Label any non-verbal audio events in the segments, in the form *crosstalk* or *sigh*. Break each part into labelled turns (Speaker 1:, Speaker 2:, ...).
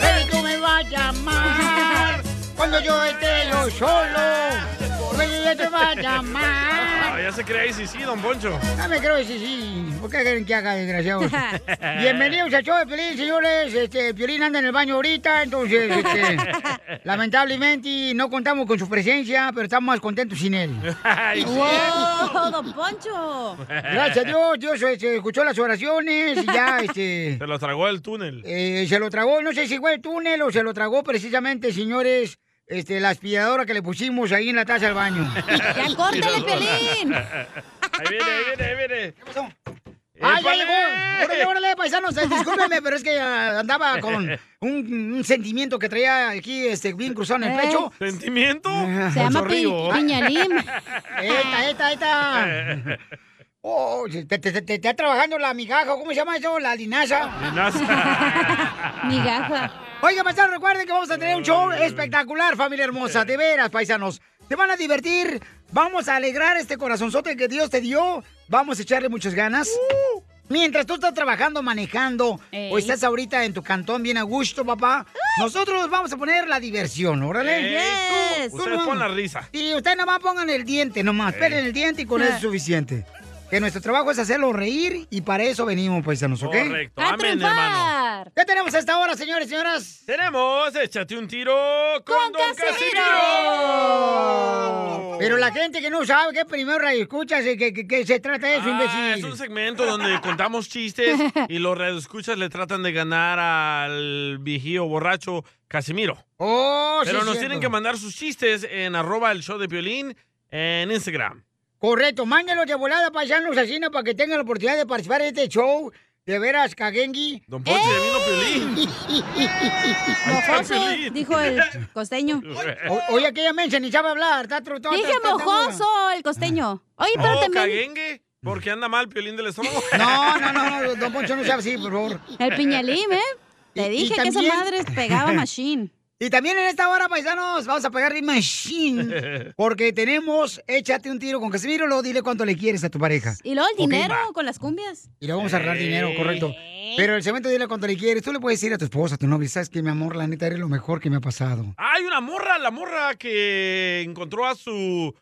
Speaker 1: Pero tú me vas a llamar cuando yo esté yo solo. Pero yo te vas a llamar.
Speaker 2: Ah, ya se cree sí, sí, don Poncho.
Speaker 1: No me creo sí, sí. ¿Por qué quieren que haga,
Speaker 2: *laughs*
Speaker 1: desgraciados? *laughs* Bienvenidos al show de Piolín, señores. Este, Piolín anda en el baño ahorita, entonces,
Speaker 2: *laughs*
Speaker 1: este, lamentablemente no contamos con su presencia, pero estamos más contentos sin él.
Speaker 2: Ay, sí.
Speaker 1: *laughs*
Speaker 3: ¡Wow, don Poncho!
Speaker 1: Gracias a Dios, Dios este, escuchó las oraciones y
Speaker 2: *laughs*
Speaker 1: ya, este...
Speaker 2: Se lo tragó el túnel.
Speaker 1: Eh, se lo tragó, no sé si fue el túnel o se lo tragó precisamente, señores, este, la aspiradora que le pusimos ahí en la taza del baño.
Speaker 3: ¡Ya córtale,
Speaker 2: *laughs*
Speaker 3: Pelín!
Speaker 2: Ahí viene, ahí viene, ahí viene. ¿Qué pasó?
Speaker 1: ¡Ay, ya llegó! ¡Órale, órale, paisanos! Eh, Discúlpeme, pero es que ah, andaba con un, un sentimiento que traía aquí este, bien cruzado en el
Speaker 3: ¿Eh?
Speaker 1: pecho.
Speaker 2: ¿Sentimiento?
Speaker 3: Se llama pi
Speaker 2: Chorrillo. ¿eh?
Speaker 3: Piñalín.
Speaker 1: Ah, ¡Eta, eta, eta! Oh, te, te- te- te está trabajando la migaja, ¿cómo se llama eso? La linaza.
Speaker 2: *laughs* Linaza.
Speaker 3: *laughs* Migaja.
Speaker 1: Oiga, paisanos, recuerden que vamos a tener un show espectacular, familia hermosa. De veras, paisanos. Te van a divertir. Vamos a alegrar este corazonzote que Dios te dio. Vamos a echarle muchas ganas.
Speaker 2: Uh.
Speaker 1: Mientras tú estás trabajando, manejando,
Speaker 3: Ey.
Speaker 1: o estás ahorita en tu cantón bien a gusto, papá, nosotros vamos a poner la diversión, órale.
Speaker 2: ¡Ah! Ey,
Speaker 3: Yes.
Speaker 2: tú, Ustedes
Speaker 1: no.
Speaker 2: pon la risa.
Speaker 1: Y ustedes nomás pongan el diente, nomás, peguen el diente y con
Speaker 2: *laughs*
Speaker 1: eso es suficiente. Que nuestro trabajo es hacerlo reír y para eso venimos, paisanos, ¿ok?
Speaker 2: Correcto.
Speaker 3: ¡A
Speaker 2: Amén, hermano.
Speaker 3: triunfar!
Speaker 1: ¿Qué tenemos hasta ahora, señores y señoras?
Speaker 2: Tenemos Échate un tiro con,
Speaker 3: ¡Con
Speaker 2: Don
Speaker 3: Casimiro!
Speaker 2: Casimiro.
Speaker 1: Pero la gente que no sabe que primero radio escucha, que, que, que se trata de eso,
Speaker 2: Ah, es
Speaker 1: imbécil.
Speaker 2: un
Speaker 1: *laughs*
Speaker 2: segmento donde contamos chistes y los radioescuchas le tratan de ganar al vigío borracho Casimiro.
Speaker 1: Oh, sí,
Speaker 2: Pero
Speaker 1: es
Speaker 2: nos
Speaker 1: cierto.
Speaker 2: tienen que mandar sus chistes en arroba el show de Piolín en Instagram.
Speaker 1: Correcto, mándenlos de volada paisanos así, ¿no? para que tengan la oportunidad de participar en este show. De veras, Kagengi.
Speaker 2: Don Poncho ya
Speaker 1: *laughs*
Speaker 2: vino Piolín. Ahí está
Speaker 3: Mojoso,
Speaker 2: Piolín.
Speaker 3: dijo el costeño.
Speaker 1: O- Oye, aquella mensa ni sabe hablar, está tru- toda-
Speaker 3: Dije
Speaker 1: toda- toda-
Speaker 3: mojoso el costeño. Oye, pero
Speaker 2: Oh,
Speaker 3: también
Speaker 2: caguengue, porque anda mal Piolín del estómago.
Speaker 1: *laughs* No, no, no, no, don Poncho no sabe así, por favor.
Speaker 3: el piñalín, ¿eh?
Speaker 1: Y-
Speaker 3: Te
Speaker 1: y
Speaker 3: dije que esa
Speaker 1: también-
Speaker 3: madre
Speaker 1: *laughs*
Speaker 3: pegaba machine.
Speaker 1: Y también en esta hora, paisanos, vamos a pagar Ring
Speaker 3: *laughs*
Speaker 1: Machine. Porque tenemos Échate un tiro con Casimiro, luego dile cuánto le quieres a tu pareja.
Speaker 3: Y luego el
Speaker 1: Ok,
Speaker 3: dinero
Speaker 1: va.
Speaker 3: con las cumbias.
Speaker 1: Y le vamos a ahorrar dinero, correcto. Pero el cemento dile cuando le quieres. Tú le puedes decir a tu esposa, a tu novia, sabes que mi amor, la neta, eres lo mejor que me ha pasado.
Speaker 2: Hay una morra, la morra que encontró a su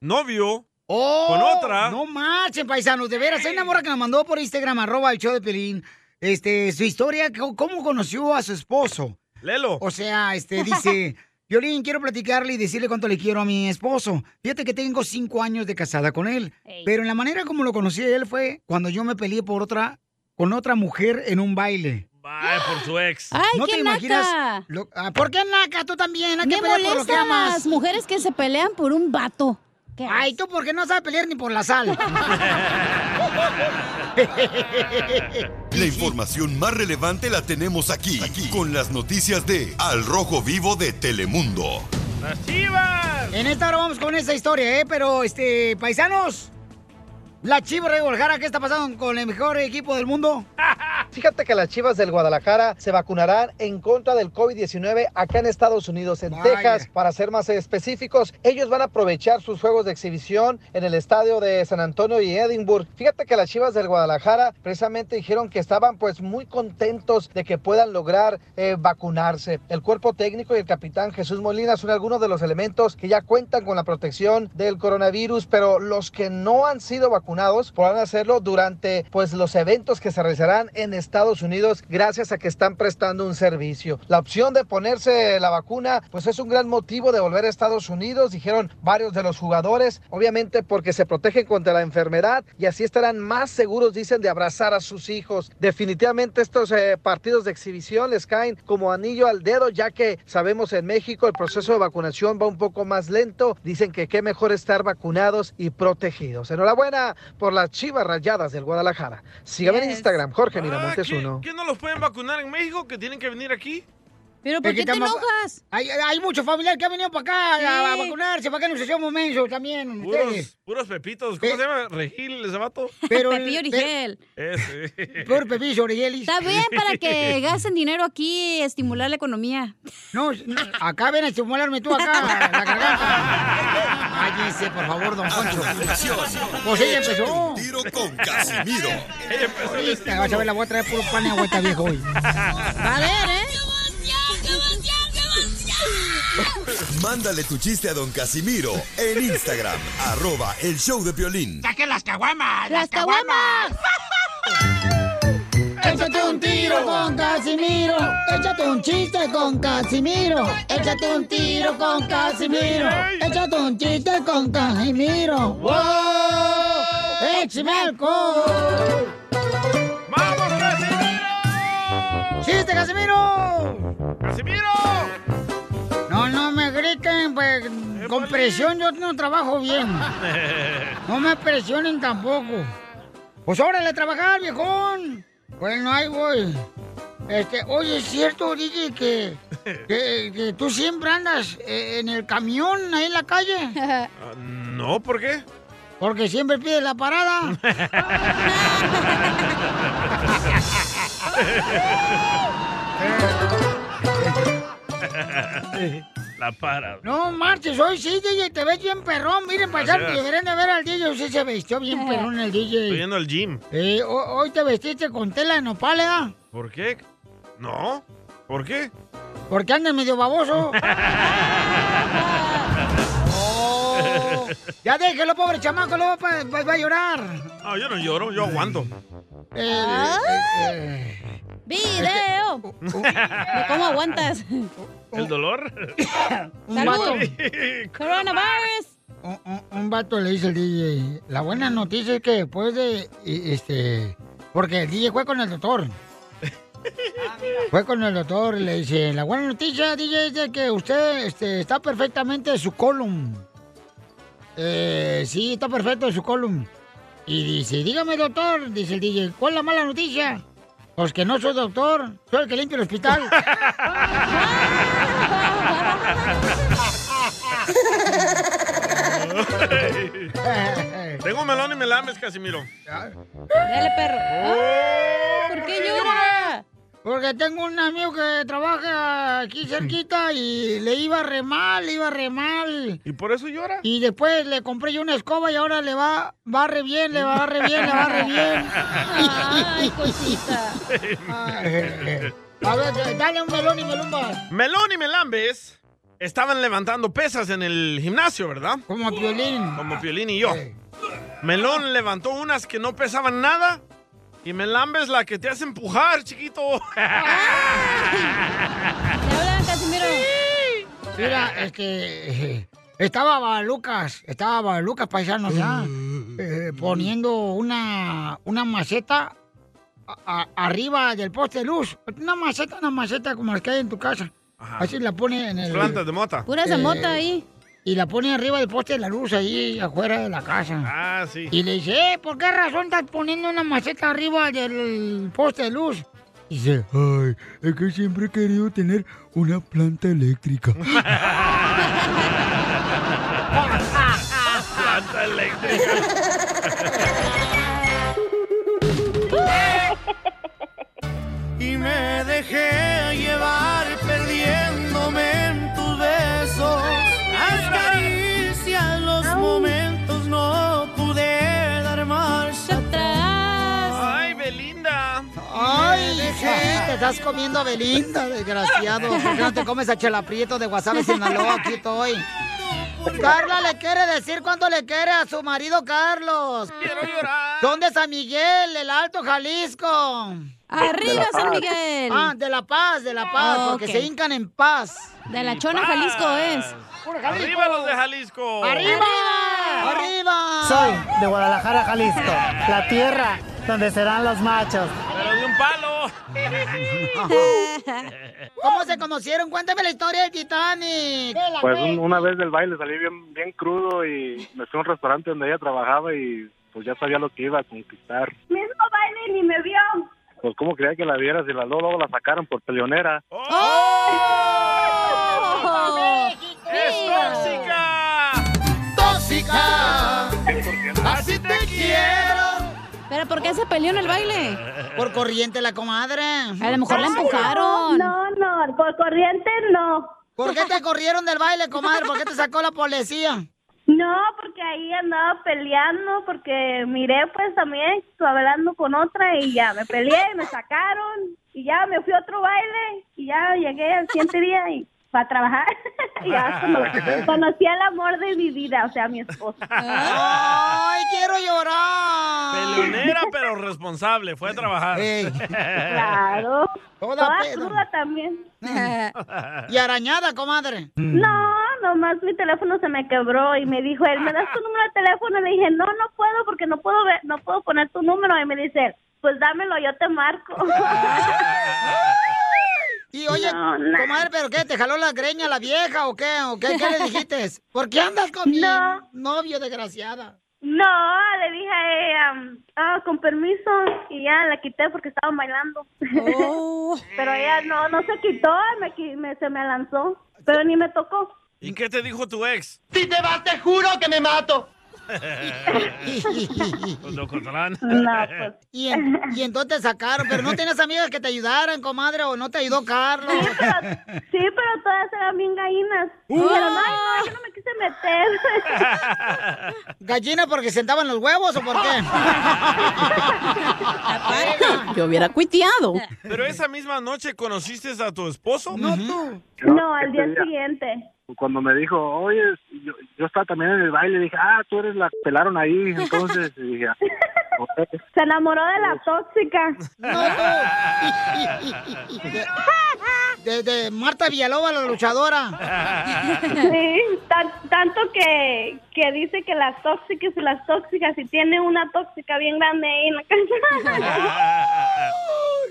Speaker 2: novio.
Speaker 1: ¡Oh!
Speaker 2: Con otra.
Speaker 1: No marchen, paisanos. De veras, hay una morra que nos mandó por Instagram, arroba el show de Pelín. Este, su historia, c- cómo conoció a su esposo.
Speaker 2: Lelo.
Speaker 1: O sea, este,
Speaker 2: *laughs*
Speaker 1: dice, Violín, quiero platicarle y decirle cuánto le quiero a mi esposo. Fíjate que tengo cinco años de casada con él.
Speaker 3: Ey.
Speaker 1: Pero en la manera como lo conocí a él fue cuando yo me peleé por otra, con otra mujer en un baile.
Speaker 2: Ay, por su ex.
Speaker 3: ¡Ay,
Speaker 1: ¿No
Speaker 3: qué
Speaker 1: te
Speaker 3: naca!
Speaker 1: imaginas? lo- ah, ¿Por qué naca? Tú también. Hay que
Speaker 3: Me
Speaker 1: pelear por lo que
Speaker 3: molestan las
Speaker 1: amas.
Speaker 3: mujeres que se pelean por un vato. ¿Qué
Speaker 1: Ay, tú porque no sabes pelear ni por la
Speaker 3: *laughs*
Speaker 1: sal.
Speaker 4: La información más relevante la tenemos aquí, aquí, con las noticias de Al Rojo Vivo de Telemundo.
Speaker 2: *laughs* ¡Las chivas!
Speaker 1: en esta hora vamos con esa historia, ¿eh? Pero, este, paisanos, la Chivas de Guadalajara, ¿qué está pasando con el mejor equipo del mundo?
Speaker 5: Fíjate que las chivas del Guadalajara se vacunarán en contra del COVID-19 acá en Estados Unidos, en
Speaker 1: Vaya.
Speaker 5: Texas. Para ser más específicos, ellos van a aprovechar sus juegos de exhibición en el estadio de San Antonio y Edinburgh. Fíjate que las chivas del Guadalajara precisamente dijeron que estaban pues muy contentos de que puedan lograr eh, vacunarse. El cuerpo técnico y el capitán Jesús Molina son algunos de los elementos que ya cuentan con la protección del coronavirus, pero los que no han sido vacunados podrán hacerlo durante pues los eventos que se realizarán en Estados Unidos gracias a que están prestando un servicio. La opción de ponerse la vacuna pues es un gran motivo de volver a Estados Unidos, dijeron varios de los jugadores, obviamente porque se protegen contra la enfermedad y así estarán más seguros, dicen, de abrazar a sus hijos. Definitivamente estos eh, partidos de exhibición les caen como anillo al dedo, ya que sabemos en México el proceso de vacunación va un poco más lento. Dicen que qué mejor estar vacunados y protegidos. Enhorabuena por las chivas rayadas del Guadalajara. Sígame en
Speaker 3: Yes.
Speaker 5: Instagram, Jorge
Speaker 2: Ah,
Speaker 5: Miramontes
Speaker 2: ¿qué-
Speaker 5: uno.
Speaker 2: ¿Qué no los pueden vacunar en México? ¿Que tienen que venir aquí?
Speaker 3: Pero ¿por
Speaker 1: Es que
Speaker 3: qué te
Speaker 1: estamos-
Speaker 3: enojas?
Speaker 1: Hay, hay muchos familiares que han venido para acá a, a
Speaker 3: Sí.
Speaker 1: vacunarse, para que nos hacemos mensos también.
Speaker 2: Puros,
Speaker 1: ustedes.
Speaker 2: puros pepitos. ¿Cómo
Speaker 1: Pe-
Speaker 2: se llama? ¿Regil, ese vato? Eh,
Speaker 1: Pero el-
Speaker 3: Pepillo Origel.
Speaker 1: *laughs*
Speaker 2: Ese.
Speaker 1: pe- Peor Pepillo Origelis.
Speaker 3: Está bien para que gasten dinero aquí y estimular la economía.
Speaker 1: No, no, acá ven a estimularme tú
Speaker 3: *laughs*
Speaker 1: acá, la garganta. Cállese, por favor, don
Speaker 4: A
Speaker 1: Poncho.
Speaker 4: continuación,
Speaker 1: Pues ella empezó.
Speaker 4: un tiro con Casimiro.
Speaker 2: Ella empezó el
Speaker 1: Ahorita vas a ver, la voy a traer puro pan y agüita viejo hoy.
Speaker 3: Va a ver, ¿eh?
Speaker 4: Mándale tu chiste a don Casimiro en Instagram, *laughs* arroba el show de violín.
Speaker 1: ¡Saque las caguamas!
Speaker 3: ¡Las caguamas!
Speaker 1: Échate un tiro con Casimiro. Échate un chiste con Casimiro. Échate un tiro con Casimiro. Échate un chiste con Casimiro. ¡Wow! ¡Échame alcohol!
Speaker 2: ¡Vamos, Casimiro!
Speaker 1: ¡Chiste, Casimiro! *laughs*
Speaker 2: ¡Casimiro!
Speaker 1: No, no me griten, pues con presión yo no trabajo bien. No me presionen tampoco. Pues órale a trabajar, viejón. Bueno, ahí voy. Este, oye, es cierto, DJ,
Speaker 2: *laughs*
Speaker 1: que, que, que tú siempre andas eh, en el camión ahí en la calle.
Speaker 2: *laughs* Ah, no, ¿por qué?
Speaker 1: Porque siempre pides la parada.
Speaker 2: La
Speaker 3: *laughs*
Speaker 2: para.
Speaker 1: No marches, hoy sí, DJ, te ves bien perrón. Miren, pasar,
Speaker 2: Gracias.
Speaker 1: deberían de ver al DJ. Sí se vistió
Speaker 2: *laughs*
Speaker 1: bien perrón el
Speaker 2: Estoy
Speaker 1: DJ.
Speaker 2: yendo al gym.
Speaker 1: Eh, ho- hoy te vestiste con tela de nopal, ¿eh?
Speaker 2: ¿Por qué? No. ¿Por qué?
Speaker 1: Porque andas medio baboso.
Speaker 2: *laughs*
Speaker 1: Oh, ya déjelo, pobre chamaco, luego pa- va, va a llorar.
Speaker 2: No, Ah, yo no lloro,
Speaker 1: *laughs*
Speaker 2: yo aguanto. *laughs*
Speaker 1: Eh, este,
Speaker 3: Ah.
Speaker 1: eh, eh,
Speaker 3: ¡Video! ¿De cómo aguantas?
Speaker 2: ¿El dolor?
Speaker 1: un, vato,
Speaker 3: ¡Salud! ¡Coronavirus!
Speaker 1: un- un- un vato le dice el DJ. La buena noticia es que después de. eh, Este, porque el DJ fue con el doctor. Fue con el doctor y le dice: La buena noticia, DJ, es de que usted este, está perfectamente de su column. Eh, sí, está perfecto de su column. Y dice: Dígame, doctor, dice el DJ, ¿cuál es la mala noticia? Pues que no soy doctor, soy el que limpia el hospital.
Speaker 2: Tengo melón y me lames, Casimiro.
Speaker 3: Dale, perro. Ah, ¿Por qué llora?
Speaker 1: ¡Eh! Porque tengo un amigo que trabaja
Speaker 2: *clears throat*
Speaker 1: aquí cerquita y le iba re mal, le iba re mal.
Speaker 2: ¿Y por eso llora?
Speaker 1: Y después le compré yo una escoba y ahora le va, va re bien, le va re bien, le va re bien.
Speaker 3: *laughs* ¡Ay, cosita!
Speaker 1: *laughs* A ver, eh, dale un melón y melumba.
Speaker 2: *laughs* Melón y Melambes estaban levantando pesas en el gimnasio, ¿verdad?
Speaker 1: Como violín.
Speaker 2: Como Piolín y yo. Melón levantó unas que no pesaban nada y Melambes la que te hace empujar, chiquito. *laughs*
Speaker 3: ¿Le hablan, Casimiro?
Speaker 1: Mira,
Speaker 2: *laughs*
Speaker 1: este. Estaba Balucas, estaba Balucas paisano ya, eh, poniendo una, una maceta a- a- arriba del poste de luz. Una maceta, una maceta como las que hay en tu casa. Así la pone en el. Eh,
Speaker 2: Plantas de mota.
Speaker 3: Pura zamota ahí.
Speaker 1: Y la pone arriba del poste de la luz ahí afuera de la casa.
Speaker 2: Ah, sí.
Speaker 1: Y le dice, eh, ¿por qué razón estás poniendo una maceta arriba del poste de luz? Dice, ay, es que siempre he querido tener una planta eléctrica.
Speaker 2: Planta eléctrica.
Speaker 6: *laughs* y me dejé llevar perdiéndome en tus besos. Las caricias, los momentos no pude dar marcha atrás.
Speaker 2: Ay, Belinda.
Speaker 1: Ay, sí, te estás comiendo a Belinda, *laughs* desgraciado. ¿Por qué no te comes a Chela Prieto de *laughs* Guasave Sinaloa? Aquí estoy. Carla le quiere decir cuánto le quiere a su marido Carlos. Quiero llorar. ¿Dónde es San Miguel, el Alto Jalisco?
Speaker 3: Arriba, San Miguel.
Speaker 1: Ah, de La Paz, de La Paz,
Speaker 3: Ah,
Speaker 1: porque
Speaker 3: ok.
Speaker 1: se hincan en paz.
Speaker 3: De la Chona, Jalisco es.
Speaker 2: Arriba los de Jalisco.
Speaker 1: ¡Arriba! ¡Arriba!
Speaker 7: Soy de Guadalajara, Jalisco, la tierra donde serán los
Speaker 3: *laughs*
Speaker 7: machos.
Speaker 2: Pero de un palo.
Speaker 1: ¿Cómo se conocieron? Cuéntame la historia del Titanic.
Speaker 8: Pues un- una vez del baile salí bien, bien crudo y me fui a un restaurante donde ella trabajaba y pues ya sabía lo que iba a conquistar.
Speaker 9: Mismo baile ni me vio.
Speaker 8: Pues cómo creía que la vieras y la luego luego la sacaron por peleonera.
Speaker 1: Oh,
Speaker 6: ¡Es tóxica! ¡Tóxica!
Speaker 3: Así te quiero. Pero ¿por qué se peleó en el baile?
Speaker 1: Por corriente la comadre. A
Speaker 3: lo mejor la empujaron.
Speaker 9: No, no, por corriente no.
Speaker 1: ¿Por qué te corrieron del baile, comadre? ¿Por qué te sacó la policía?
Speaker 9: No, porque ahí andaba peleando, porque miré pues también estuve hablando con otra y ya me peleé y me sacaron y ya me fui a otro baile y ya llegué al siguiente día y para trabajar y ya cono- conocí al amor de mi vida, o sea, mi esposo.
Speaker 2: Ah.
Speaker 1: Ah. ¡Ay, quiero llorar!
Speaker 2: Peleonera, pero responsable. Fue a trabajar. *laughs*
Speaker 9: Claro.
Speaker 1: Toda
Speaker 9: Toda
Speaker 1: peda.
Speaker 9: cruda también.
Speaker 1: Y arañada, comadre.
Speaker 9: No, nomás mi teléfono se me quebró y me dijo él, ¿me das tu número de teléfono? Le dije, no, no puedo porque no puedo ver, no puedo poner tu número. Y me dice, él, pues dámelo, yo te marco.
Speaker 1: Y oye,
Speaker 9: No, nah.
Speaker 1: comadre, ¿pero qué? ¿Te jaló la greña la vieja o qué? ¿O qué, qué le dijiste? ¿Por qué andas con mi novio, desgraciada?
Speaker 9: *laughs* no, le dije a ella, "Mm, ah, con permiso. Y ya la quité porque estaban bailando. *laughs* Pero ella no, no se quitó, me, qui- me- se me lanzó, pero ni me tocó.
Speaker 2: ¿Y qué te dijo tu ex?
Speaker 9: Si te vas, te juro que me mato.
Speaker 2: Los de Ocotlán.
Speaker 1: *laughs*
Speaker 9: pues.
Speaker 1: Y, en- y entonces te sacaron, pero no tienes amigas que te ayudaran, comadre, o no te ayudó Carlos.
Speaker 9: Sí, pero todas eran bien gallinas.
Speaker 1: ¡Uh!
Speaker 9: Pero no, no, yo no me quise meter.
Speaker 1: *laughs* ¿Gallina porque sentaban los huevos o por qué?
Speaker 3: Yo hubiera cuiteado.
Speaker 2: ¿Pero esa misma noche conociste a tu esposo?
Speaker 1: No, tú.
Speaker 9: No, al
Speaker 8: ese
Speaker 9: día siguiente.
Speaker 8: Cuando me dijo, oye, yo, yo estaba también en el baile, dije, ah, tú eres la que pelaron ahí. Entonces, y dije, "Ah, ok".
Speaker 9: Se enamoró de la tóxica. *laughs*
Speaker 1: De, de Marta Villalobos, la luchadora.
Speaker 9: Sí, tan- tanto que, que dice que las tóxicas y las tóxicas, y tiene una tóxica bien grande ahí en la casa.
Speaker 2: Ah,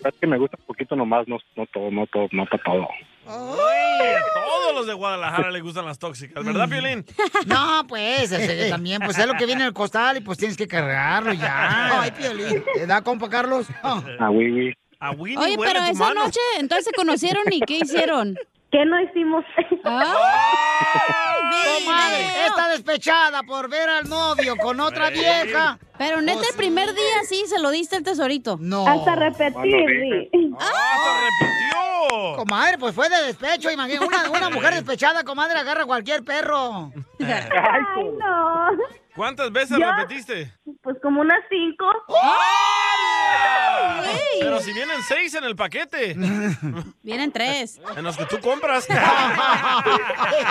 Speaker 9: *laughs*
Speaker 8: es que me gusta un poquito nomás, no, no todo, no todo, no para todo.
Speaker 2: Todos los de Guadalajara les gustan las tóxicas, ¿verdad,
Speaker 3: Mm.
Speaker 2: Piolín?
Speaker 1: No, pues, ese también, pues es lo que viene en el costal y pues tienes que cargarlo ya. Ay, Piolín. ¿Te da compa, Carlos? Oh. No.
Speaker 8: Ah, oui, oui.
Speaker 2: A Winnie
Speaker 3: Oye,
Speaker 2: huele
Speaker 3: pero
Speaker 2: tu
Speaker 3: esa
Speaker 2: mano.
Speaker 3: noche, entonces se conocieron y ¿qué
Speaker 2: *laughs*
Speaker 3: hicieron? ¿Ah?
Speaker 9: ¿Qué no hicimos? *laughs*
Speaker 1: Comadre, está despechada por ver al novio con otra vieja.
Speaker 3: Pero neta, el primer día sí se lo diste el tesorito.
Speaker 1: No.
Speaker 9: Hasta repetir.
Speaker 2: repitió!
Speaker 1: Comadre, pues fue de despecho, imagínate. Una, una mujer despechada, comadre, agarra a cualquier perro.
Speaker 9: Ay, no.
Speaker 2: ¿Cuántas veces
Speaker 9: Ya.
Speaker 2: repetiste?
Speaker 9: Pues como unas cinco.
Speaker 2: Pero si vienen seis en el
Speaker 3: *laughs*
Speaker 2: paquete.
Speaker 3: *laughs* Vienen tres.
Speaker 2: En los que tú
Speaker 3: *laughs*
Speaker 2: compras.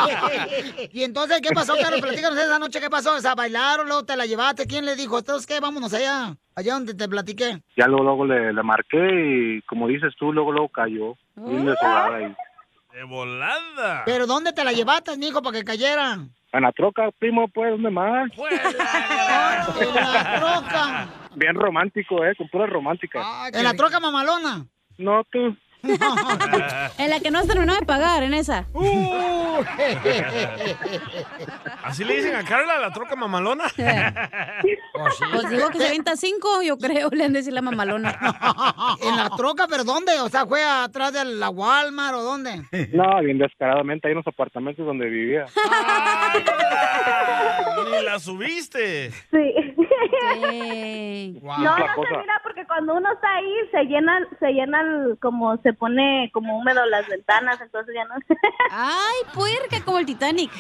Speaker 1: *laughs* y entonces, ¿qué pasó, Carlos? Platícanos esa noche, ¿qué pasó? O sea, bailaron, luego te la llevaste. ¿Quién le dijo? ¿Entonces qué? Vámonos allá, allá donde te platiqué.
Speaker 8: Ya luego, luego le, le marqué y como dices tú, luego, luego cayó. Bien desolada ahí.
Speaker 2: ¡De volada!
Speaker 1: ¿Pero dónde te la llevaste, mijo, para que cayera?
Speaker 8: En la troca, primo, pues, ¿dónde más?
Speaker 1: En la troca.
Speaker 8: Bien romántico, ¿eh? Cultura romántica.
Speaker 2: Ah,
Speaker 1: Ah, En la troca mamalona.
Speaker 8: No,
Speaker 2: *laughs*
Speaker 8: tú.
Speaker 3: *laughs* En la que no has terminado de pagar,
Speaker 1: *laughs*
Speaker 3: en esa.
Speaker 1: Uh.
Speaker 2: ¿Así le dicen a Carla la troca mamalona?
Speaker 3: *laughs*
Speaker 2: Oh,
Speaker 3: Pues digo que se avienta cinco, yo creo, le han de decir la mamalona.
Speaker 1: *laughs* ¿En la troca? ¿Pero dónde? O sea, ¿fue atrás de la Walmart o dónde?
Speaker 8: No, bien descaradamente, hay unos apartamentos donde vivía.
Speaker 2: y la subiste.
Speaker 9: Sí. No,
Speaker 2: Wow.
Speaker 9: no
Speaker 2: Otra cosa.
Speaker 9: se mira porque cuando uno está ahí se llenan, se llenan como se pone como húmedo las ventanas, entonces ya no *laughs* sé.
Speaker 3: Ay, puerca, como el Titanic.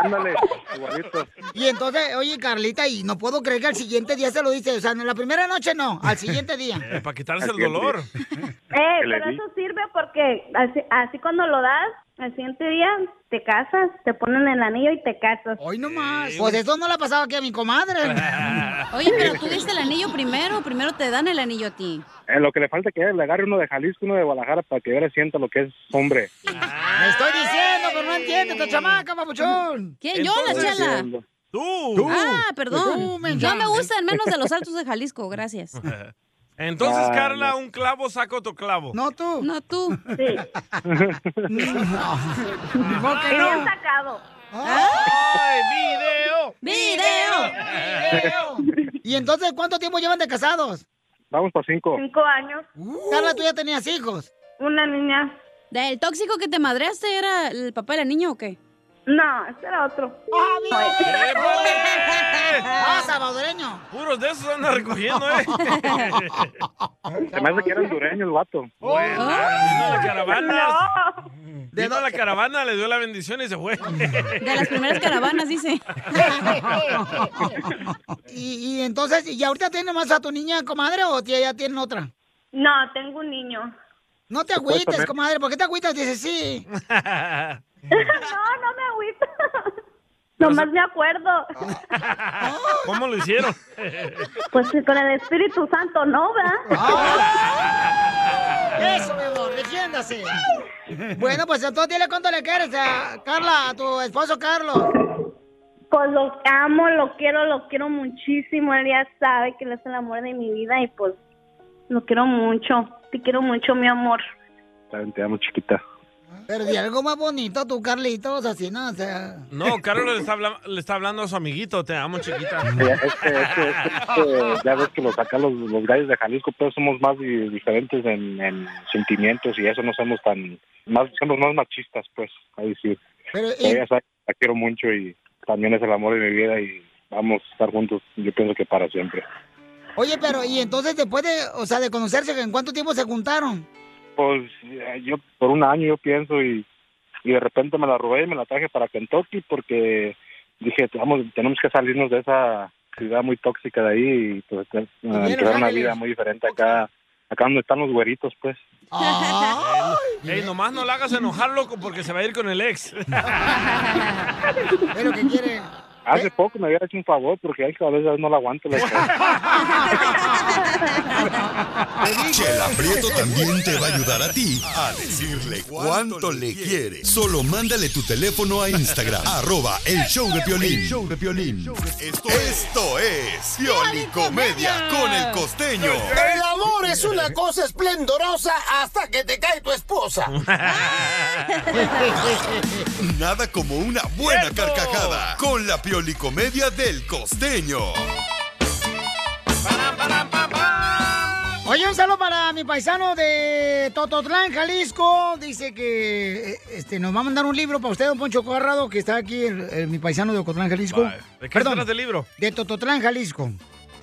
Speaker 8: Ándale,
Speaker 2: *laughs*
Speaker 8: igualito.
Speaker 1: Y entonces, oye, Carlita, y no puedo creer que al siguiente día se lo dice. O sea, en la primera noche no, al siguiente día.
Speaker 2: *laughs* Eh, para quitarse el
Speaker 9: Así es,
Speaker 2: dolor.
Speaker 9: Eh,
Speaker 2: ¿Qué le
Speaker 9: pero
Speaker 2: di?
Speaker 9: eso sirve porque así, así cuando lo das, al siguiente día te casas, te ponen el anillo y te casas.
Speaker 1: Hoy nomás. Pues eso no le ha pasado aquí a mi comadre.
Speaker 3: Oye, pero tú diste el anillo primero, primero te dan el anillo a ti.
Speaker 8: En Eh, lo que le falta que le agarre uno de Jalisco, uno de Guadalajara para que ahora sienta lo que es hombre.
Speaker 1: Le
Speaker 2: Ah.
Speaker 1: estoy diciendo, pero no entiende esta chamaca, papuchón.
Speaker 3: ¿Quién? ¿Yo, la
Speaker 8: Entonces-
Speaker 3: chela?
Speaker 2: Tú.
Speaker 3: Ah, perdón.
Speaker 2: Tú, mensa.
Speaker 3: no me gustan, menos de los altos de Jalisco, gracias.
Speaker 2: *laughs* Entonces,
Speaker 3: Ah,
Speaker 2: Carla, un clavo saca otro clavo.
Speaker 1: No tú.
Speaker 3: No tú.
Speaker 1: No,
Speaker 6: que no.
Speaker 9: Bien sacado.
Speaker 2: ¡Ay, video!
Speaker 1: ¡Video! Y entonces, ¿cuánto tiempo llevan de casados?
Speaker 8: Vamos por cinco.
Speaker 9: Cinco años.
Speaker 1: Uh. Carla, ¿tú ya tenías hijos?
Speaker 9: Una niña.
Speaker 3: ¿Del tóxico que te madreaste era el papá de la niña o qué?
Speaker 9: No, ese era otro.
Speaker 1: ¡Ah, salvadoreño!
Speaker 2: Puros de esos anda
Speaker 3: *laughs*
Speaker 2: recogiendo, ¿eh?
Speaker 8: Se me hace que era hondureño el vato.
Speaker 3: Oh.
Speaker 2: Bueno, vino la caravana. Vino la caravana, le dio la bendición y se fue.
Speaker 3: De las primeras caravanas, dice.
Speaker 1: *laughs* Y, y entonces, ¿y ahorita tienes más a tu niña, comadre, o tía, ya tienen otra?
Speaker 9: No, tengo un niño.
Speaker 1: No te agüites,
Speaker 9: Supuestamente.
Speaker 1: comadre, ¿por qué te agüitas? Dices, sí.
Speaker 9: *laughs* no, no me agüito. Nomás me acuerdo.
Speaker 2: *laughs* ¿Cómo lo hicieron?
Speaker 9: Pues que con el Espíritu Santo, ¿no,
Speaker 1: Ah.
Speaker 9: verdad?
Speaker 1: Eso, mi amor, defiéndase. Bueno, pues entonces dile cuánto le quieres a Carla, a tu esposo Carlos.
Speaker 9: Pues lo amo, lo quiero, lo quiero muchísimo. Él ya sabe que él es el amor de mi vida y pues lo quiero mucho. Te quiero mucho, mi amor.
Speaker 8: También te amo, chiquita.
Speaker 1: Pero di algo más bonito tú, Carlitos, así, ¿no? O sea...
Speaker 2: No, Carlos le está, habla- le está hablando a su amiguito. Te amo, chiquita.
Speaker 8: Ya, es que- es que- es que, eh, ya ves que los acá los, los gallos de Jalisco pues somos más di- diferentes en, en sentimientos y eso no somos tan más somos más machistas pues ahí sí
Speaker 1: Pero,
Speaker 8: Pero ella sabe que la quiero mucho y también es el amor de mi vida y vamos a estar juntos yo pienso que para siempre
Speaker 1: Oye, pero, y entonces después de, o sea, de conocerse, ¿en cuánto tiempo se juntaron?
Speaker 8: pues eh, yo por un año yo pienso y, y de repente me la robé y me la traje para Kentucky porque dije vamos tenemos que salirnos de esa ciudad muy tóxica de ahí y pues eh,
Speaker 6: Los
Speaker 8: empezar una
Speaker 6: Ángeles.
Speaker 8: vida muy diferente acá acá donde están los güeritos pues
Speaker 2: Ey, nomás no la hagas enojar, loco, porque se va a ir con el
Speaker 3: *laughs*
Speaker 2: ex.
Speaker 1: Es lo que quiere.
Speaker 8: Hace poco me hubiera hecho un favor porque ay, a veces no la aguanto. la cara.
Speaker 4: Chela Prieto también te va a ayudar a ti a decirle cuánto le quiere. Solo mándale tu teléfono a *laughs* Instagram, arroba el show de Piolín.
Speaker 10: El
Speaker 4: show de Piolín. Esto, esto es Pioli Comedia con el costeño.
Speaker 10: El amor es una cosa esplendorosa hasta que te cae tu esposa.
Speaker 4: *laughs* Nada como una buena carcajada con la Pioli Comedia del costeño.
Speaker 1: Oye, un saludo para mi paisano de Tototlán, Jalisco. Dice que eh, este, nos va a mandar un libro para usted, don Poncho Corrado, que está aquí, el- el- mi paisano de Tototlán, Jalisco.
Speaker 2: Vale. ¿De qué trata el libro?
Speaker 1: De Tototlán, Jalisco.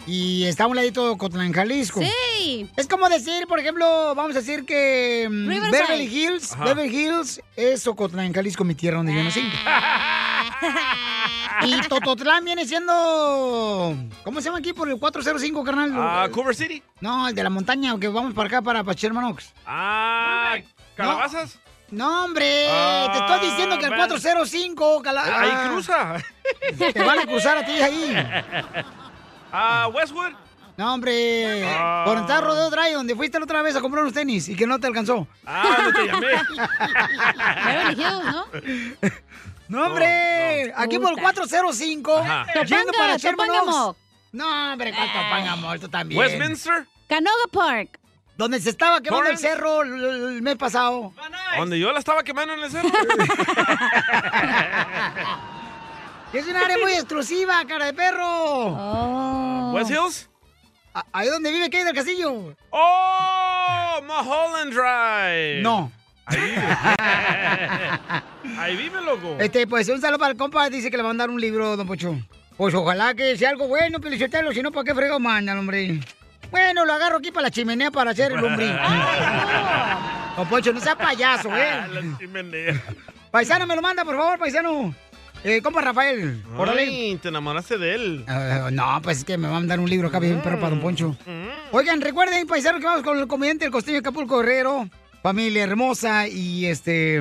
Speaker 1: Y está a un ladito de Ocotlán, Jalisco.
Speaker 3: Sí.
Speaker 1: Es como decir, por ejemplo, vamos a decir que mm,
Speaker 6: Riverside.
Speaker 1: Beverly Hills,
Speaker 6: Ajá.
Speaker 1: Beverly Hills es Ocotlán, Jalisco, mi tierra donde yo nací. y Tototlán viene siendo, ¿cómo se llama aquí por el 405, carnal?
Speaker 2: Ah, Cooper City.
Speaker 1: No, el de la montaña, que vamos para acá, para, para Sherman Oaks.
Speaker 2: Ah, ¿calabazas?
Speaker 1: No,
Speaker 2: *laughs*
Speaker 1: hombre, te estoy diciendo que el
Speaker 2: Ah,
Speaker 1: 405, cala-
Speaker 2: Ahí
Speaker 1: ah,
Speaker 2: cruza.
Speaker 1: *laughs* Te van a cruzar a ti ahí.
Speaker 2: Ah, Westwood.
Speaker 1: No, hombre,
Speaker 2: Ah.
Speaker 1: por entrar Rodeo Drive, donde fuiste la otra vez a comprar unos tenis y que no te alcanzó.
Speaker 2: Ah, no
Speaker 3: *laughs*
Speaker 2: te llamé.
Speaker 1: Beverly Hills,
Speaker 3: ¿no?
Speaker 1: No, hombre, aquí por el
Speaker 3: Puta.
Speaker 1: 405,
Speaker 3: Ajá.
Speaker 1: yendo
Speaker 3: Topanga,
Speaker 1: para Sherman
Speaker 3: Topanga
Speaker 1: Oaks. No, hombre, ¿cuál Topanga, amor? Tú también.
Speaker 2: Westminster.
Speaker 3: Canoga Park.
Speaker 1: Donde se estaba quemando el
Speaker 2: Torrance.
Speaker 1: cerro el, el mes pasado.
Speaker 2: Donde yo la estaba quemando en el cerro.
Speaker 1: Es un área muy exclusiva, cara de perro.
Speaker 2: ¿West Hills?
Speaker 1: A- Ahí donde vive Kay del Castillo.
Speaker 2: ¡Oh! Mulholland Drive.
Speaker 1: No.
Speaker 2: Ahí vive, loco.
Speaker 1: Este, pues un saludo para el compa, dice que le va a mandar un libro, don Pocho. Pues ojalá que sea algo bueno, Pelichotelo, si no, ¿para qué fregado mandan, hombre? Bueno, lo agarro aquí para la chimenea para hacer el
Speaker 2: *laughs*
Speaker 1: hombre. Don Pocho, no sea payaso,
Speaker 2: Ah,
Speaker 1: ¿eh?
Speaker 2: la chimenea.
Speaker 1: Paisano, me lo manda, por favor, paisano. Eh, compa Rafael, órale.
Speaker 2: Ay, te enamoraste de él. Mm.
Speaker 1: Eh, no, pues es que me van a dar un libro acá bien pero para Don Poncho. Oigan, recuerden, paisanos, que vamos con el comediante del costeño de Acapulco Guerrero. Familia hermosa y este...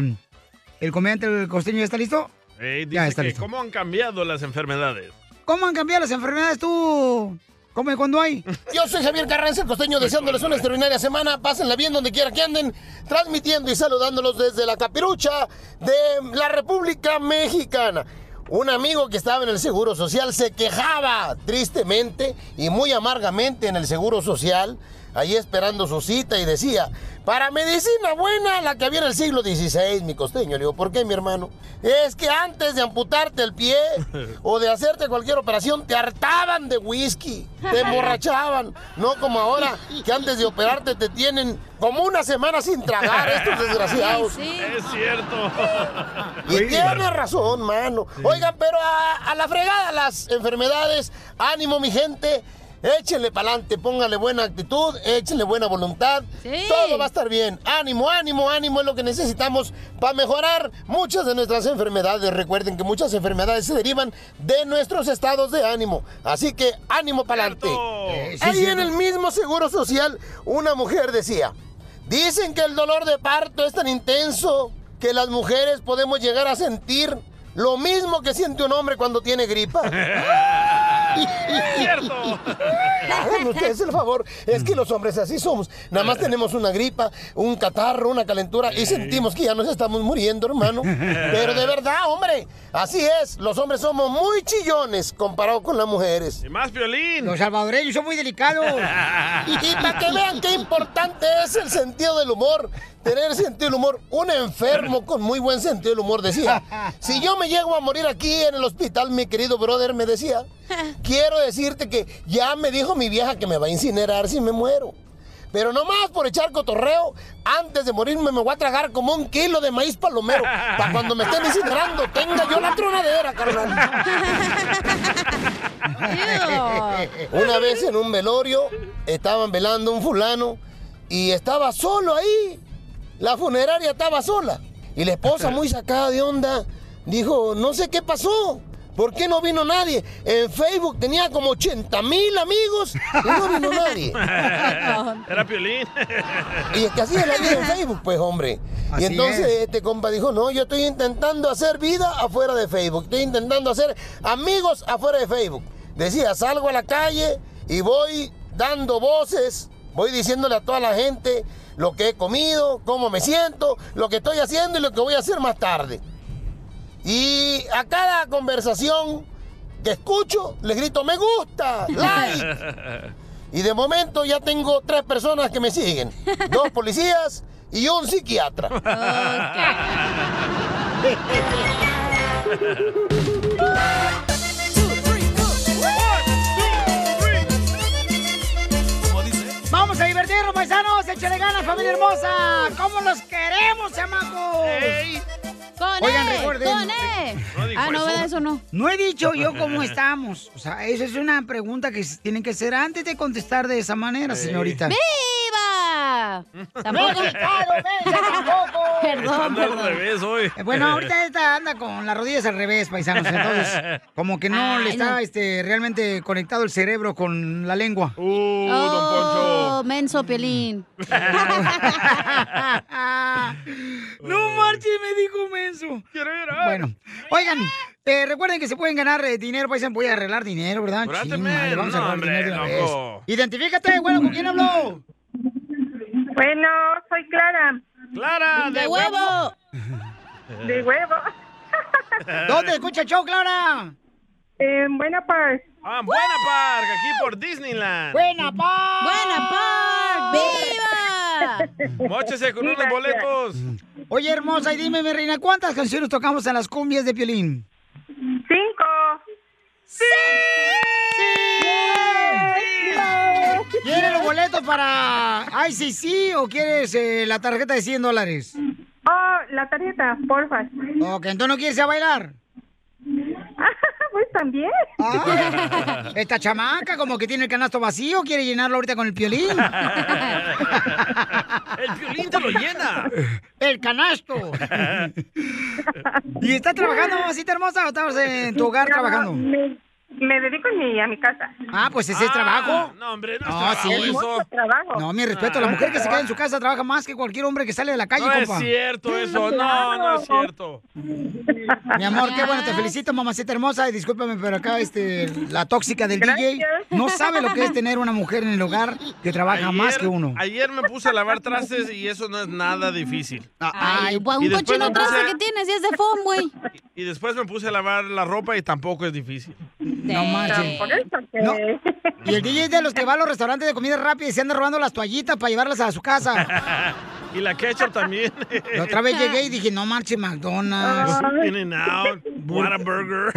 Speaker 1: ¿El comediante del costeño ya está listo?
Speaker 2: Ey, dice
Speaker 1: Ya está
Speaker 2: que
Speaker 1: listo.
Speaker 2: ¿Cómo han cambiado las enfermedades?
Speaker 1: ¿Cómo han cambiado las enfermedades tú? ¿Cómo y cuándo hay?
Speaker 10: *laughs* Yo soy Javier Carranza, el costeño, deseándoles una extraordinaria semana. Pásenla bien donde quiera que anden, transmitiendo y saludándolos desde la capirucha de la República Mexicana. Un amigo que estaba en el Seguro Social se quejaba tristemente y muy amargamente en el Seguro Social, ahí esperando su cita y decía, para medicina buena, la que había en el siglo XVI, mi costeño. Le digo, ¿por qué, mi hermano? Es que antes de amputarte el pie o de hacerte cualquier operación, te hartaban de whisky, te emborrachaban. No como ahora, que antes de operarte te tienen como una semana sin tragar estos desgraciados.
Speaker 2: Es cierto.
Speaker 10: Y tiene razón, mano. Oigan, pero a, a la fregada las enfermedades. Ánimo, mi gente. Échenle pa'lante, póngale buena actitud, échenle buena voluntad. Todo va a estar bien. Ánimo, ánimo, ánimo es lo que necesitamos para mejorar muchas de nuestras enfermedades. Recuerden que muchas enfermedades se derivan de nuestros estados de ánimo. Así que ánimo
Speaker 1: Eh,
Speaker 10: pa'lante.
Speaker 6: Eh, sí,
Speaker 10: Ahí en
Speaker 6: cierto.
Speaker 10: el mismo Seguro Social, una mujer decía, dicen que el dolor de parto es tan intenso que las mujeres podemos llegar a sentir lo mismo que siente un hombre cuando tiene gripa.
Speaker 6: *laughs*
Speaker 10: *laughs*
Speaker 6: ¡Cierto!
Speaker 10: Hagan ustedes el favor. Ah, Es que los hombres así somos. Nada más tenemos una gripa, un catarro, una calentura y sentimos que ya nos estamos muriendo, hermano. *laughs* Pero de verdad, hombre, así es. Los hombres somos muy chillones comparado con las mujeres.
Speaker 2: Y más violín.
Speaker 1: Los salvadoreños son muy delicados.
Speaker 10: *laughs* Y para que vean qué importante es el sentido del humor, tener sentido del humor, un enfermo con muy buen sentido del humor decía, si yo me llego a morir aquí en el hospital, mi querido brother me decía, quiero decirte que ya me dijo mi vieja que me va a incinerar si me muero. Pero nomás por echar cotorreo, antes de morirme me voy a tragar como un kilo de maíz palomero. Para cuando me estén incinerando, tenga yo la tronadera, carnal. Una vez en un velorio estaban velando un fulano y estaba solo ahí. La funeraria estaba sola. Y la esposa, muy sacada de onda, dijo, no sé qué pasó. ¿Por qué no vino nadie? En Facebook tenía como 80 mil amigos y no vino nadie.
Speaker 2: *laughs* Era
Speaker 1: *laughs*
Speaker 2: Piolín.
Speaker 10: Y es que así es la vida en Facebook, pues, hombre.
Speaker 2: Así
Speaker 10: y entonces
Speaker 2: es.
Speaker 10: este compa dijo, no, yo estoy intentando hacer vida afuera de Facebook. Estoy intentando hacer amigos afuera de Facebook. Decía, salgo a la calle y voy dando voces, voy diciéndole a toda la gente lo que he comido, cómo me siento, lo que estoy haciendo y lo que voy a hacer más tarde. Y a cada conversación que escucho, les grito, me
Speaker 2: *laughs*
Speaker 10: gusta, like. Y de momento ya tengo tres personas que me siguen. Dos policías y un psiquiatra.
Speaker 11: *laughs* Ah,
Speaker 1: Vamos a divertirnos, paisanos. Échale ganas, familia hermosa. ¿Cómo los queremos, chamacos?
Speaker 3: Con
Speaker 1: Oigan,
Speaker 3: E,
Speaker 1: recuerden.
Speaker 3: con E. ah, no, ¿verdad? Eso no.
Speaker 1: No he dicho yo cómo estamos. O sea, esa es una pregunta que se tienen que hacer antes de contestar de esa manera, señorita.
Speaker 2: *laughs*
Speaker 3: ¡Viva! Tampoco.
Speaker 1: Mexicano, tampoco.
Speaker 3: *laughs* Perdón,
Speaker 2: Anda al
Speaker 3: perdón.
Speaker 2: revés hoy.
Speaker 1: Eh, Bueno, ahorita esta anda con las rodillas al revés, paisanos. Entonces,
Speaker 2: *laughs*
Speaker 1: como que no
Speaker 3: Ay,
Speaker 1: le está
Speaker 3: no.
Speaker 1: este, realmente conectado el cerebro con la lengua.
Speaker 2: Uh,
Speaker 3: Oh, menso pelín.
Speaker 1: Ah. No marches, me dijo menso.
Speaker 2: Quiero llorar.
Speaker 1: Bueno, oigan, eh, recuerden que se pueden ganar eh, dinero, paisan. Voy a arreglar dinero, ¿verdad?
Speaker 2: Espérate,
Speaker 1: Ching,
Speaker 2: men.
Speaker 1: madre, vamos a
Speaker 2: No,
Speaker 1: arreglar
Speaker 2: hombre,
Speaker 1: dinero de una
Speaker 2: loco.
Speaker 1: vez. Identifícate, bueno, ¿con quién habló?
Speaker 9: Bueno, soy Clara.
Speaker 2: Clara,
Speaker 9: de, huevo. De huevo.
Speaker 1: ¿Dónde escucha el show, Clara?
Speaker 9: En Buena Paz.
Speaker 2: Ah, en Buena Park, aquí por Disneyland.
Speaker 1: Buena Paz.
Speaker 3: Buena Park. ¡Viva!
Speaker 2: *laughs* Móchese con unos boletos.
Speaker 1: Oye, hermosa, y dime, mi reina, ¿cuántas canciones tocamos en las cumbias de Piolín?
Speaker 9: Cinco.
Speaker 1: ¡Sí! ¡Sí! ¿Quieres los boletos para ICC o quieres eh, la tarjeta de 100 dólares?
Speaker 9: Oh, la tarjeta, porfa.
Speaker 1: Ok, entonces no quieres ir a bailar.
Speaker 9: *laughs* pues también.
Speaker 1: Ah. esta chamaca, como que tiene el canasto vacío, quiere llenarlo ahorita con el piolín.
Speaker 2: *laughs* El violín te lo llena.
Speaker 1: ¡El canasto! ¿Y estás trabajando, mamacita hermosa, o estabas en tu hogar
Speaker 9: No,
Speaker 1: trabajando?
Speaker 9: Me, me dedico a mi, a mi casa.
Speaker 1: Ah, pues ese es trabajo.
Speaker 2: No, hombre, no,
Speaker 1: No,
Speaker 2: es trabajo
Speaker 1: sí.
Speaker 2: eso.
Speaker 9: trabajo.
Speaker 1: No, mi respeto, la mujer que se queda en su casa trabaja más que cualquier hombre que sale de la calle,
Speaker 2: No es
Speaker 1: compa.
Speaker 2: cierto eso, no, no es cierto.
Speaker 1: Mi amor, qué bueno, te felicito, mamacita hermosa. Y discúlpame, pero acá este, la tóxica del DJ
Speaker 2: Gracias.
Speaker 1: no sabe lo que es tener una mujer en el hogar que trabaja
Speaker 2: Ayer-
Speaker 1: más que uno.
Speaker 2: Ayer me puse a lavar trastes y eso no es nada difícil.
Speaker 1: Ah,
Speaker 3: Ay, guau,
Speaker 2: Y
Speaker 3: un
Speaker 2: después
Speaker 3: cochino
Speaker 2: me puse-
Speaker 1: ¿eh?
Speaker 3: traste que tienes, ya es de foam,
Speaker 1: *laughs*
Speaker 3: güey.
Speaker 2: Y después me puse a lavar la ropa y tampoco es difícil.
Speaker 1: No marches. No. Y el DJ es de los que va a los restaurantes de comida rápida y se anda robando las toallitas para llevarlas a su casa.
Speaker 2: *laughs* y la ketchup también.
Speaker 1: La otra vez llegué y dije, no marche McDonald's.
Speaker 2: In and out, Whataburger.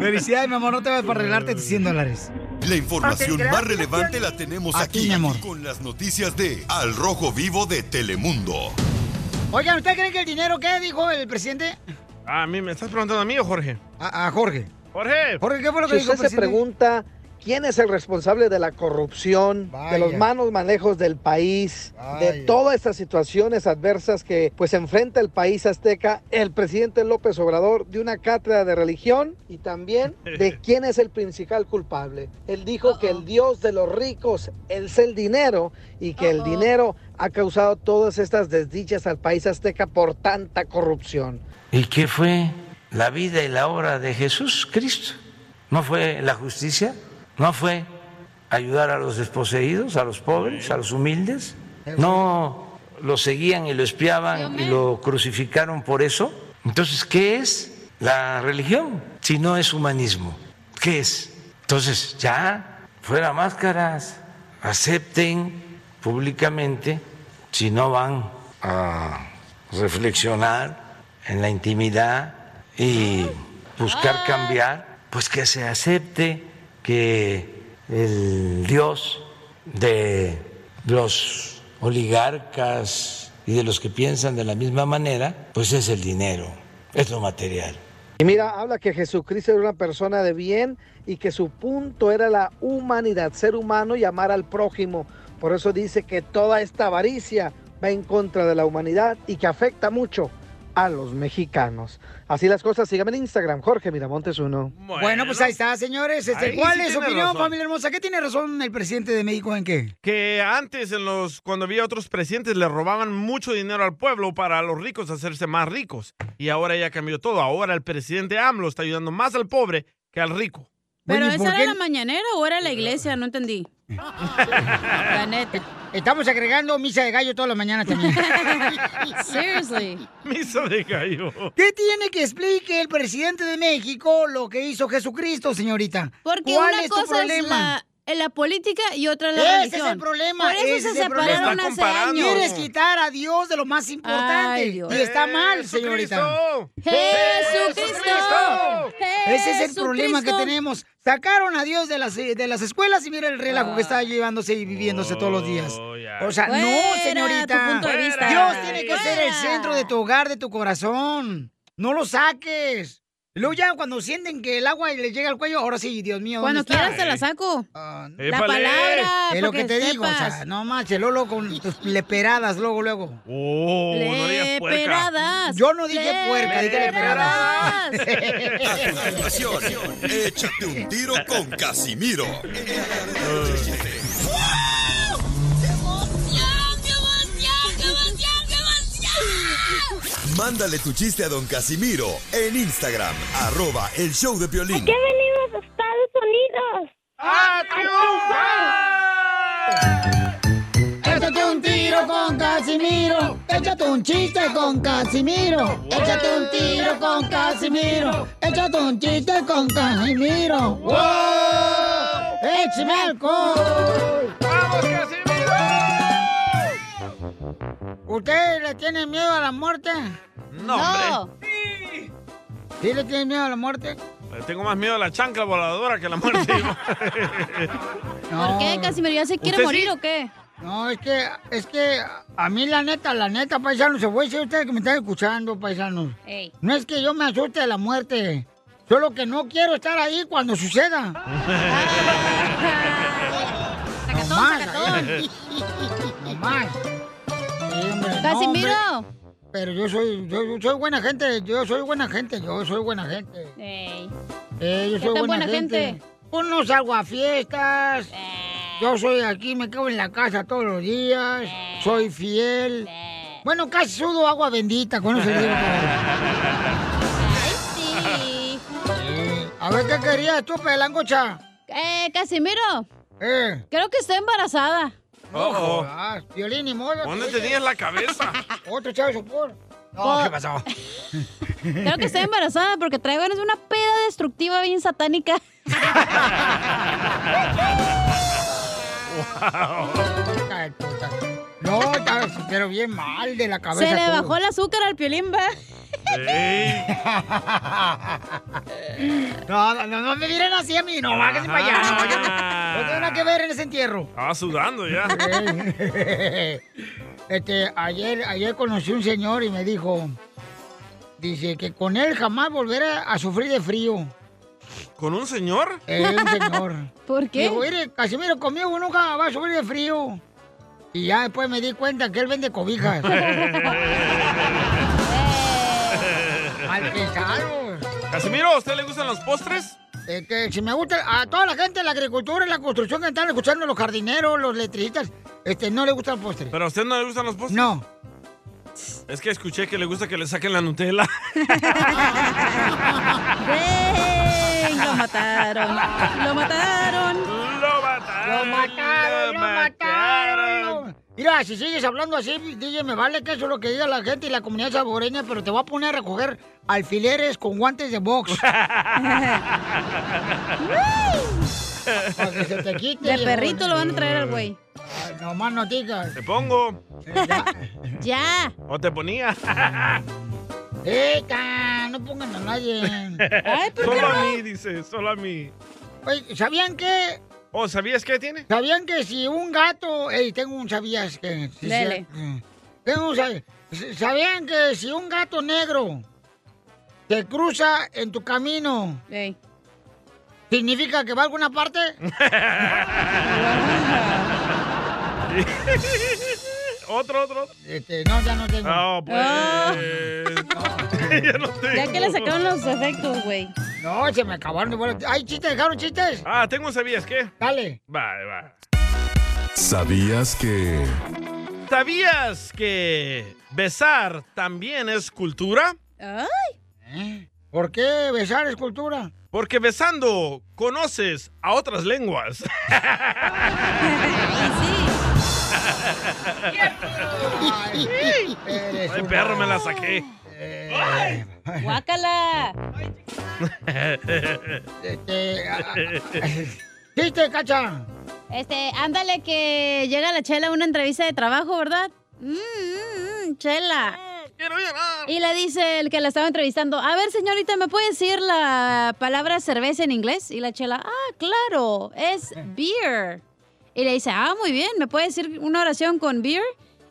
Speaker 1: Felicidades, mi amor, no te vas a
Speaker 2: Ah.
Speaker 1: arreglarte tus 100 dólares.
Speaker 4: La información más relevante la tenemos
Speaker 1: A ti,
Speaker 4: aquí,
Speaker 1: mi amor.
Speaker 4: con las noticias de Al Rojo Vivo de Telemundo.
Speaker 1: Oigan, ¿usted cree que el dinero qué dijo el presidente?
Speaker 2: A mí, Ah, ¿me estás preguntando a mí o Jorge?
Speaker 1: A, Jorge.
Speaker 2: Jorge.
Speaker 1: Jorge, ¿qué fue
Speaker 5: Si usted se pregunta quién es el responsable de la corrupción, de los
Speaker 1: Vaya.
Speaker 5: malos manejos del país, de
Speaker 1: Vaya.
Speaker 5: todas estas situaciones adversas que pues enfrenta el país azteca, el presidente López Obrador dio una cátedra de religión y también
Speaker 1: *laughs*
Speaker 5: de quién es el principal culpable. Él dijo que el dios de los ricos es el dinero y que el dinero ha causado todas estas desdichas al país azteca por tanta corrupción.
Speaker 12: ¿Y qué fue la vida y la obra de Jesús Cristo? ¿No fue la justicia? ¿No fue ayudar a los desposeídos, a los pobres, a los humildes? ¿No lo seguían y lo espiaban y lo crucificaron por eso? Entonces, ¿qué es la religión si no es humanismo? ¿Qué es? Entonces, ya, fuera máscaras, acepten públicamente si no van a reflexionar en la intimidad y buscar cambiar, pues que se acepte que el Dios de los oligarcas y de los que piensan de la misma manera, pues es el dinero, es lo material.
Speaker 5: Y mira, habla que Jesucristo era una persona de bien y que su punto era la humanidad, ser humano y amar al prójimo. Por eso dice que toda esta avaricia va en contra de la humanidad y que afecta mucho a los mexicanos. Así las cosas, síganme en Instagram, Jorge Miramontes uno.
Speaker 1: Bueno, pues ahí está, señores. Este,
Speaker 2: Ahí
Speaker 1: ¿Cuál
Speaker 2: sí
Speaker 1: es su
Speaker 2: tiene
Speaker 1: opinión,
Speaker 2: razón.
Speaker 1: familia hermosa? ¿Qué tiene razón el presidente de México en qué?
Speaker 2: Que antes, en los, cuando había otros presidentes, le robaban mucho dinero al pueblo para los ricos hacerse más ricos. Y ahora ya cambió todo. Ahora el presidente AMLO está ayudando más al pobre que al rico.
Speaker 3: Pero esa era la mañanera o era la iglesia, no
Speaker 1: *laughs*
Speaker 3: entendí. La neta.
Speaker 1: Estamos agregando misa de gallo todas las mañanas también.
Speaker 3: Seriously.
Speaker 2: Misa de gallo.
Speaker 1: ¿Qué tiene que explique el presidente de México lo que hizo Jesucristo, señorita?
Speaker 3: Porque
Speaker 1: ¿Cuál
Speaker 3: una
Speaker 1: es tu
Speaker 3: cosa
Speaker 1: problema?
Speaker 3: es la, la política y otra la
Speaker 1: Ese
Speaker 3: religión.
Speaker 1: es el problema.
Speaker 3: Por eso
Speaker 1: ese es
Speaker 3: se
Speaker 1: el problema.
Speaker 3: separaron hace años.
Speaker 1: Quieres quitar a Dios de lo más importante.
Speaker 3: Ay, Dios.
Speaker 1: y está mal, señorita.
Speaker 3: ¡Jesucristo!
Speaker 1: Ese es el problema que
Speaker 3: ¡Jesucristo!
Speaker 1: tenemos. Sacaron a Dios de las, eh, de las escuelas y mira el relajo que está llevándose y viviéndose todos los días. O sea, no,
Speaker 3: Ah. Oh, Fuera,
Speaker 1: señorita.
Speaker 3: tu punto de vista.
Speaker 1: Dios tiene que
Speaker 3: Fuera.
Speaker 1: ser el centro de tu hogar, de tu corazón. No lo saques. Luego ya cuando sienten que el agua le llega al cuello, ahora sí, Dios mío. ¿dónde
Speaker 3: Cuando
Speaker 1: está?
Speaker 3: quieras te la saco. la
Speaker 1: Épale. Es
Speaker 3: palabra. para
Speaker 1: lo que, te digo, o sea,
Speaker 3: sepas.
Speaker 1: no manches, Lolo con
Speaker 3: *laughs*
Speaker 1: tus leperadas, luego, luego.
Speaker 2: Oh,
Speaker 6: no digas puerca. Leperadas.
Speaker 1: Yo no dije puerca, dije
Speaker 6: Leperadas.
Speaker 1: leperadas. *laughs*
Speaker 4: A continuación, échate un tiro con Casimiro. Mándale tu chiste a don Casimiro en Instagram, arroba el show de Piolín.
Speaker 6: venimos a Estados Unidos?
Speaker 2: ¡A
Speaker 1: Échate un tiro con Casimiro. Échate un chiste con Casimiro. Échate un tiro con Casimiro. Échate un chiste con Casimiro. ¡Wow! ¡Échame alcohol! ¡Vamos, Casimiro! ¿Ustedes le tienen miedo a la muerte?
Speaker 2: No, hombre.
Speaker 1: ¿Sí le tienen miedo a la muerte?
Speaker 2: Le tengo más miedo a la
Speaker 1: *laughs*
Speaker 2: chancla voladora que a la muerte.
Speaker 3: ¿Por qué? Casimiro ya se quiere
Speaker 2: ¿Usted
Speaker 3: morir
Speaker 2: sí?
Speaker 3: o qué?
Speaker 1: No, es que, es que a mí la neta, la neta, paisanos, se voy a decir a ustedes que me están escuchando, paisanos.
Speaker 3: Ey.
Speaker 1: No es que yo me asuste de la muerte, solo que no quiero estar ahí cuando
Speaker 3: *laughs*
Speaker 1: suceda.
Speaker 3: Ah. Sacatón,
Speaker 1: No más,
Speaker 3: sacatón.
Speaker 1: ahí. No más. Sí, hombre, no,
Speaker 3: Casimiro.
Speaker 1: hombre. Pero yo soy, yo, yo soy buena gente, yo soy buena gente, yo soy buena gente.
Speaker 3: Ey.
Speaker 1: Eh, yo
Speaker 3: ¿Qué
Speaker 1: soy
Speaker 3: tan
Speaker 1: buena,
Speaker 3: buena
Speaker 1: gente.
Speaker 3: gente? Eh.
Speaker 1: Pues no salgo a fiestas. Yo soy aquí, me quedo en la casa todos los días.
Speaker 3: Eh.
Speaker 1: Soy fiel. Bueno, casi sudo agua bendita, con eso digo todo.
Speaker 3: Sí.
Speaker 1: Eh, A ver, ¿qué querías tú, pelangocha?
Speaker 3: Eh, Casimiro.
Speaker 1: Eh.
Speaker 3: Creo que está embarazada.
Speaker 2: Oh, oh.
Speaker 1: Ah, violín y modo. pues, eh. Ah,
Speaker 2: ¿Dónde tenías la cabeza?
Speaker 1: Otro chavo sopor.
Speaker 3: Oh.
Speaker 1: No, ¿qué pasó?
Speaker 3: Creo que está embarazada porque trae ganas de una peda destructiva bien satánica.
Speaker 1: Hija de puta. No, está- pero bien mal de la cabeza.
Speaker 3: Se le
Speaker 1: todo.
Speaker 3: bajó el azúcar al piolín, va.
Speaker 1: *laughs* No, no, no, no me miren así a mí, no, váyanse para allá, no, yo no tengo nada que ver en ese entierro.
Speaker 2: Estaba sudando ya.
Speaker 1: *laughs* Este, ayer, ayer conocí un señor y me dijo, dice que con él jamás volveré a sufrir de frío.
Speaker 2: ¿Con un señor?
Speaker 1: Eh,
Speaker 2: *laughs*
Speaker 1: un señor.
Speaker 3: ¿Por
Speaker 2: qué?
Speaker 1: Digo, mire, Casimiro, conmigo nunca va a sufrir de frío. Y ya después me di cuenta que él vende cobijas. Mal pensado.
Speaker 2: Casimiro, ¿a usted le gustan los postres?
Speaker 1: Eh, que si me gusta, a toda la gente de la agricultura, en la construcción que están escuchando, los jardineros, los letristas, este, no le gusta el postre.
Speaker 2: ¿Pero a usted no le gustan los postres?
Speaker 1: No.
Speaker 2: Es que escuché que le gusta que le saquen la Nutella. *laughs*
Speaker 3: ¡Ey! Lo mataron. Lo mataron.
Speaker 2: Lo mataron.
Speaker 1: Lo mataron, lo mataron. lo- Mira, si sigues hablando así, DJ, me vale que eso es lo que diga la gente y la comunidad saboreña, pero te voy a poner a recoger alfileres con guantes de box. Para Pues que se te quite.
Speaker 3: De perrito lo van a traer al güey.
Speaker 1: Ay, No más no digas.
Speaker 2: Te pongo.
Speaker 3: Ya.
Speaker 2: O te ponía.
Speaker 1: Eita, no pongan a nadie.
Speaker 2: solo a mí, dice, solo a mí.
Speaker 1: Oye, ¿sabían qué?
Speaker 2: ¿O Oh, sabías qué tiene?
Speaker 1: ¿Sabían que si un gato... Ey, tengo un sabías que... sí, sí,
Speaker 3: Dele.
Speaker 1: Tengo un sab- ¿Sabían que si un gato negro te cruza en tu camino, significa que va a alguna
Speaker 2: *laughs*
Speaker 1: parte?
Speaker 2: *laughs* otro, otro.
Speaker 1: Este, no, ya no tengo.
Speaker 2: No, pues. *laughs* ya no tengo.
Speaker 3: Ya que Oh. le sacaron los efectos, güey.
Speaker 1: No, se me acabaron de vuelo. ¡Ay, chistes! ¿Dejaron chistes?
Speaker 2: Ah, tengo un sabías qué.
Speaker 1: Dale.
Speaker 2: Vale, va.
Speaker 4: ¿Sabías que...
Speaker 2: ¿Sabías que besar también es cultura?
Speaker 1: Ay. ¿Eh? ¿Por qué besar es cultura?
Speaker 2: Porque besando conoces a otras lenguas. Ay, perro, me la saqué.
Speaker 3: ¡Guácala!
Speaker 2: *laughs*
Speaker 1: ¡Chiste, cacha!
Speaker 3: Este, ándale que llega la chela a una entrevista de trabajo, ¿verdad? Mm, mm, mm, chela. Y le dice el que la estaba entrevistando, a ver señorita, ¿me puede decir la palabra cerveza en inglés? Y la chela, ah, claro, es beer. Y le dice, ah, muy bien, ¿me puede decir una oración con beer?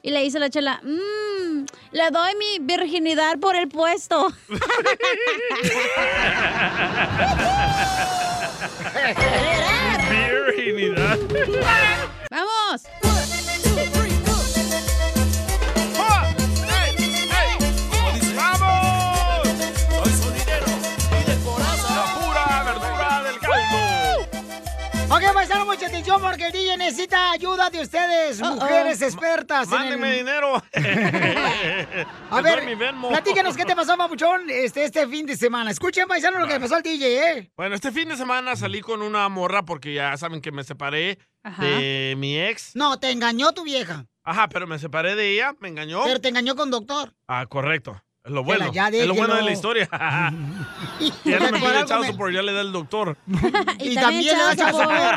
Speaker 3: Y le dice la chela, mmm, le doy mi virginidad por el puesto.
Speaker 2: *laughs* Virginidad.
Speaker 3: ¡Vamos!
Speaker 2: ¡Vamos! Soy su dinero y de corazón. La pura verdura del caldo.
Speaker 1: Ok, paisano, mucha atención porque el DJ necesita ayuda de ustedes,
Speaker 2: Uh-oh.
Speaker 1: mujeres expertas.
Speaker 2: *laughs*
Speaker 1: en
Speaker 2: Mándenme
Speaker 1: el- *laughs*
Speaker 2: dinero.
Speaker 1: A
Speaker 2: *laughs* Les doy mi
Speaker 1: ver,
Speaker 2: Venmo.
Speaker 1: platícanos qué te pasó, papuchón, este, este fin de semana. Escuchen, paisano, lo que le pasó al DJ, ¿eh?
Speaker 2: Bueno, este fin de semana salí con una morra porque ya saben que me separé
Speaker 1: Ajá.
Speaker 2: de mi ex.
Speaker 1: No, te engañó tu vieja,
Speaker 2: Ajá, pero me separé de ella, me engañó.
Speaker 1: pero te engañó con
Speaker 3: *laughs*
Speaker 1: doctor. *laughs*
Speaker 2: Ah, correcto. Es lo bueno.
Speaker 1: ya
Speaker 2: es lo bueno de
Speaker 1: déjelo.
Speaker 2: la
Speaker 1: *laughs*
Speaker 2: historia. *laughs* ya no me pide el chavo por ya le da el doctor.
Speaker 1: Y, también le da
Speaker 2: Sí,
Speaker 1: sabor.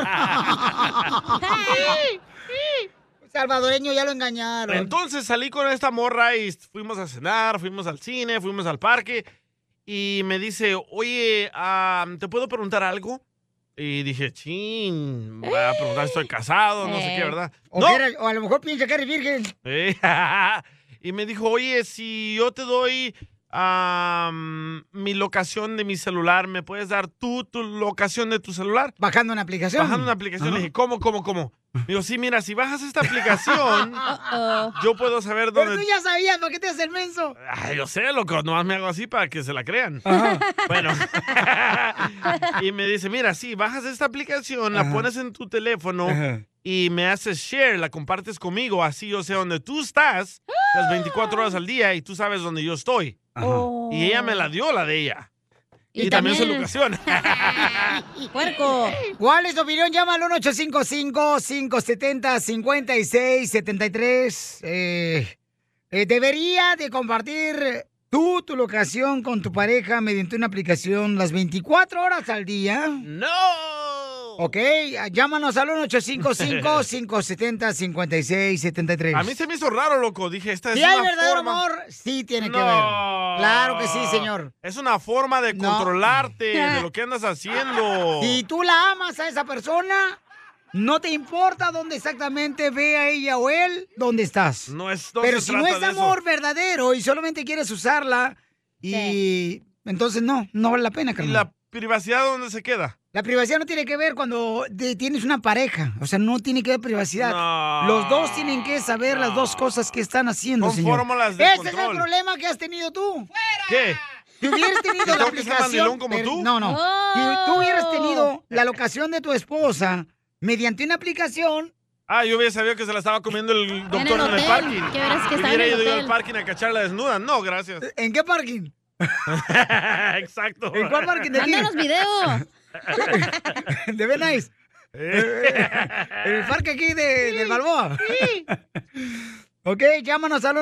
Speaker 1: Salvadoreño ya lo engañaron.
Speaker 2: Entonces salí con esta morra y fuimos a cenar, fuimos al cine, fuimos al parque. Y me dice, oye, ah, ¿te puedo preguntar algo? Y dije, chin, va a preguntar si estoy casado, no sé qué, ¿verdad?
Speaker 1: O,
Speaker 2: ¡No!
Speaker 1: que era- o a lo mejor piensa que eres virgen.
Speaker 2: Sí. *laughs* y me dijo, oye, si yo te doy am, mi locación de mi celular, ¿me puedes dar tú tu locación de tu celular?
Speaker 1: Bajando una aplicación.
Speaker 2: Bajando una aplicación. Le dije, ¿cómo, cómo, cómo? Me dijo, sí, mira, si bajas
Speaker 1: *laughs*
Speaker 2: esta aplicación, yo puedo saber
Speaker 1: Pero
Speaker 2: dónde...
Speaker 1: tú ya sabías, ¿por qué te haces el menso?
Speaker 2: Ay, yo sé, loco, nomás me hago así para que se la crean. Bueno. *laughs* y me dice, mira, sí, bajas esta aplicación, la pones en tu teléfono y me haces share, la compartes conmigo, así yo sé dónde tú estás
Speaker 1: *gasps*
Speaker 2: las 24 horas al día y tú sabes dónde yo estoy. Y ella me la dio, la de ella. Y, también, su locación.
Speaker 3: ¡Puerco!
Speaker 1: ¿Cuál es tu opinión? Llama al 1-855-570-5673. Eh, eh, debería de compartir tú tu locación con tu pareja mediante una aplicación las 24 horas al día.
Speaker 2: ¡No!
Speaker 1: Ok, llámanos al 1-855-570-5673.
Speaker 2: A mí se me hizo raro, loco. Dije, esta es
Speaker 1: Si hay
Speaker 2: una
Speaker 1: verdadero
Speaker 2: forma...
Speaker 1: amor, *laughs* sí tiene que
Speaker 2: No.
Speaker 1: ver. Claro que sí, señor.
Speaker 2: Es una forma de
Speaker 1: No.
Speaker 2: controlarte de
Speaker 1: *laughs*
Speaker 2: lo que andas haciendo.
Speaker 1: Si tú la amas a esa persona, no te importa dónde exactamente vea ella o él, dónde estás.
Speaker 2: No es no
Speaker 1: Pero si
Speaker 2: se
Speaker 1: no
Speaker 2: trata
Speaker 1: es
Speaker 2: de eso.
Speaker 1: amor verdadero y solamente quieres usarla, y entonces no, no vale la pena,
Speaker 2: ¿Y
Speaker 1: carnal.
Speaker 2: la privacidad dónde se queda?
Speaker 1: La privacidad no tiene que ver cuando de- tienes una pareja. O sea, no tiene que ver privacidad.
Speaker 2: No.
Speaker 1: Los dos tienen que saber las dos cosas que están haciendo,
Speaker 2: Son
Speaker 1: señor.
Speaker 2: fórmulas de
Speaker 1: Ese es
Speaker 2: control.
Speaker 1: el problema que has tenido tú.
Speaker 2: ¿Qué?
Speaker 1: Si
Speaker 2: *laughs*
Speaker 1: hubieras
Speaker 2: ¿Que
Speaker 1: tenido la
Speaker 2: tengo que ser
Speaker 1: aplicación.
Speaker 2: mandilón como
Speaker 1: pero-
Speaker 2: tú?
Speaker 1: No, no. Si tú hubieras tenido la locación de tu esposa mediante una aplicación.
Speaker 2: Ah, yo hubiera sabido que se la estaba comiendo el doctor en el,
Speaker 1: hotel,
Speaker 2: parking.
Speaker 1: que verás que
Speaker 2: Y
Speaker 1: estaba
Speaker 2: hubiera
Speaker 1: en el
Speaker 2: ido yo al
Speaker 1: hotel.
Speaker 2: parking a cacharla desnuda. No, gracias.
Speaker 1: ¿En qué parking?
Speaker 2: *laughs* Exacto.
Speaker 1: ¿En cuál parking de aquí?
Speaker 3: Mándanos video.
Speaker 1: *laughs* de Ben
Speaker 2: *laughs*
Speaker 1: Nice. En el parque aquí de, de Balboa. *laughs* ok, llámanos al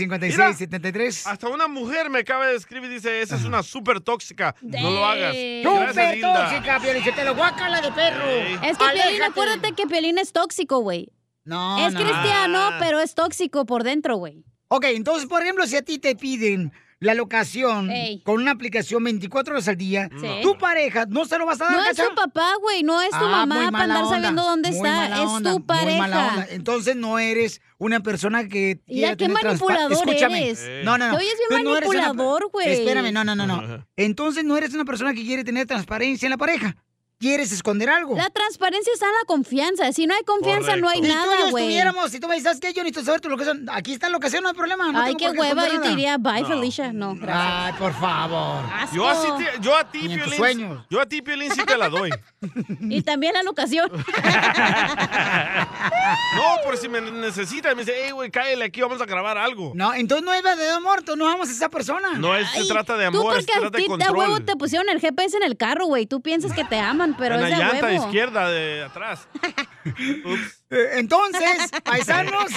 Speaker 1: 1-855-570-5673.
Speaker 2: Hasta una mujer me acaba de escribir y dice, esa es una súper tóxica. No lo hagas.
Speaker 3: Eh.
Speaker 2: Gracias,
Speaker 1: Eh, ¡Súper
Speaker 2: Linda.
Speaker 1: tóxica, Piolichotelo! ¡Guácala de perro!
Speaker 3: Es que Piolín, acuérdate que Piolín es tóxico, güey.
Speaker 1: No, Ah.
Speaker 3: es
Speaker 1: no.
Speaker 3: cristiano, pero es tóxico por dentro, güey.
Speaker 1: Ok, entonces, por ejemplo, si a ti te piden la locación con una aplicación 24 horas al día,
Speaker 3: Sí.
Speaker 1: tu pareja no se lo vas a dar,
Speaker 3: No es
Speaker 1: Cacha?
Speaker 3: tu papá, güey, no es tu
Speaker 1: Ah, muy
Speaker 3: mamá para
Speaker 1: mala
Speaker 3: andar
Speaker 1: onda,
Speaker 3: sabiendo dónde
Speaker 1: muy
Speaker 3: está,
Speaker 1: mala
Speaker 3: es
Speaker 1: onda,
Speaker 3: tu
Speaker 1: muy mala
Speaker 3: pareja.
Speaker 1: onda. Entonces no eres una persona que quiera
Speaker 3: qué
Speaker 1: tener transpa-
Speaker 3: manipulador
Speaker 1: Escúchame.
Speaker 3: eres. Eh.
Speaker 1: No, no, no.
Speaker 3: Te oyes bien
Speaker 1: Tú no eres una-
Speaker 3: manipulador, güey.
Speaker 1: Espérame, no, no, no, no. Entonces no eres una persona que quiere tener transparencia en la pareja. ¿Quieres esconder algo?
Speaker 3: La transparencia está en la confianza. Si no hay confianza, no hay
Speaker 1: Si tú y yo
Speaker 3: nada, güey.
Speaker 1: estuviéramos, si tú me dices, "¿Sabes qué? Yo necesito saber tu locación. Aquí está la locación, no hay problema. no
Speaker 3: Ay,
Speaker 1: tengo
Speaker 3: qué
Speaker 1: por qué
Speaker 3: hueva,
Speaker 1: esconder
Speaker 3: yo te
Speaker 1: nada".
Speaker 3: diría, bye,
Speaker 1: No.
Speaker 3: Felicia. No,
Speaker 1: *laughs*
Speaker 3: gracias.
Speaker 1: Ay, por favor.
Speaker 2: Yo, así te- yo a ti,
Speaker 1: Ni en tus
Speaker 2: Piolín,
Speaker 1: sueños.
Speaker 2: yo a ti, Piolín, sí te la doy.
Speaker 3: Y también
Speaker 1: *laughs*
Speaker 3: la locación.
Speaker 2: No, por si me necesita. Me dice, hey, güey, cállale aquí, vamos a grabar algo.
Speaker 1: No, entonces no es verdadero amor, tú no amas a esa persona.
Speaker 2: No es- se
Speaker 3: Ay,
Speaker 2: trata de
Speaker 3: Tú
Speaker 2: amor, se
Speaker 3: porque a
Speaker 2: trata de
Speaker 3: ti de huevo
Speaker 2: control.
Speaker 3: te pusieron el GPS en el carro, güey. Tú piensas que te aman, pero
Speaker 2: en
Speaker 3: es
Speaker 2: la
Speaker 3: de
Speaker 2: llanta
Speaker 3: huevo.
Speaker 2: izquierda de
Speaker 1: *laughs*
Speaker 2: atrás.
Speaker 1: Eh,
Speaker 3: *laughs*
Speaker 1: Entonces, paisanos,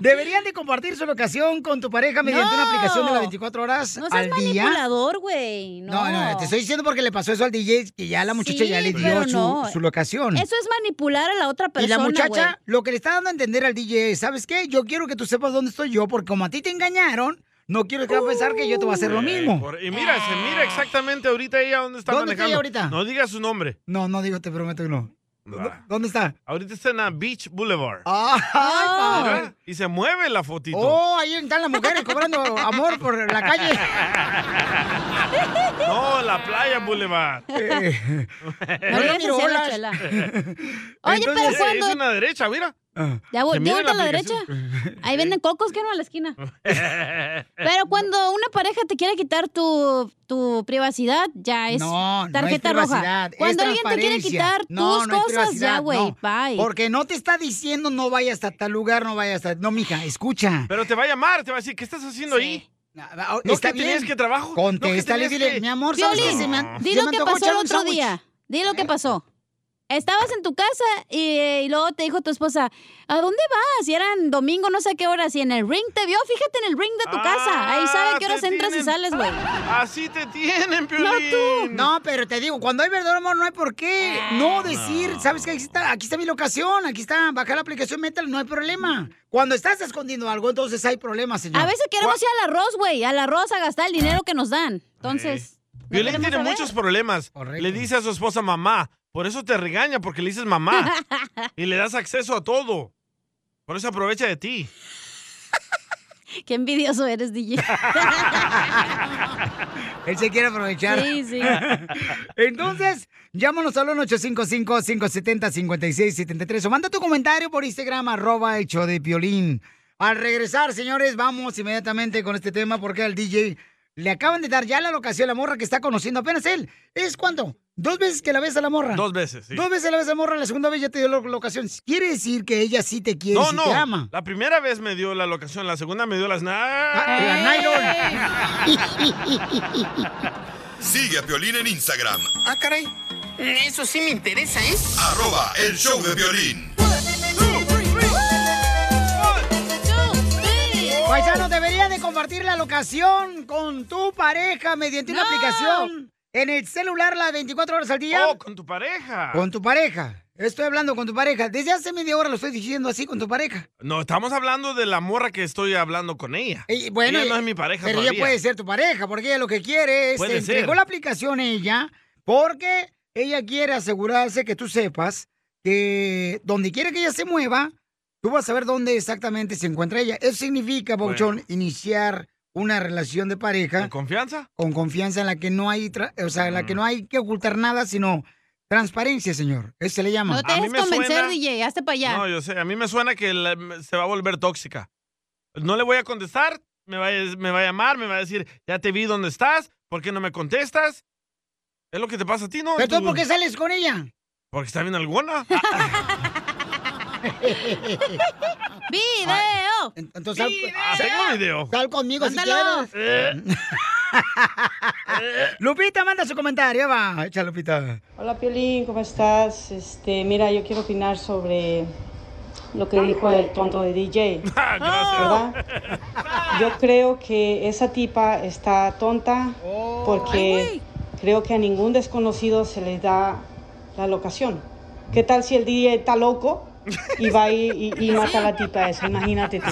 Speaker 1: deberían de compartir su locación con tu pareja mediante
Speaker 3: No.
Speaker 1: una aplicación de las 24 horas
Speaker 3: No seas
Speaker 1: al día.
Speaker 3: manipulador, güey.
Speaker 1: No, no, te estoy diciendo porque le pasó eso al DJ, que ya la muchacha
Speaker 3: Sí,
Speaker 1: ya le dio
Speaker 3: pero
Speaker 1: su,
Speaker 3: no.
Speaker 1: su locación.
Speaker 3: Eso es manipular a la otra persona.
Speaker 1: y la muchacha
Speaker 3: güey.
Speaker 1: lo que le está dando a entender al DJ es, ¿sabes qué? Yo quiero que tú sepas dónde estoy yo, porque como a ti te engañaron, no quiero que va a pensar que yo te voy a hacer lo mismo.
Speaker 2: Eh, por- y mira, se mira exactamente ahorita ella dónde está
Speaker 1: ¿Dónde está
Speaker 2: manejando.
Speaker 1: ella ahorita?
Speaker 2: No digas su nombre.
Speaker 1: No, no digo, te prometo que no.
Speaker 2: Bah.
Speaker 1: ¿Dónde está? Ah,
Speaker 2: Ahorita está en la Beach Boulevard.
Speaker 1: ¡Ay,
Speaker 2: Mira,
Speaker 1: pa!
Speaker 2: y se mueve la fotito.
Speaker 1: ¡Oh, ahí están las mujeres
Speaker 3: *laughs*
Speaker 1: cobrando amor por la
Speaker 2: *laughs*
Speaker 1: calle!
Speaker 2: *laughs* No, la playa Boulevard.
Speaker 1: Eh.
Speaker 3: No le hagas así a la
Speaker 1: *laughs*
Speaker 3: chela. Oye, pero
Speaker 2: Entonces,
Speaker 3: cuando-
Speaker 2: Es una derecha, mira.
Speaker 3: Ya, vol-
Speaker 2: Se
Speaker 3: ya
Speaker 2: mira en
Speaker 3: voltea a la derecha.
Speaker 2: aplicación.
Speaker 3: Ahí venden cocos que no a la
Speaker 1: *laughs*
Speaker 3: esquina.
Speaker 2: Pero
Speaker 3: Pero cuando una pareja te quiere quitar tu, tu privacidad, ya es
Speaker 1: No, no es
Speaker 3: tarjeta roja.
Speaker 1: privacidad. es
Speaker 3: Cuando alguien te quiere
Speaker 1: transparencia.
Speaker 3: quitar
Speaker 1: No,
Speaker 3: tus
Speaker 1: no es
Speaker 3: cosas, ya,
Speaker 1: privacidad,
Speaker 3: güey,
Speaker 1: no.
Speaker 3: bye.
Speaker 1: Porque no te está diciendo no vayas hasta tal lugar, no vayas hasta... No, mija, escucha.
Speaker 2: te va a llamar, te va a decir, ¿qué estás haciendo ahí?
Speaker 1: ah,
Speaker 2: No,
Speaker 1: está
Speaker 2: que tenías
Speaker 1: bien.
Speaker 2: que trabajo. No, que
Speaker 1: Contéstale,
Speaker 2: tenías
Speaker 1: dile,
Speaker 2: que-
Speaker 1: mi amor, ¿sabes qué?
Speaker 3: Violín,
Speaker 1: Se me an-
Speaker 3: di
Speaker 1: se
Speaker 3: lo
Speaker 1: me
Speaker 3: que
Speaker 1: antojó
Speaker 3: pasó
Speaker 1: echar
Speaker 3: el
Speaker 1: un
Speaker 3: otro
Speaker 1: sándwich. ¿Eh?
Speaker 3: día. Di lo que pasó. Estabas en tu casa y, y luego te dijo tu esposa, ¿a dónde vas? Y eran domingo, no sé qué horas, y en el ring te vio, fíjate en el ring de tu casa.
Speaker 2: Ah,
Speaker 3: Ahí sabe a qué horas entras y sales, güey.
Speaker 2: Así te tienen, Piolín.
Speaker 1: No tú. No, pero te digo, cuando hay verdadero amor no hay por qué
Speaker 3: Ah.
Speaker 1: no decir, ¿sabes qué? Aquí está, aquí está mi locación, aquí está, baja la aplicación, métela, no hay problema. Cuando estás escondiendo algo, entonces hay problemas, señor.
Speaker 3: A veces queremos ir al arroz, güey, al arroz a gastar el dinero que nos dan. Entonces,
Speaker 2: Violín tiene muchos problemas. Le dice a su esposa mamá. Por eso te regaña, porque le
Speaker 3: *laughs*
Speaker 2: dices mamá. y le das acceso a todo. Por eso aprovecha de ti.
Speaker 3: *laughs* Qué envidioso eres, DJ.
Speaker 1: *laughs*
Speaker 2: *laughs*
Speaker 1: Él se quiere aprovechar.
Speaker 3: Sí,
Speaker 1: *laughs*
Speaker 3: sí.
Speaker 1: Entonces, llámanos al 1-855-570-5673 o manda tu comentario por Instagram, arroba hecho de violín. Al regresar, señores, vamos inmediatamente con este tema porque al DJ le acaban de dar ya la locación a la morra que está conociendo apenas él. ¿Es cuánto? ¿Dos veces que la ves a la morra?
Speaker 2: Dos veces, sí.
Speaker 1: Dos veces la ves a la morra, la segunda vez ya te dio la locación. Quiere decir que ella sí te quiere,
Speaker 2: No,
Speaker 1: sí
Speaker 2: no.
Speaker 1: te ama.
Speaker 2: La primera vez me dio la locación, la segunda me dio las
Speaker 1: la
Speaker 4: Sigue a Violín en Instagram.
Speaker 11: Ah, caray. Eso sí me interesa, ¿eh?
Speaker 4: Arroba el show de violín.
Speaker 1: Paisanos, deberían de compartir la locación con tu pareja mediante una
Speaker 2: No.
Speaker 1: aplicación en el celular las 24 horas al día.
Speaker 2: Oh, con tu pareja.
Speaker 1: Con tu pareja. Estoy hablando con tu pareja. Desde hace media hora lo estoy diciendo así con tu pareja.
Speaker 2: No, estamos hablando de la morra que estoy hablando con ella.
Speaker 1: Y bueno,
Speaker 2: ella no
Speaker 1: eh,
Speaker 2: es mi pareja
Speaker 1: Pero
Speaker 2: todavía.
Speaker 1: ella puede ser tu pareja, porque ella lo que quiere es...
Speaker 2: Puede
Speaker 1: se entregó
Speaker 2: ser.
Speaker 1: la aplicación ella porque ella quiere asegurarse que tú sepas que donde quiera que ella se mueva, tú vas a ver dónde exactamente se encuentra ella. Eso significa, Bouchon, iniciar una relación de pareja. ¿Con
Speaker 2: confianza? Mm.
Speaker 1: Con confianza en la que no hay, tra- o sea, en la que no hay que ocultar nada, sino transparencia, señor. Eso se le llama.
Speaker 3: No te dejes convencer, DJ. Hazte para allá.
Speaker 2: No, yo sé, a mí me suena que la- se va a volver tóxica. No le voy a contestar, me va a, me va a llamar, me va a decir, ya te vi dónde estás, ¿por qué no me contestas? Es lo que te pasa a ti, ¿no?
Speaker 1: ¿Pero tú
Speaker 2: Tú-
Speaker 1: por qué sales con ella?
Speaker 2: Porque está
Speaker 1: *laughs*
Speaker 2: bien alguna.
Speaker 3: ¡Video!
Speaker 1: Entonces,
Speaker 2: Ah, tengo un video.
Speaker 1: Sal conmigo
Speaker 3: Mándalo.
Speaker 1: si quieres.
Speaker 2: Eh.
Speaker 1: *laughs* Lupita, manda su comentario, va. Echa, Lupita.
Speaker 13: Hola Piolín, ¿cómo estás? Este, mira, yo quiero opinar sobre lo que dijo el tonto de DJ. ¿Verdad? Yo creo que esa tipa está tonta porque creo que a ningún desconocido se le da la locación. ¿Qué tal si el DJ está loco y va y, y- y mata a la tipa esa? Imagínate tú.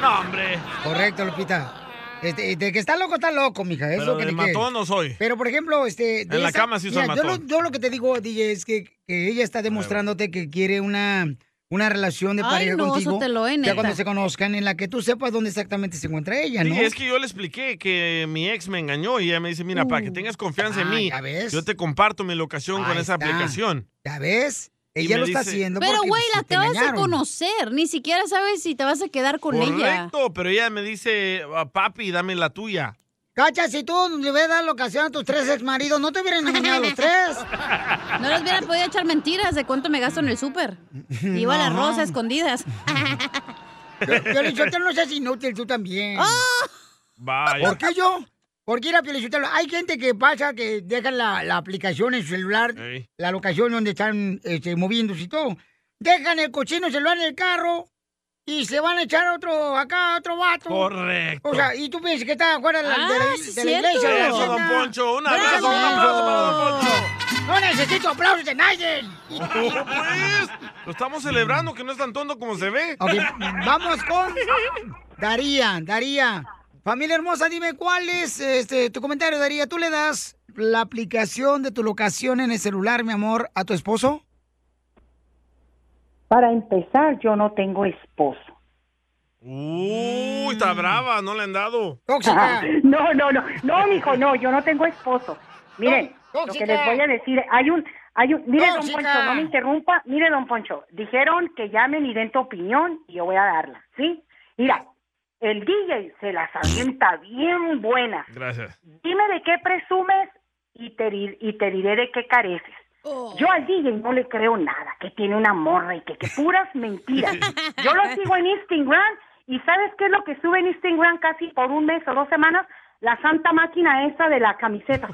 Speaker 2: No, hombre.
Speaker 1: Correcto, Lupita. Este, de que está loco, está loco, mija. Es
Speaker 2: Pero
Speaker 1: lo que
Speaker 2: de
Speaker 1: te quiero.
Speaker 2: matón no soy.
Speaker 1: Pero, por ejemplo, este... de
Speaker 2: En la cama sí soy
Speaker 1: Mira, yo, lo,
Speaker 2: matón.
Speaker 1: yo lo que te digo, DJ, es que, que ella está demostrándote que quiere una, una relación de
Speaker 3: Ay,
Speaker 1: pareja
Speaker 3: no,
Speaker 1: contigo.
Speaker 3: sótelo, eh,
Speaker 1: ya
Speaker 3: neta.
Speaker 1: cuando se conozcan, en la que tú sepas dónde exactamente se encuentra ella,
Speaker 2: Sí,
Speaker 1: ¿no?
Speaker 2: es que yo le expliqué que mi ex me engañó y ella me dice, mira, para que tengas confianza en
Speaker 1: Ah,
Speaker 2: mí,
Speaker 1: ya ves.
Speaker 2: yo te comparto mi locación con
Speaker 1: Ahí
Speaker 2: esa
Speaker 1: está.
Speaker 2: aplicación.
Speaker 1: ¿Ya ves?
Speaker 2: Y
Speaker 1: Ella
Speaker 2: me
Speaker 1: lo está
Speaker 2: dice-
Speaker 1: haciendo
Speaker 3: Pero,
Speaker 1: porque,
Speaker 3: güey,
Speaker 1: pues,
Speaker 3: la
Speaker 1: te
Speaker 3: acabas de
Speaker 1: engañaron.
Speaker 3: conocer. Ni siquiera sabes si te vas a quedar con ella.
Speaker 2: Correcto, pero ella me dice, "Ah, papi, dame la tuya.
Speaker 1: Cacha, si tú le hubieras dado la ocasión a tus tres exmaridos, no te hubieran engañado los tres.
Speaker 3: *laughs* No les hubiera podido echar mentiras de cuánto me gasto en
Speaker 1: *laughs*
Speaker 3: el súper. Iba a las
Speaker 1: No. *laughs*
Speaker 3: rosas escondidas.
Speaker 1: Piolín Sotelo, no seas inútil tú también.
Speaker 3: ¡Oh!
Speaker 2: Vaya.
Speaker 1: ¿Por qué yo? Porque ir a Piolín Sotelo, Hay gente que pasa que dejan la, la aplicación en su celular,
Speaker 2: Ey.
Speaker 1: la locación donde están este, moviéndose y todo. Dejan el cochino celular en el carro y se van a echar otro acá, otro vato.
Speaker 2: Correcto.
Speaker 1: O sea, y tú piensas que está afuera de la, de la-
Speaker 2: Ah,
Speaker 1: de
Speaker 2: sí,
Speaker 1: la
Speaker 2: cierto.
Speaker 1: iglesia. de la
Speaker 2: Eso, don
Speaker 1: tienda.
Speaker 2: Poncho. Un
Speaker 1: Bravo.
Speaker 2: abrazo, un aplauso
Speaker 1: *laughs*
Speaker 2: para don Poncho.
Speaker 1: No necesito aplausos de nadie.
Speaker 2: Oh, pues, lo estamos celebrando, que no es tan tonto como se ve.
Speaker 1: Ok, vamos con Daría, Daría. Familia hermosa, dime cuál es este, tu comentario, Daría. ¿Tú le das la aplicación de tu locación en el celular, mi amor, a tu esposo?
Speaker 14: Para empezar, yo no tengo esposo.
Speaker 2: Uy,
Speaker 1: Mm.
Speaker 2: está brava, no le han dado.
Speaker 14: Ah, no, no, no, no, mijo, no, yo no tengo esposo. Miren, lo que
Speaker 2: tóxica.
Speaker 14: les voy a decir, hay un, hay un, mire, don
Speaker 2: Tóxica.
Speaker 14: Poncho, no me interrumpa, mire, don Poncho, dijeron que llamen y den tu opinión y yo voy a darla, ¿sí? Mira, el DJ se las avienta bien buena.
Speaker 2: Gracias.
Speaker 14: Dime de qué presumes y te, di- y te diré de qué careces. Yo al DJ no le creo nada, que tiene una morra y que, que puras mentiras. Yo lo sigo en Instagram y ¿sabes qué es lo que sube en Instagram casi por un mes o dos semanas? La santa máquina esa de la camiseta.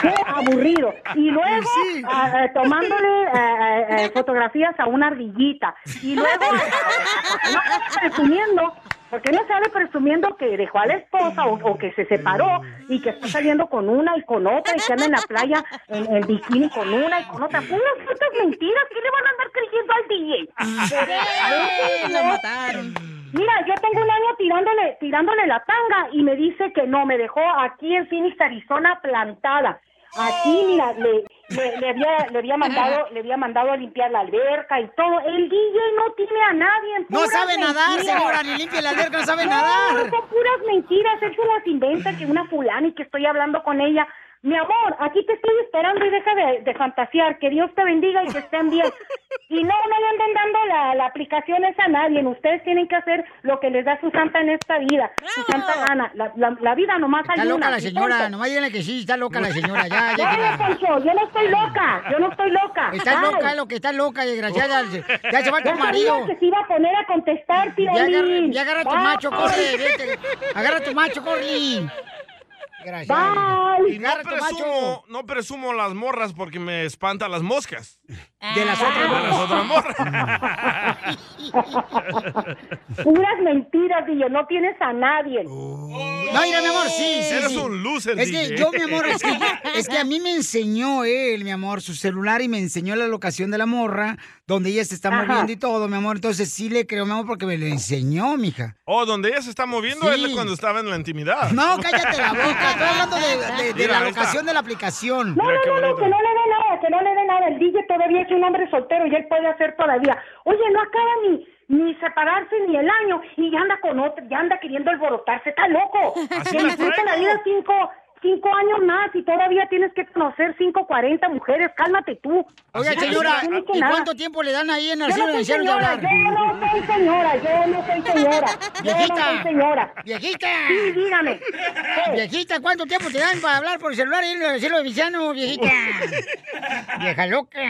Speaker 14: ¡Qué aburrido! Y luego ah, ah, tomándole ah, ah, ah, fotografías a una ardillita. Y luego eh, no sale presumiendo, porque no sale presumiendo que dejó a la esposa o, o que se separó y que está saliendo con una y con otra y que anda en la playa en, en bikini con una y con otra. Unas putas mentiras, ¿qué le van a andar creyendo al DJ?
Speaker 3: Sí, lo mataron.
Speaker 14: Mira, yo tengo un año tirándole, tirándole la tanga y me dice que no, me dejó aquí en Phoenix, Arizona, plantada. Aquí, mira, le, le- le había, le había mandado, le había mandado a limpiar la alberca y todo. El DJ no tiene a nadie. en
Speaker 1: No
Speaker 14: puras
Speaker 1: sabe nadar,
Speaker 14: mentiras.
Speaker 1: señora, ni limpia la alberca, no sabe
Speaker 14: No,
Speaker 1: nadar.
Speaker 14: son puras mentiras, él se las inventa que una fulana y que estoy hablando con ella. Mi amor, aquí te estoy esperando y deja de, de fantasear, que Dios te bendiga y que estén bien. Y no, no le anden dando la, la aplicación esa a nadie, ustedes tienen que hacer lo que les da su santa en esta vida, su santa gana, la, la- la vida nomás hay
Speaker 1: Está
Speaker 14: una.
Speaker 1: loca la señora,
Speaker 14: entonces-
Speaker 1: nomás díganle que sí, está loca la señora, ya,
Speaker 14: *laughs*
Speaker 1: ya.
Speaker 14: No, no, Poncho, yo no estoy loca, yo no estoy loca.
Speaker 1: Está
Speaker 14: Ay.
Speaker 1: loca, es lo que está loca, desgraciada. Ya se va tu
Speaker 14: Ya sabía
Speaker 1: marido.
Speaker 14: que se iba a poner a contestar, tío.
Speaker 1: Ya agarra,
Speaker 14: Lin.
Speaker 1: ya agarra tu
Speaker 14: Bye.
Speaker 1: macho, corre, vete. Agarra
Speaker 14: *laughs*
Speaker 1: tu macho, corre. Desgraciada.
Speaker 2: Y no
Speaker 1: Agarra tu macho.
Speaker 2: presumo, no presumo las morras porque me espanta las moscas. Ah.
Speaker 1: De las otras
Speaker 2: De las
Speaker 1: morras.
Speaker 2: otras morras.
Speaker 14: Puras mentiras, Dillo, no tienes a nadie.
Speaker 1: No, mira, mi amor, sí, sí.
Speaker 2: Eres
Speaker 1: sí.
Speaker 2: un loser,
Speaker 1: Es que
Speaker 2: DJ.
Speaker 1: yo, mi amor, es que, es
Speaker 2: *laughs*
Speaker 1: que a mí me enseñó él, mi amor, su celular y me enseñó la locación de la morra, donde ella se está
Speaker 2: Ajá.
Speaker 1: moviendo y todo, mi amor. Entonces sí le creo, mi amor, porque me lo enseñó, mija.
Speaker 2: O Oh, donde ella se está moviendo
Speaker 1: Sí.
Speaker 2: es cuando estaba en la intimidad.
Speaker 1: No, cállate la boca.
Speaker 14: *laughs*
Speaker 1: Estoy hablando de, de- de
Speaker 2: Mira,
Speaker 1: la
Speaker 2: ahí está.
Speaker 1: locación de la aplicación.
Speaker 14: No, no, no, no, que no le dé nada, que no le dé nada. El DJ todavía es un hombre soltero y él puede hacer todavía. Oye, no acaba ni, ni separarse ni el año y ya anda con otro, ya anda queriendo alborotarse.
Speaker 1: *laughs*
Speaker 14: Está loco.
Speaker 6: Así
Speaker 14: Que
Speaker 6: las
Speaker 14: disfruta la vida cinco, cinco años más y todavía tienes que conocer cinco, cuarenta mujeres. Cálmate tú.
Speaker 1: Oiga,
Speaker 14: Ya,
Speaker 1: señora,
Speaker 14: no tienes que
Speaker 1: ¿y
Speaker 14: nada.
Speaker 1: cuánto tiempo le dan ahí en el
Speaker 14: Yo
Speaker 1: cielo
Speaker 14: no
Speaker 1: del
Speaker 14: soy
Speaker 1: cielo de
Speaker 14: señora,
Speaker 1: hablar?
Speaker 14: yo no soy señora, yo no soy señora. Yo
Speaker 1: Viejita.
Speaker 14: no soy señora.
Speaker 1: Viejita.
Speaker 14: Sí, dígame.
Speaker 1: Viejita, ¿cuánto tiempo te dan para hablar por celular y en el cielo de Villano, viejita?
Speaker 14: *laughs*
Speaker 1: Vieja loca.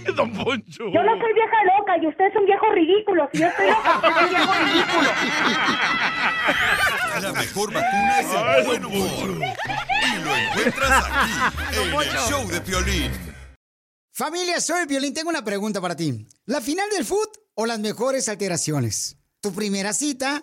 Speaker 2: *laughs* Don Poncho.
Speaker 1: *laughs*
Speaker 14: Yo no soy vieja loca y usted es un viejo ridículo. Si yo estoy loca, usted es un viejo ridículo.
Speaker 4: La mejor vacuna es el buen humor. Y lo encuentras aquí, en el show de Piolín.
Speaker 15: Familia, soy Violín. Tengo una pregunta para ti. ¿La final del foot o las mejores alteraciones? ¿Tu primera cita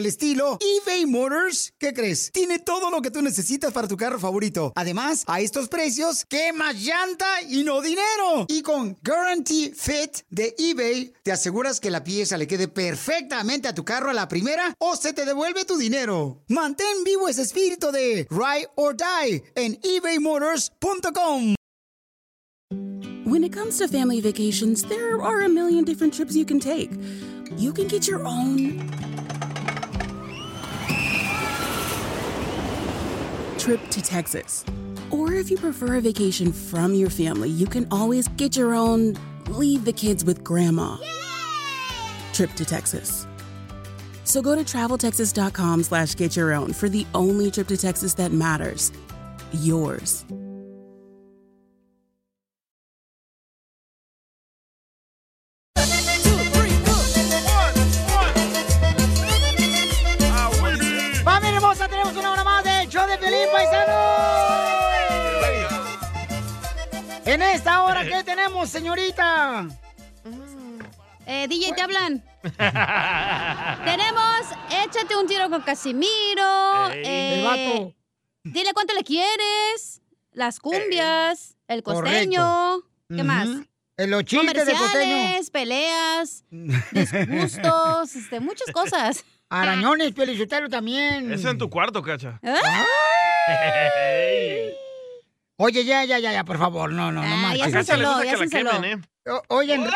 Speaker 15: el estilo, eBay Motors, ¿qué crees? Tiene todo lo que tú necesitas para tu carro favorito. Además, a estos precios, ¿qué más llanta y no dinero? Y con Guarantee Fit de eBay, te aseguras que la pieza le quede perfectamente a tu carro a la primera o se te devuelve tu dinero. Mantén vivo ese espíritu de Ride or Die en ebaymotors.com.
Speaker 16: When it comes to family vacations, there are a million different trips you can take. You can get your own trip to Texas. Or if you prefer a vacation from your family, you can always get your own leave the kids with grandma trip to Texas. So go to traveltexas.com slash get your own for the only trip to Texas that matters. Yours.
Speaker 2: Ah,
Speaker 1: ¡Familia hermosa! Tenemos una hora más del show de Piolín, paisanos. En esta hora, ¿qué tenemos, señorita?
Speaker 3: *laughs* Eh, DJ, te hablan. Tenemos Échate un tiro con Casimiro.
Speaker 6: Ey.
Speaker 3: eh,
Speaker 6: El vato.
Speaker 3: Dile cuánto le quieres. Las cumbias. El costeño. ¿Qué
Speaker 1: Ujú.
Speaker 3: más?
Speaker 1: Eh, Los chistes de costeño.
Speaker 3: Comerciales, peleas,
Speaker 1: *laughs*
Speaker 3: disgustos, este, muchas cosas.
Speaker 1: Arañones, Felicitelo también.
Speaker 2: Eso en tu cuarto, cacha.
Speaker 3: Ah,
Speaker 1: Oye, ya, ya, ya, ya, por favor, no, no, no
Speaker 2: Ah, ya
Speaker 1: marchen.
Speaker 2: Acá se les hace que la hacenselo. quemen,
Speaker 1: O- Oigan,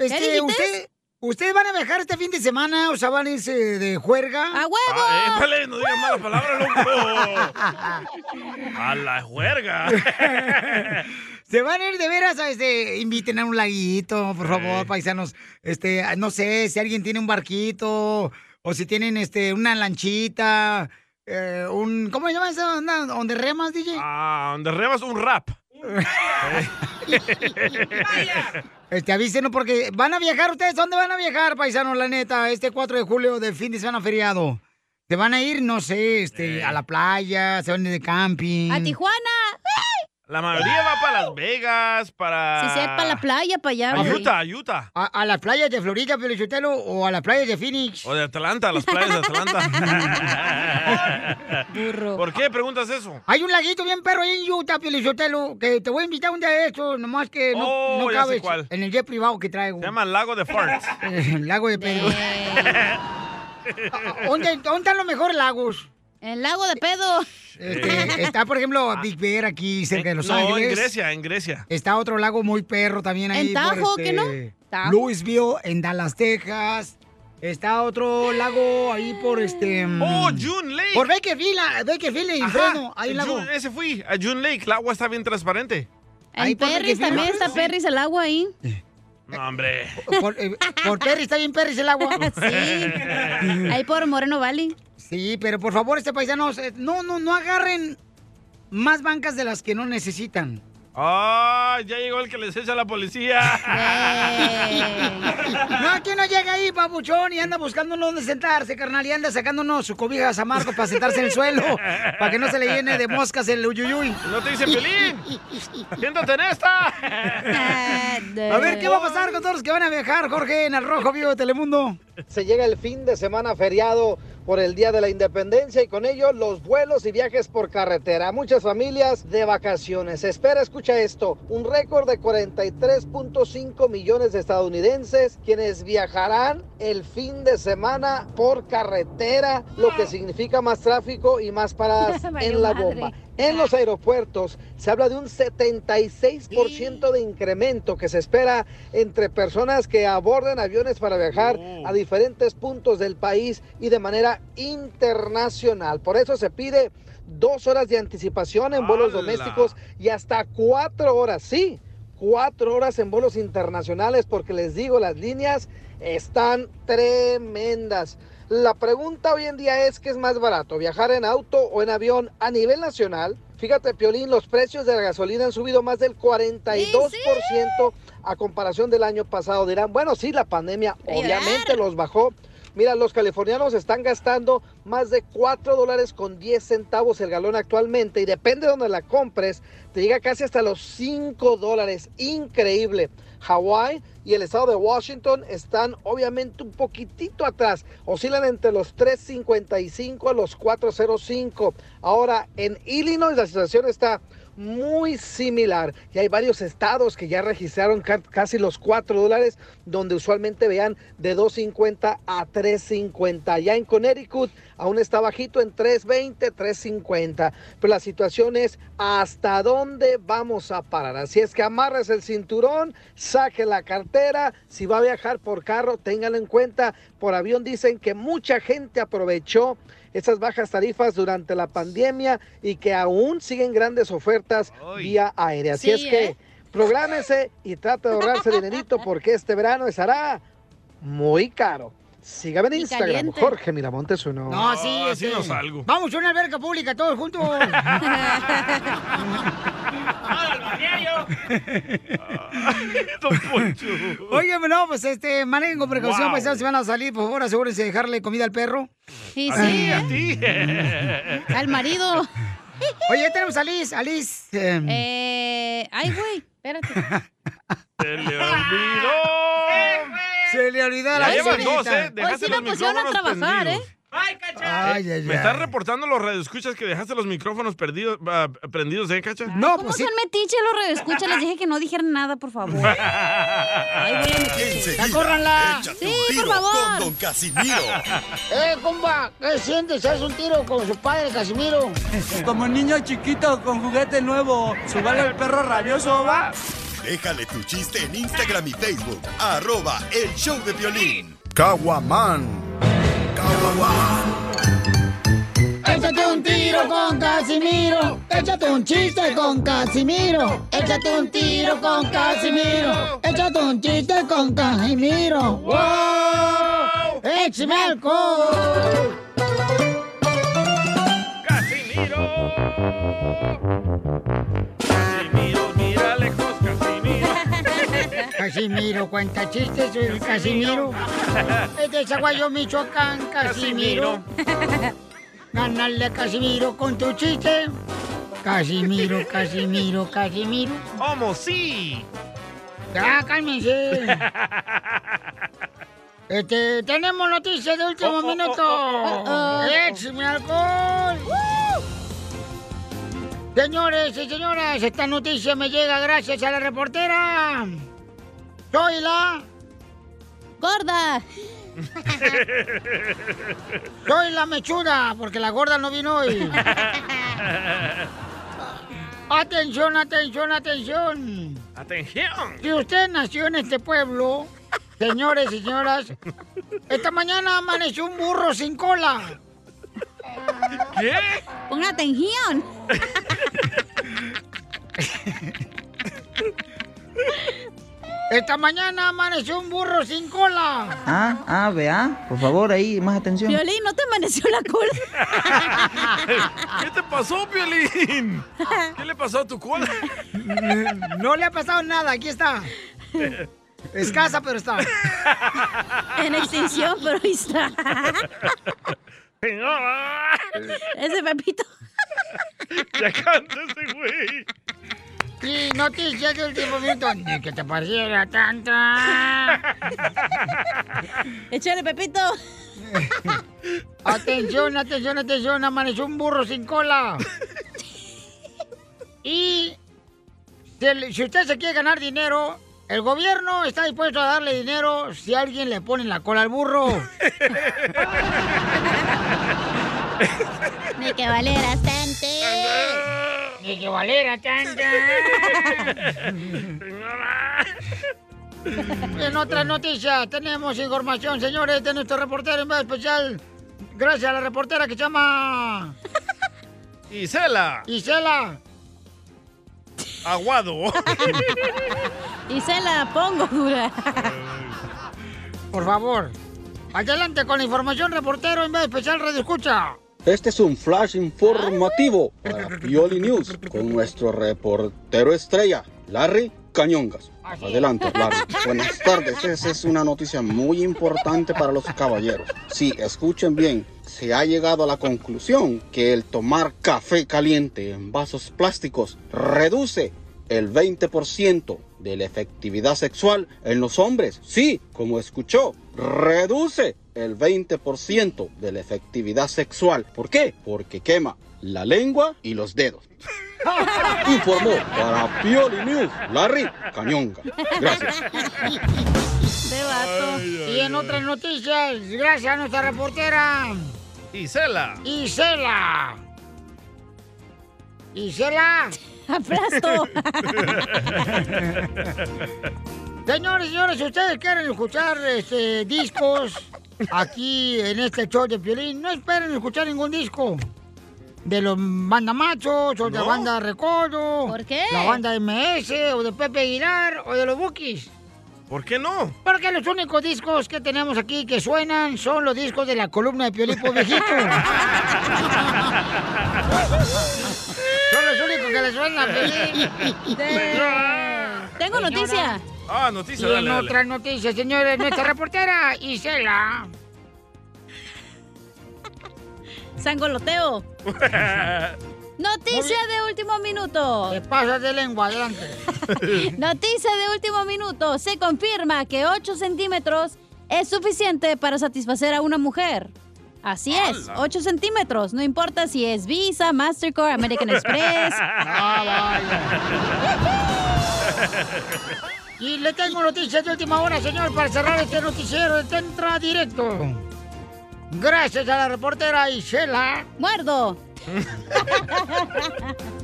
Speaker 1: este,
Speaker 2: dijiste?
Speaker 1: usted, ¿ustedes van a viajar este fin de semana? O sea, van a irse de juerga.
Speaker 3: ¡A
Speaker 2: Ah, eh, vale, no digas malas palabras,
Speaker 1: *laughs* Ah.
Speaker 2: loco. A la juerga.
Speaker 1: *laughs* Se van a ir de veras, a, este, inviten a un laguito, por favor, paisanos. Este, a- no sé, si alguien tiene un barquito, o si tienen este, una lanchita, eh, un, ¿cómo se llama eso? Una- ¿Donde remas, DJ? *laughs*
Speaker 2: Ah, donde rebas un rap.
Speaker 1: Este, avísenos porque van a viajar ustedes. ¿Dónde van a viajar, paisanos, la neta? Este 4 de julio de fin de semana feriado. ¿Te van a ir, no sé,
Speaker 2: Eh.
Speaker 1: este, a la playa? ¿Se van a ir de camping?
Speaker 3: A Tijuana.
Speaker 2: La mayoría va para Las Vegas, para...
Speaker 3: Si sea para la playa, para allá.
Speaker 2: A
Speaker 3: güey.
Speaker 2: Utah, a Utah.
Speaker 1: ¿A, a las playas de Florida, Pelichotelo, o a las playas de Phoenix?
Speaker 2: O de Atlanta, las playas de
Speaker 1: *laughs*
Speaker 2: Atlanta.
Speaker 3: Burro.
Speaker 2: ¿Por qué preguntas eso?
Speaker 1: Hay un laguito bien perro ahí en Utah, Pelichotelo, que te voy a invitar un día de estos, nomás que Eh, no,
Speaker 2: Oh,
Speaker 1: no
Speaker 2: ya
Speaker 1: cabes
Speaker 2: sé cuál.
Speaker 1: en el jet privado que traigo.
Speaker 2: Se llama Lago
Speaker 1: *laughs*
Speaker 2: de Farts.
Speaker 1: El lago de pedo. *laughs* ¿Dónde, dónde están los mejores lagos?
Speaker 3: El lago de
Speaker 1: Eh,
Speaker 3: pedo.
Speaker 1: Este, está, por ejemplo, Big Bear aquí cerca de Los
Speaker 2: Ah. Eh, no,
Speaker 1: Ángeles.
Speaker 2: en Grecia, en Grecia.
Speaker 1: Está otro lago muy perro también ahí.
Speaker 3: ¿En
Speaker 1: por
Speaker 3: Tajo,
Speaker 1: este,
Speaker 3: que no? Tajo.
Speaker 1: Louisville, en Dallas, Texas. Está otro lago ahí por este...
Speaker 2: Oh,
Speaker 1: mm,
Speaker 2: June Lake.
Speaker 1: Por Bakerfield, ah, Bakerfield y
Speaker 2: Ajá,
Speaker 1: Fresno, ahí el lago.
Speaker 2: June- ese fui, a June Lake. El agua está bien transparente.
Speaker 1: Ahí
Speaker 3: En
Speaker 1: por
Speaker 3: Perris
Speaker 1: Bakersfield.
Speaker 3: también está Perris el agua ahí.
Speaker 2: No, hombre.
Speaker 1: Por, eh, por Perry, está bien Perry el
Speaker 3: *laughs*
Speaker 1: agua.
Speaker 3: Ahí por Moreno Valley.
Speaker 1: Sí, pero por favor, este paisanos, eh, no, no, no agarren más bancas de las que no necesitan.
Speaker 2: Ah, ya llegó el que les echa a la
Speaker 1: *laughs*
Speaker 2: policía. Eh,
Speaker 3: Eh.
Speaker 1: No, aquí no llega ahí, papuchón, y anda buscando dónde sentarse, carnal, y anda sacándonos su cobija a San Marcos para sentarse en el suelo, para que no se le llene de moscas el uyuyuy.
Speaker 2: No te dice Pelín. Siéntate en esta.
Speaker 1: A ver, ¿qué va a pasar con todos los que van a viajar, Jorge, en el Rojo Vivo de Telemundo?
Speaker 5: Se llega el fin de semana feriado por el Día de la Independencia y con ello los vuelos y viajes por carretera. Muchas familias de vacaciones. Espera, escucha esto. Un récord de 43.5 millones de estadounidenses quienes viajarán el fin de semana por carretera, lo que significa más tráfico y más paradas en la
Speaker 17: madre.
Speaker 5: bomba. En los aeropuertos se habla de un 76% de incremento que se espera entre personas que aborden aviones para viajar a diferentes puntos del país y de manera internacional. Por eso se pide dos horas de anticipación en vuelos
Speaker 18: ¡Hala!
Speaker 5: domésticos y hasta cuatro horas, sí, cuatro horas en vuelos internacionales porque les digo, las líneas están tremendas. La pregunta hoy en día es qué es más barato, viajar en auto o en avión a nivel nacional. Fíjate, Piolín, los precios de la gasolina han subido más del 42% a comparación del año pasado. Dirán, bueno, sí, la pandemia obviamente los bajó. Mira, los californianos están gastando más de 4 dólares con 10 centavos el galón actualmente y depende de donde la compres, te llega casi hasta los 5 dólares. Increíble. Hawái y el estado de Washington están obviamente un poquitito atrás. Oscilan entre los 3.55 a los 4.05. Ahora, en Illinois la situación está muy similar. Y hay varios estados que ya registraron ca- casi los 4 dólares, donde usualmente vean de 2.50 a 3.50. Ya en Connecticut aún está bajito en 3.20, 3.50. Pero la situación es hasta dónde vamos a parar. Así es que amarres el cinturón, saque la cartera. Si va a viajar por carro, téngalo en cuenta. Por avión dicen que mucha gente aprovechó esas bajas tarifas durante la pandemia y que aún siguen grandes ofertas vía aérea. Así
Speaker 19: Sí,
Speaker 5: es que
Speaker 19: ¿eh?
Speaker 5: prográmese y trate de ahorrarse dinerito porque este verano estará muy caro. Sígame en
Speaker 1: Y
Speaker 5: Instagram,
Speaker 1: caliente.
Speaker 5: Jorge Miramontes uno.
Speaker 1: No, sí, este, Vamos a una alberca pública todos *laughs* juntos. Oye, no, pues este, manejen con precaución,
Speaker 2: Wow.
Speaker 1: paisanos, si van a salir, por favor, asegúrense de dejarle comida al perro.
Speaker 3: Sí, ¿eh?
Speaker 2: sí, a ti. *laughs*
Speaker 3: Al marido.
Speaker 1: *laughs* Oye, ya tenemos a Liz, a Liz. eh,
Speaker 3: Eh, ay, güey, espérate.
Speaker 2: Se le olvidó.
Speaker 1: *laughs* Se le olvidó
Speaker 2: Ya
Speaker 1: la
Speaker 2: llevan
Speaker 1: señorita.
Speaker 2: dos, ¿eh? Dejaste los micrófonos prendidos.
Speaker 1: Ay, ay,
Speaker 2: ¿eh? Me
Speaker 1: ay.
Speaker 2: están reportando los radioescuchas que dejaste los micrófonos perdidos, ah, prendidos, ¿eh, Cacha?
Speaker 1: No, pues
Speaker 3: ¿Cómo son metiche los radioescuchas? Les dije que no dijeran nada, por
Speaker 1: *laughs*
Speaker 3: favor.
Speaker 4: *laughs* Enseguida,
Speaker 3: córranla.
Speaker 4: échate
Speaker 3: Sí,
Speaker 4: un
Speaker 3: por
Speaker 4: tiro
Speaker 3: favor.
Speaker 4: con Don Casimiro.
Speaker 1: ¡Eh, compa! ¿Qué sientes? ¿Haz un tiro con su padre, *laughs* Casimiro?
Speaker 20: Como niño chiquito con juguete nuevo, subale el perro rabioso, va.
Speaker 4: Déjale tu chiste en Instagram y Facebook. Arroba el show de violín.
Speaker 21: Caguaman.
Speaker 15: Échate un tiro con Casimiro. Échate un chiste con Casimiro. Échate un tiro con Casimiro. Échate un chiste con Casimiro. ¡Wow! ¡Échame alcohol!
Speaker 2: ¡Casimiro! ¡Casimiro
Speaker 1: *laughs* Casimiro, cuenta chistes, soy Casimiro. Es de Zaguayo, Michoacán, Casimiro. *laughs* Ganarle a Casimiro con tu chiste. Casimiro, Casimiro, Casimiro.
Speaker 2: ¿Cómo sí?
Speaker 1: Ya, cálmense. Este, tenemos noticias de
Speaker 2: Oh,
Speaker 1: último minuto. Échame alcohol! Señores y señoras, esta noticia me llega gracias a la reportera. Soy la...
Speaker 3: Gorda.
Speaker 1: Soy la mechuda, porque la gorda no vino hoy. Atención, atención, atención.
Speaker 2: ¡Atención!
Speaker 1: Si usted nació en este pueblo, señores y señoras, esta mañana amaneció un burro sin cola.
Speaker 2: ¿Qué?
Speaker 3: Pon atención.
Speaker 1: Esta mañana amaneció un burro sin cola.
Speaker 17: Ah, ah, vea. Por favor, ahí, más atención.
Speaker 3: Violín, ¿no te amaneció la cola?
Speaker 2: ¿Qué te pasó, Piolín? ¿Qué le pasó a tu cola?
Speaker 1: No le ha pasado nada, aquí está. Escasa, pero está.
Speaker 3: *laughs* En extinción, pero ahí está. Ese papito.
Speaker 2: *laughs* Ya cántese, güey.
Speaker 1: Y noticias de último minuto. Ni que te pareciera tanta.
Speaker 3: *laughs* Échale, Pepito.
Speaker 1: *laughs* Atención, atención, atención. Amaneció un burro sin
Speaker 3: *laughs*
Speaker 1: cola. Y se le- si usted se quiere ganar dinero, el gobierno está dispuesto a darle dinero si alguien le pone la cola al burro.
Speaker 3: *laughs* Ni que ¿eh? valera bastante.
Speaker 1: Ni que valera En otras noticias tenemos información, señores, de nuestro reportero en vez especial. Gracias a la reportera que se llama
Speaker 2: Isela.
Speaker 1: Isela.
Speaker 2: Aguado.
Speaker 3: Y se la pongo dura.
Speaker 1: Por favor. Adelante con la información, reportero en vez especial, radio escucha.
Speaker 18: Este es un flash informativo para Pioli News con nuestro reportero estrella, Larry Cañongas. Adelante, Larry. Buenas tardes. Esa es una noticia muy importante para los caballeros. Sí, escuchen bien. Se ha llegado a la conclusión que el tomar café caliente en vasos plásticos reduce el 20% de la efectividad sexual en los hombres. Sí, como escuchó, reduce el 20% de la efectividad sexual. ¿Por qué? Porque quema la lengua y los dedos. Informó para Pioli News, Larry Cañonga. Gracias.
Speaker 1: De vato. Y en otras noticias, gracias a nuestra reportera
Speaker 2: Isela.
Speaker 1: Isela. Isela.
Speaker 3: Aplasto.
Speaker 1: Señores, señores, si ustedes quieren escuchar este, discos aquí en este show de Piolín, no esperen escuchar ningún disco. De los mandamachos o de la
Speaker 3: No.
Speaker 1: banda Recodo.
Speaker 3: ¿Por qué?
Speaker 1: La banda MS o de Pepe Aguilar o de los Bookies.
Speaker 2: ¿Por qué no?
Speaker 1: Porque los únicos discos que tenemos aquí que suenan son los discos de la columna de Piolín por viejito. son los únicos que le suenan a Piolín.
Speaker 3: Tengo noticia.
Speaker 2: Ah, noticia,
Speaker 1: Y
Speaker 2: dale,
Speaker 1: en
Speaker 2: dale.
Speaker 1: otras noticias, señores, nuestra reportera Isela.
Speaker 3: Sangoloteo. Noticia de último minuto.
Speaker 1: Te pasas de lengua, adelante.
Speaker 3: Noticia de último minuto. Se confirma que 8 centímetros es suficiente para satisfacer a una mujer. Así es, 8 centímetros. No importa si es Visa,
Speaker 1: *laughs*
Speaker 3: Mastercard, American Express.
Speaker 1: Y le tengo noticias de última hora, señor, para cerrar este noticiero de Tentra Directo. Gracias a la reportera Isela.
Speaker 3: ¡Muerdo!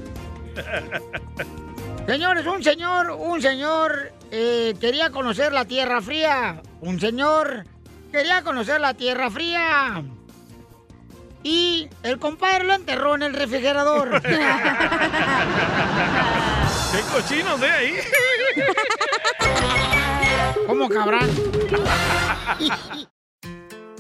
Speaker 1: *laughs* Señores, un señor, un señor eh, quería conocer la Tierra Fría. Un señor quería conocer la Tierra Fría. Y el compadre lo enterró en el refrigerador.
Speaker 2: ¡Qué cochinos de ahí!
Speaker 1: ¿Cómo cabrán?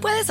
Speaker 22: Puedes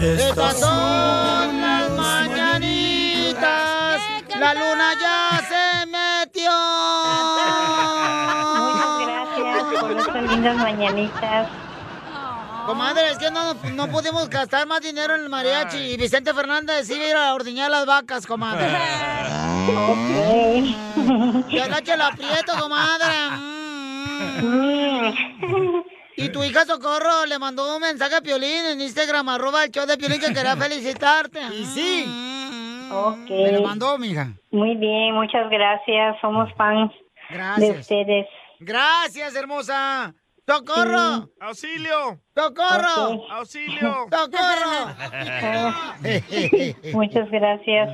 Speaker 1: Estas son las mañanitas. La luna ya se metió.
Speaker 6: Gracias por estas lindas mañanitas.
Speaker 1: Comadre, es que no, no podemos gastar más dinero en el mariachi. Y Vicente Fernández iba a ir a ordeñar las vacas, comadre. Ya la chela aprieto, comadre. Mm. Y tu hija Socorro le mandó un mensaje a Piolín en Instagram, arroba el show de Piolín que
Speaker 6: *laughs*
Speaker 1: quería felicitarte. Y sí.
Speaker 6: Ok.
Speaker 1: Me lo mandó, mija.
Speaker 6: Muy bien, muchas gracias. Somos fans
Speaker 1: Gracias.
Speaker 6: de ustedes.
Speaker 1: Gracias, hermosa. ¡Socorro!
Speaker 2: ¡Auxilio!
Speaker 1: ¡Socorro!
Speaker 6: Ok.
Speaker 2: ¡Auxilio!
Speaker 1: ¡Socorro!
Speaker 6: Ah, *laughs* muchas gracias.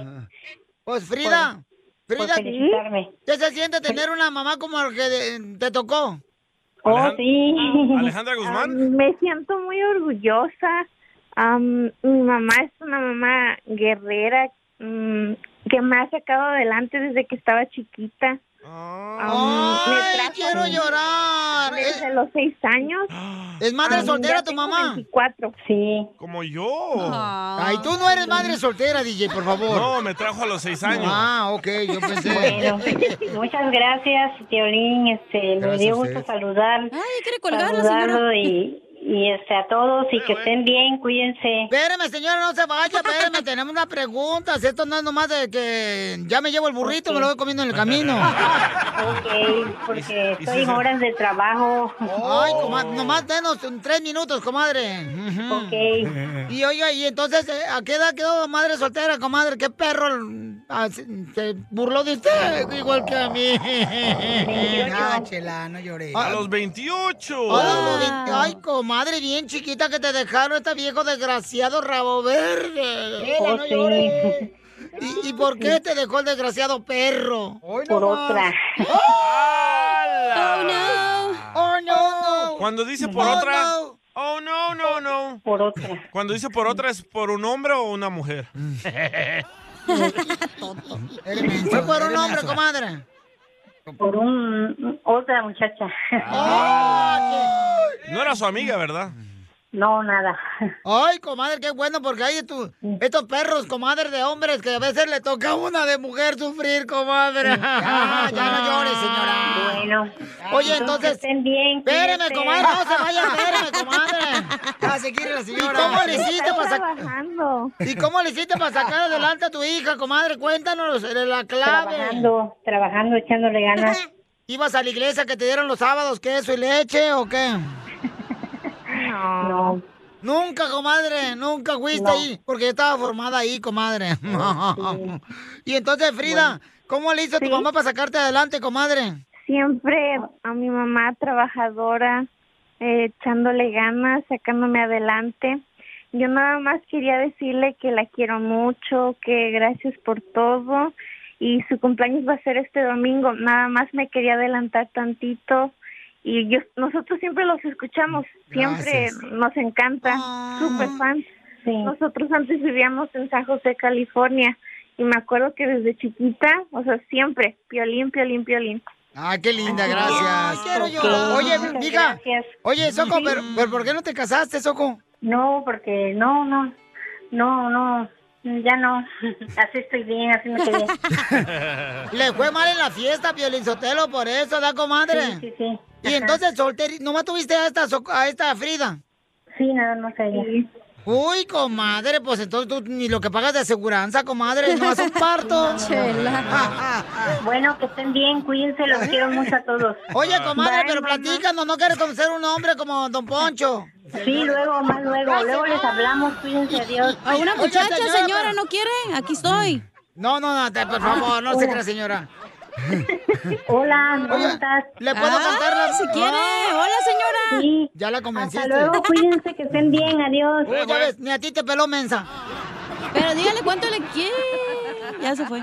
Speaker 1: Pues Frida,
Speaker 6: Por- por
Speaker 1: Frida,
Speaker 6: felicitarme.
Speaker 1: ¿qué se siente tener una mamá como la que de- te tocó?
Speaker 6: Oh,
Speaker 1: Alejand-
Speaker 6: sí.
Speaker 1: Ah,
Speaker 6: *laughs*
Speaker 1: Alejandra Guzmán.
Speaker 6: Am, me siento muy orgullosa. Am, mi mamá es una mamá guerrera mm, que me ha sacado adelante desde que estaba chiquita.
Speaker 1: Ah. ¡Ay, quiero llorar! Eh.
Speaker 6: Desde los seis años.
Speaker 1: ¿Es madre
Speaker 6: Am,
Speaker 1: soltera
Speaker 6: ya
Speaker 1: tu
Speaker 6: tengo
Speaker 1: mamá?
Speaker 6: 24, sí.
Speaker 2: Como yo.
Speaker 1: Ay, tú no eres madre soltera, DJ, por favor.
Speaker 2: No, me trajo a los seis años.
Speaker 1: Ah, ok,
Speaker 2: *laughs*
Speaker 1: yo pensé.
Speaker 6: Bueno,
Speaker 9: Este,
Speaker 6: muchas gracias, Teolín. Este, me
Speaker 2: Gracias
Speaker 6: dio
Speaker 2: a
Speaker 6: gusto
Speaker 2: ustedes.
Speaker 6: saludar.
Speaker 3: colgar la
Speaker 6: saludarlo
Speaker 3: señora.
Speaker 6: Y, y este, a todos y que estén bien, cuídense.
Speaker 1: Espérame, señora, no se vaya, espérame, tenemos unas preguntas. Esto no es nomás de que ya me llevo el burrito, me lo voy comiendo en el camino.
Speaker 6: *laughs* Ok, porque estoy en horas de trabajo.
Speaker 1: Ay, comadre, nomás denos un- tres minutos, comadre.
Speaker 6: Ok.
Speaker 1: Y oye, y entonces, eh, ¿a qué edad quedó madre soltera, comadre? ¿Qué perro mm, ah, se se burló de usted? Igual que a mí. Ah, chela, no lloré.
Speaker 2: A los 28.
Speaker 1: Oh, Ay,
Speaker 6: Ah.
Speaker 1: Ay, comadre, bien chiquita que te dejaron este viejo desgraciado rabo verde. Chela,
Speaker 6: Oh,
Speaker 1: no
Speaker 6: sí.
Speaker 1: llores. ¿Y, y por qué te dejó el desgraciado perro?
Speaker 6: Por otra.
Speaker 1: Oh, no. Oh, no.
Speaker 2: Cuando dice por
Speaker 1: Oh,
Speaker 2: otra.
Speaker 1: no.
Speaker 2: Oh, no, no, no.
Speaker 6: Por otra.
Speaker 2: Cuando dice por otra, ¿es por un hombre o una mujer?
Speaker 1: Mm. Fue por un hombre, comadre.
Speaker 6: Por un, otra muchacha.
Speaker 2: *laughs*
Speaker 6: *laughs*
Speaker 1: Ah.
Speaker 2: No era su amiga, ¿verdad?
Speaker 6: No, nada.
Speaker 1: Ay, comadre, qué bueno, porque hay estos, estos perros, comadre, de hombres, que a veces le toca a una de mujer sufrir, comadre. Ya, *laughs* ya no llores, señora.
Speaker 6: Bueno.
Speaker 1: Oye,
Speaker 6: Entonces,
Speaker 1: entonces...
Speaker 6: estén bien,
Speaker 1: Espéreme,
Speaker 6: cuídense.
Speaker 1: comadre, no se vaya, espéreme,
Speaker 6: *laughs*
Speaker 1: comadre.
Speaker 2: Ah,
Speaker 1: A seguir la señora. ¿Y cómo le hiciste
Speaker 6: Está
Speaker 1: para sacar...
Speaker 6: trabajando.
Speaker 1: ¿Y cómo le hiciste para
Speaker 6: *laughs*
Speaker 1: sacar adelante a tu hija, comadre? Cuéntanos eh, la clave.
Speaker 6: Trabajando, trabajando, echándole ganas.
Speaker 1: *laughs* ¿Ibas a la iglesia que te dieron los sábados queso y leche o qué?
Speaker 6: No.
Speaker 1: Nunca, comadre, nunca fuiste ahí, porque yo estaba formada ahí, comadre. *laughs* y entonces, Frida, ¿cómo le hizo tu mamá para sacarte adelante, comadre?
Speaker 6: Siempre a mi mamá trabajadora, eh, echándole ganas, sacándome adelante. Yo nada más quería decirle que la quiero mucho, que gracias por todo y su cumpleaños va a ser este domingo. Nada más me quería adelantar tantito y yo nosotros siempre los escuchamos, siempre
Speaker 23: Gracias.
Speaker 6: nos encanta,
Speaker 1: Ah.
Speaker 6: super fan. Nosotros antes vivíamos en San José, California y me acuerdo que desde chiquita, o sea, siempre, piolín, piolín, piolín.
Speaker 1: Ah, qué linda, gracias.
Speaker 6: Quiero
Speaker 1: llorar. Oye, mija, oye, Soco,
Speaker 6: Sí.
Speaker 1: pero, pero ¿por qué no te casaste, Soco?
Speaker 6: No, porque no, no, no, no,
Speaker 1: *laughs*
Speaker 6: ya no. Así estoy bien, así me quedé.
Speaker 1: Le fue mal en la fiesta, Piolín Sotelo, por eso, ¿da, comadre?
Speaker 6: Sí, sí, sí.
Speaker 1: Y entonces, solteri, ¿nomás tuviste a esta, Soc- a esta Frida?
Speaker 6: Sí, nada más a ella.
Speaker 1: Uy, comadre, pues entonces tú ni lo que pagas de aseguranza, comadre, no hace un parto. *laughs*
Speaker 14: bueno, que estén bien, cuídense, los quiero mucho a todos.
Speaker 1: Oye, comadre,
Speaker 14: Bye,
Speaker 1: pero
Speaker 14: mamá.
Speaker 1: platícanos, ¿no quieres conocer un hombre como Don
Speaker 6: *laughs*
Speaker 1: Poncho?
Speaker 14: Sí, luego, más luego, luego les hablamos, cuídense, adiós.
Speaker 3: A una
Speaker 14: Oiga,
Speaker 3: muchacha,
Speaker 14: señora,
Speaker 3: señora,
Speaker 14: pero-
Speaker 3: ¿no quiere? Aquí estoy.
Speaker 1: No, no, no, te- por favor, no se crea, señora.
Speaker 14: *laughs* Hola, ¿cómo
Speaker 1: Oye,
Speaker 14: estás?
Speaker 1: ¿le puedo Ah, contar la- si quiere. Hola, señora.
Speaker 14: Sí.
Speaker 1: Ya la convenciste.
Speaker 14: Hasta luego, cuídense, que estén bien, adiós.
Speaker 1: Uy, ya ves, ni a ti te peló mensa.
Speaker 14: *laughs*
Speaker 3: Pero dígale cuánto le quiere. Ya se fue.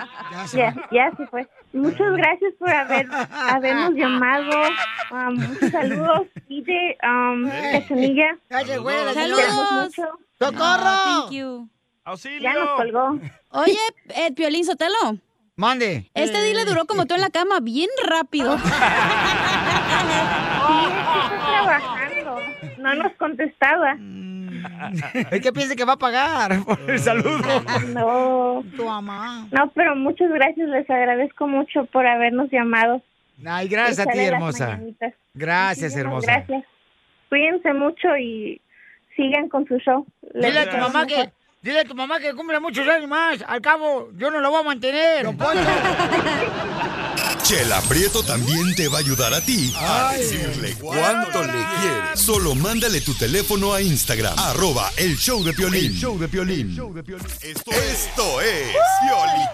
Speaker 6: Ya, ya se fue. Muchas gracias por haber, habernos llamado. Um, muchos saludos. Y de um, Cachanilla.
Speaker 1: Ya llegó la
Speaker 6: Te
Speaker 3: señora.
Speaker 6: queremos mucho.
Speaker 3: No, thank you.
Speaker 2: ¡Auxilio!
Speaker 3: Oye, eh, Piolín Sotelo.
Speaker 1: Mande. Eh,
Speaker 3: Este dile duró como tú en la cama, bien rápido.
Speaker 6: trabajando. *laughs* No nos contestaba.
Speaker 1: Es que piensa que va a pagar por el saludo.
Speaker 6: No.
Speaker 1: Tu mamá.
Speaker 6: No, pero muchas gracias. Les agradezco mucho por habernos llamado.
Speaker 1: Ay, gracias a ti,
Speaker 6: Échale las
Speaker 1: hermosa.
Speaker 6: mañanitas.
Speaker 1: Gracias,
Speaker 6: Muchísimas
Speaker 1: hermosa.
Speaker 6: Gracias. Cuídense mucho y sigan con su show. Les
Speaker 1: Dile a tu
Speaker 6: deseo lo
Speaker 1: mamá
Speaker 6: mejor.
Speaker 1: que. Dile a tu mamá que cumple muchos años más. Al cabo, yo no lo voy a mantener. *laughs*
Speaker 4: Chela Prieto también te va a ayudar a ti a decirle cuánto le quieres. Solo mándale tu teléfono a Instagram, arroba el show de Piolín.
Speaker 23: El
Speaker 4: show de Piolín. Esto, esto es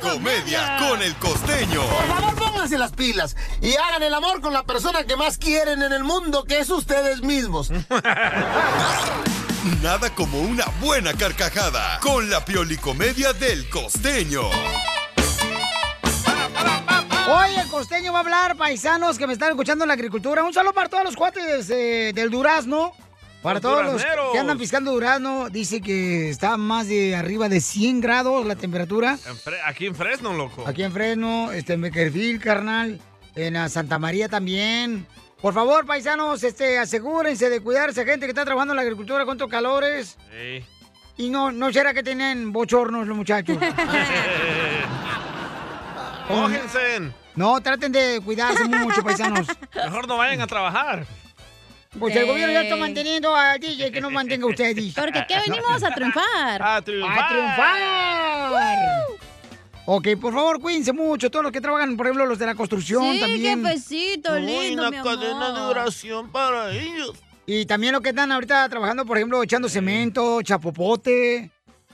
Speaker 4: Piolicomedia con el costeño.
Speaker 10: Por favor, pónganse las pilas y hagan el amor con la persona que más quieren en el mundo, que es ustedes
Speaker 11: *laughs*
Speaker 10: mismos.
Speaker 4: Nada como una buena carcajada con la Piolicomedia del costeño.
Speaker 1: Hoy el costeño va a hablar, paisanos que me están escuchando en la agricultura. Un saludo para todos los cuates eh, del durazno. Para
Speaker 2: Los
Speaker 1: todos los
Speaker 2: durazneros.
Speaker 1: que andan piscando durazno. Dice que está más de arriba de 100 grados la temperatura.
Speaker 2: En Fre- Aquí en Fresno, loco.
Speaker 1: Aquí en Fresno, este, en Beckerfield, carnal. En ah, Santa María también. Por favor, paisanos, este, asegúrense de cuidarse. Gente que está trabajando en la agricultura con estos calores.
Speaker 2: Sí.
Speaker 1: Y no, no será que tienen bochornos los muchachos.
Speaker 2: Eh, Cógense.
Speaker 1: No, traten de cuidarse mucho, paisanos.
Speaker 2: Mejor no vayan a trabajar.
Speaker 1: Pues el gobierno ya está manteniendo al DJ que nos mantenga ustedes.
Speaker 2: Porque aquí venimos
Speaker 3: a triunfar.
Speaker 2: *laughs* A triunfar.
Speaker 1: ¡A triunfar! Ok, por favor, cuídense mucho. Todos los que trabajan, por ejemplo, los de la construcción
Speaker 3: Sí,
Speaker 1: también.
Speaker 3: qué pesito, lindo, mi amor.
Speaker 2: oración para ellos.
Speaker 1: Y también los que están ahorita trabajando, por ejemplo, echando cemento, chapopote,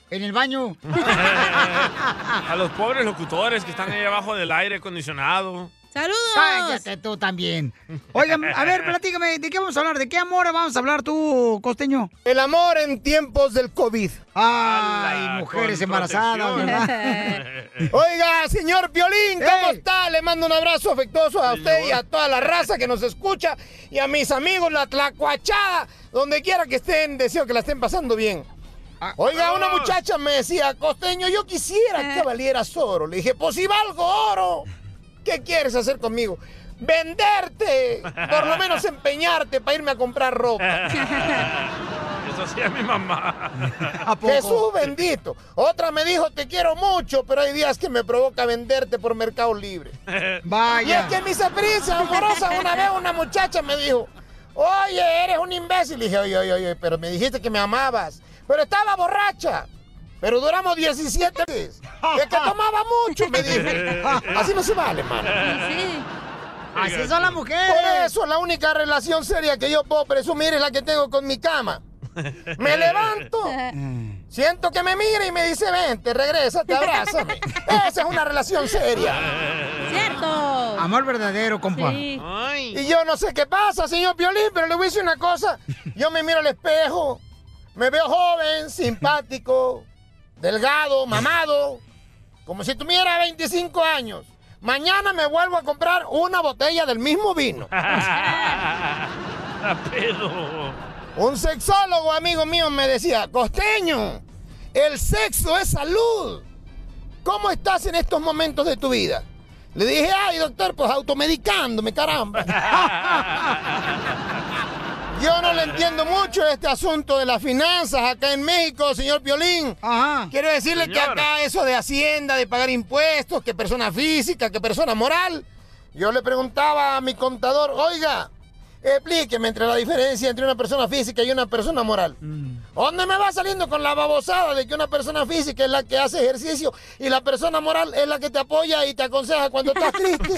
Speaker 1: en el baño. Ah.
Speaker 2: A los pobres locutores que están ahí abajo del aire acondicionado.
Speaker 3: *laughs* ¡Saludos!
Speaker 1: Cállate tú también. Oigan, a ver, platícame, ¿de qué vamos a hablar? ¿De qué amor vamos a hablar tú, costeño?
Speaker 10: El amor en tiempos del COVID.
Speaker 1: Ay, mujeres embarazadas, ¿verdad?
Speaker 10: Oiga, señor Piolín, ¿cómo está? Le mando un abrazo afectuoso a usted y a toda la raza que nos escucha y a mis amigos, la tlacuachada, donde quiera que estén, deseo que la estén pasando bien. Oiga, una muchacha me decía, costeño, yo quisiera que valieras oro. Le dije, pues si valgo oro, ¿qué quieres hacer conmigo? Venderte, por lo menos empeñarte para irme a comprar ropa.
Speaker 2: *laughs* Eso hacía mi
Speaker 1: *laughs*
Speaker 2: mamá. *laughs*
Speaker 10: Jesús bendito. Otra me dijo, te quiero mucho, pero hay días que me provoca venderte por Mercado Libre. Y es que en mis experiencias amorosas una vez una muchacha me dijo, oye, eres un imbécil. Le dije, oye, oye, oye, pero me dijiste que me amabas. Pero estaba borracha. Pero duramos 17 meses. Es que tomaba mucho, me dijo. Así no se vale, mano.
Speaker 1: Así son las mujeres.
Speaker 10: Por eso la única relación seria que yo puedo presumir es la que tengo con mi cama. Me levanto. Siento que me mira y me dice, vente, regresa, te abrázame. Esa es una relación seria.
Speaker 3: ¡Cierto!
Speaker 1: Amor verdadero, compa.
Speaker 10: Y yo no sé qué pasa, señor Violín, pero le voy a decir una cosa. Yo me miro al espejo, me veo joven, simpático, delgado, mamado, como si tuviera 25 años. Mañana me vuelvo a comprar una botella del mismo vino.
Speaker 2: A pedo.
Speaker 10: Un sexólogo, amigo mío, me decía, costeño, el sexo es salud. ¿Cómo estás en estos momentos de tu vida? Le dije, ay, doctor, pues automedicándome, caramba. Yo no le entiendo mucho este asunto de las finanzas acá en México, señor Piolín. Quiero decirle que
Speaker 7: Señor.
Speaker 10: acá eso de Hacienda, de pagar impuestos, que persona física, que persona moral. Yo le preguntaba a mi contador, oiga, Explíqueme entre la diferencia entre una persona física y una persona moral.
Speaker 1: Mm.
Speaker 10: ¿Dónde me va saliendo con la babosada de que una persona física es la que hace ejercicio y la persona moral es la que te apoya y te aconseja cuando estás triste?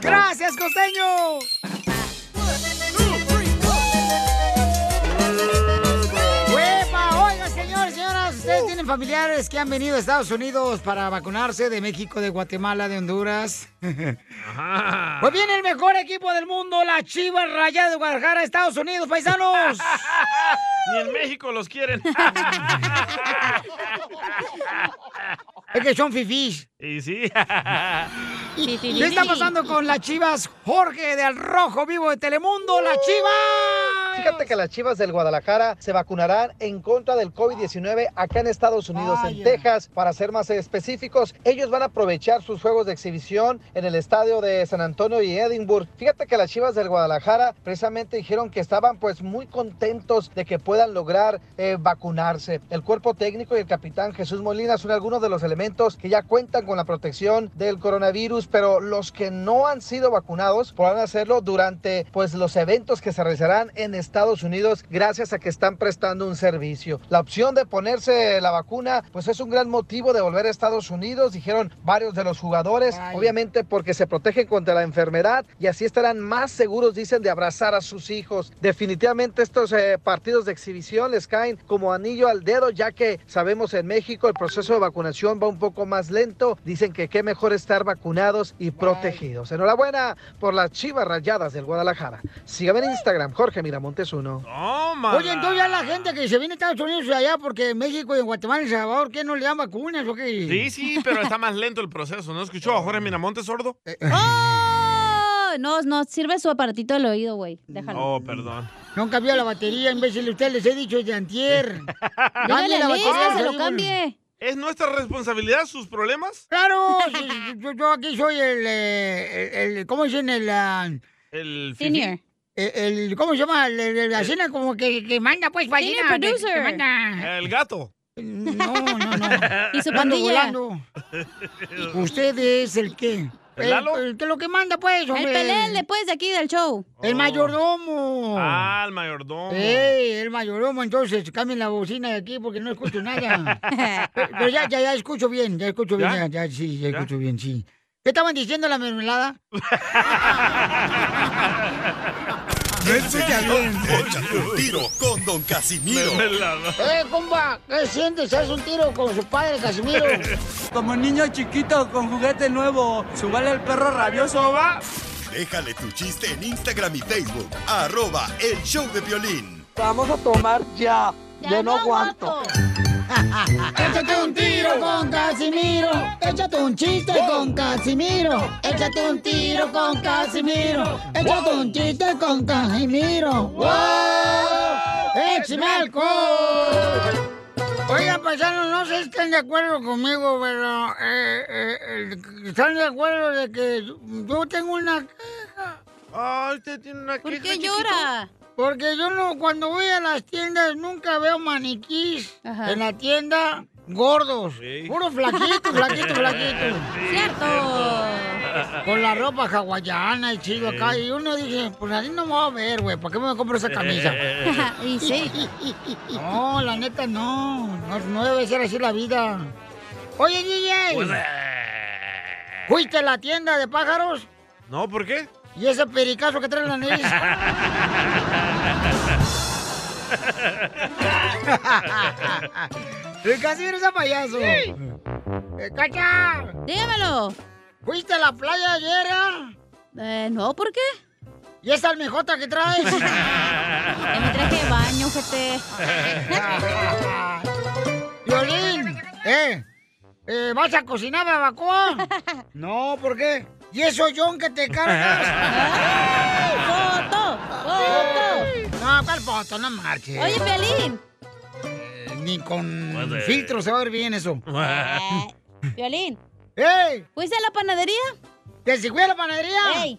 Speaker 1: *laughs* ¡Gracias, costeño! ¡Huepa! Oiga, señores, señoras, ¿ustedes tienen familiares que han venido a Estados Unidos para vacunarse de México, de Guatemala, de Honduras? Pues viene el mejor equipo del mundo, la Chivas Rayada de Guadalajara, Estados Unidos, paisanos.
Speaker 2: Ni en México
Speaker 1: *laughs*
Speaker 2: los quieren.
Speaker 1: Es que son fifís.
Speaker 2: y sí.
Speaker 1: ¿Qué está pasando con las chivas? Jorge de Al Rojo Vivo de Telemundo, las chivas.
Speaker 5: Fíjate que las chivas del Guadalajara se vacunarán en contra del COVID-19 acá en Estados Unidos, en Texas. Para ser más específicos, ellos van a aprovechar sus juegos de exhibición en el estadio de San Antonio y Edinburgh. Fíjate que las chivas del Guadalajara precisamente dijeron que estaban pues muy contentos de que puedan lograr eh, vacunarse. El cuerpo técnico y el capitán Jesús Molina son algunos de los elementos que ya cuentan con la protección del coronavirus, pero los que no han sido vacunados podrán hacerlo durante pues los eventos que se realizarán en Estados Unidos gracias a que están prestando un servicio. La opción de ponerse la vacuna pues es un gran motivo de volver a Estados Unidos, dijeron varios de los jugadores, obviamente porque se protegen contra la enfermedad y así estarán más seguros, dicen, de abrazar a sus hijos. Definitivamente estos eh, partidos de exhibición les caen como anillo al dedo ya que sabemos en México el proceso de vacunación va un poco más lento, dicen que qué mejor estar vacunados y protegidos. Enhorabuena por las chivas rayadas del Guadalajara. Sígame en Instagram, Jorge Miramontes 1.
Speaker 1: Oye, entonces ya la gente que se viene a Estados Unidos y allá porque en México y en Guatemala y El Salvador, ¿qué no le dan vacunas o qué?
Speaker 2: Sí, sí,
Speaker 1: *laughs*
Speaker 2: pero está más lento el proceso. ¿No escuchó a Jorge Miramonte sordo?
Speaker 1: Eh,
Speaker 3: Oh, no, no, sirve su aparatito del oído, güey. Déjalo.
Speaker 2: Oh, perdón.
Speaker 1: No cambió la batería, imbécil. Ustedes les he dicho desde
Speaker 2: *laughs*
Speaker 1: antier. Cambie
Speaker 2: Dígale a
Speaker 1: la
Speaker 2: Liz
Speaker 1: batería.
Speaker 2: que se lo
Speaker 3: cambie.
Speaker 2: ¿Es nuestra responsabilidad sus problemas? *laughs*
Speaker 1: Claro, sí, sí, yo, yo aquí soy el, eh, el, el- ¿cómo dicen? El, ah,
Speaker 2: El fifí.
Speaker 1: El, el- ¿cómo se llama? El, el- el- la cena como que, que manda, pues,
Speaker 2: Senior
Speaker 1: ballena. que- que
Speaker 2: producer.
Speaker 1: manda.
Speaker 2: El gato.
Speaker 1: No, no, no.
Speaker 2: *laughs* Y su
Speaker 1: Ando
Speaker 2: pandilla.
Speaker 1: volando. Usted es el qué?
Speaker 2: ¿El Lalo? Oh.
Speaker 1: el que lo que manda, pues,
Speaker 3: El
Speaker 1: hombre.
Speaker 3: pelele, pues, de aquí del show.
Speaker 1: El mayordomo.
Speaker 2: Ah, el mayordomo.
Speaker 1: Ey, el mayordomo, entonces, cambien la bocina de aquí porque no escucho *laughs* nada. Pero- Pero ya, ya, ya escucho bien, ya escucho bien,
Speaker 15: ¿Ya?
Speaker 1: ya, ya, sí, ya escucho bien, sí. ¿Qué estaban diciendo la *laughs* mermelada?
Speaker 4: Échate un tiro con Don Casimiro.
Speaker 1: ¡Eh, compa! ¿Qué sientes? ¿Haz un tiro con su padre, *laughs* Casimiro?
Speaker 20: Como niño chiquito con juguete nuevo, subale al perro rabioso, va.
Speaker 4: Déjale tu chiste en Instagram y Facebook. Arroba el show de violín.
Speaker 20: Vamos a tomar ya.
Speaker 4: Ya no aguanto.
Speaker 1: *laughs* Échate un tiro con Casimiro. Échate un chiste con Casimiro. Échate un tiro con Casimiro. Échate un chiste con Casimiro. ¡Wow! ¡Échame alcohol! Oigan, paisanos, no sé si están de acuerdo conmigo, pero eh, eh, eh, están de acuerdo de que yo tengo una
Speaker 2: Ah, usted tiene una ¿Por
Speaker 1: qué llora? Porque yo no, cuando voy a las tiendas nunca veo maniquís en la tienda gordos. Puro flaquito,
Speaker 2: *laughs*
Speaker 1: flaquito, flaquito.
Speaker 3: Cierto.
Speaker 1: Con la ropa hawaiana y chido
Speaker 3: Sí.
Speaker 1: acá. Y uno dice, pues así no me voy a ver, güey. ¿Por qué me compro esa camisa?
Speaker 3: y sí.
Speaker 1: *laughs* No, la neta no. No, no debe ser así la vida. Oye, DJ. ¿Fuiste a la tienda de pájaros?
Speaker 2: No, ¿por qué?
Speaker 1: ¿Y ese pericazo que trae en la
Speaker 2: *laughs*
Speaker 1: nariz? Casi eres a payaso. Eh, ¡Cacha!
Speaker 3: Dígamelo.
Speaker 1: ¿Fuiste a la playa ayer? ah?
Speaker 3: Eh, no, ¿por qué?
Speaker 1: ¿Y esa almejota que traes?
Speaker 3: *laughs* Ya me traje de baño, gente.
Speaker 1: Violín, ¿eh? eh, ¿Vas a cocinar
Speaker 3: *laughs*
Speaker 1: barbacoa? No, ¿por qué? ¿Y eso John que te cargas?
Speaker 3: *laughs* ¡Foto!
Speaker 1: ¡Foto! No, ¿cuál foto? No marches.
Speaker 3: Oye, Piolín.
Speaker 1: Eh, Ni con
Speaker 2: Puede.
Speaker 1: filtro se va a ver bien eso.
Speaker 3: *laughs* Violín.
Speaker 1: ¡Ey!
Speaker 3: ¿Fuiste a la panadería?
Speaker 1: ¿Que si fui a la panadería?
Speaker 3: ¡Ey!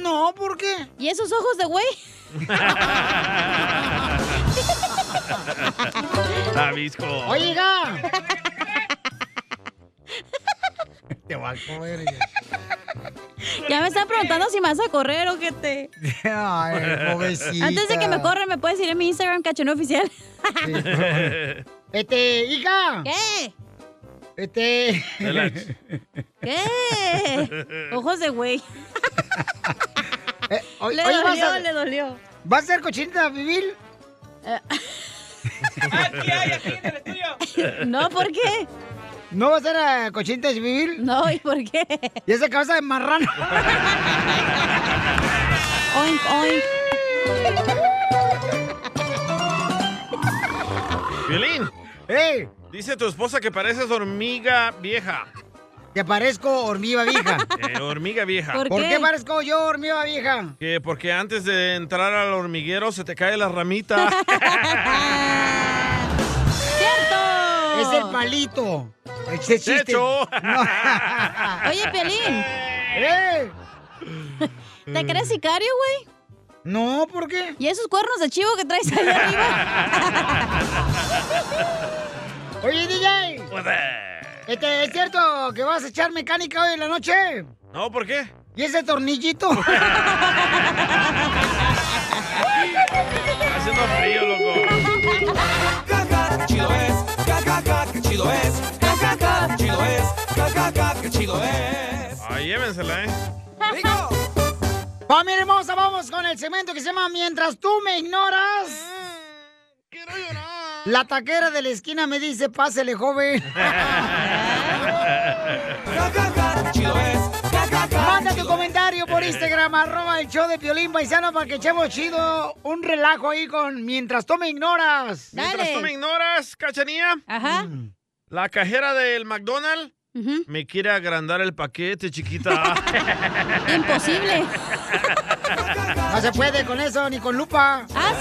Speaker 1: No, ¿por qué?
Speaker 3: ¿Y esos ojos de güey?
Speaker 2: Tabisco.
Speaker 1: Oiga. Te voy a comer.
Speaker 3: *laughs* Ya me están preguntando si me vas a correr o
Speaker 1: *laughs*
Speaker 3: qué te.
Speaker 15: Ay,
Speaker 3: *laughs*
Speaker 15: pobrecita.
Speaker 3: Antes de que me corra, me puedes ir a mi Instagram, cachón oficial.
Speaker 1: Este, hija.
Speaker 3: ¿Qué?
Speaker 1: Este.
Speaker 2: Relax.
Speaker 3: Eh. ¿Qué? Ojos de güey.
Speaker 1: oye,
Speaker 3: le
Speaker 1: Eh, oye, vas
Speaker 3: dolió, Eh.
Speaker 1: a-
Speaker 3: le dolió.
Speaker 1: ¿Vas a ser cochinita vivir?
Speaker 2: *laughs*
Speaker 3: No, ¿por qué?
Speaker 1: ¿No vas a ser a cochinita vivir?
Speaker 3: No, ¿y por qué?
Speaker 1: Y esa cabeza de marrano.
Speaker 3: *laughs*
Speaker 15: *laughs*
Speaker 3: Oink, oink.
Speaker 2: Violín.
Speaker 1: ¡Ey!
Speaker 2: Dice tu esposa que pareces hormiga
Speaker 1: *laughs*
Speaker 2: vieja.
Speaker 1: Te parezco hormiga
Speaker 3: *laughs*
Speaker 1: vieja.
Speaker 2: Eh, hormiga vieja.
Speaker 1: ¿Por qué? parezco yo hormiga vieja?
Speaker 2: Que porque antes de entrar al hormiguero se te cae
Speaker 1: *laughs*
Speaker 2: la ramita.
Speaker 3: ¡Cierto!
Speaker 1: Es el
Speaker 2: *laughs*
Speaker 1: palito. Ese chiste.
Speaker 2: ¡Checho!
Speaker 1: Ah.
Speaker 3: Oye, Pelín.
Speaker 1: Eh.
Speaker 3: ¿Te crees sicario, güey?
Speaker 1: No, ¿por qué?
Speaker 3: ¿Y esos cuernos de chivo que traes
Speaker 1: *laughs*
Speaker 3: ahí arriba? *laughs*
Speaker 1: Oye, DJ. Este, ¿Es cierto que vas a echar mecánica hoy en la noche?
Speaker 2: No, ¿por qué?
Speaker 1: ¿Y ese
Speaker 2: *laughs*
Speaker 1: tornillito?
Speaker 2: Haciendo frío, loco.
Speaker 23: chido es, ca, ca, ca, qué chido es, ca, ca, ca, qué chido es, ca, ca, ca, qué chido es.
Speaker 2: Ay, llévensela, ¿eh?
Speaker 1: Familia hermosa, vamos con el segmento que se llama Mientras tú me ignoras.
Speaker 2: Mm,
Speaker 1: La taquera de la esquina me dice, pásele,
Speaker 2: *laughs*
Speaker 1: joven. Manda tu comentario por Instagram, arroba el show de Piolín Paisano, para que echemos chido un relajo ahí con Mientras tú me ignoras.
Speaker 2: Mientras tú me ignoras, Mm. cachanía.
Speaker 3: Ajá.
Speaker 2: La cajera del McDonald's me quiere agrandar el paquete, chiquita. *laughs*
Speaker 3: Imposible.
Speaker 1: No se puede con eso, ni con lupa.
Speaker 3: Ah,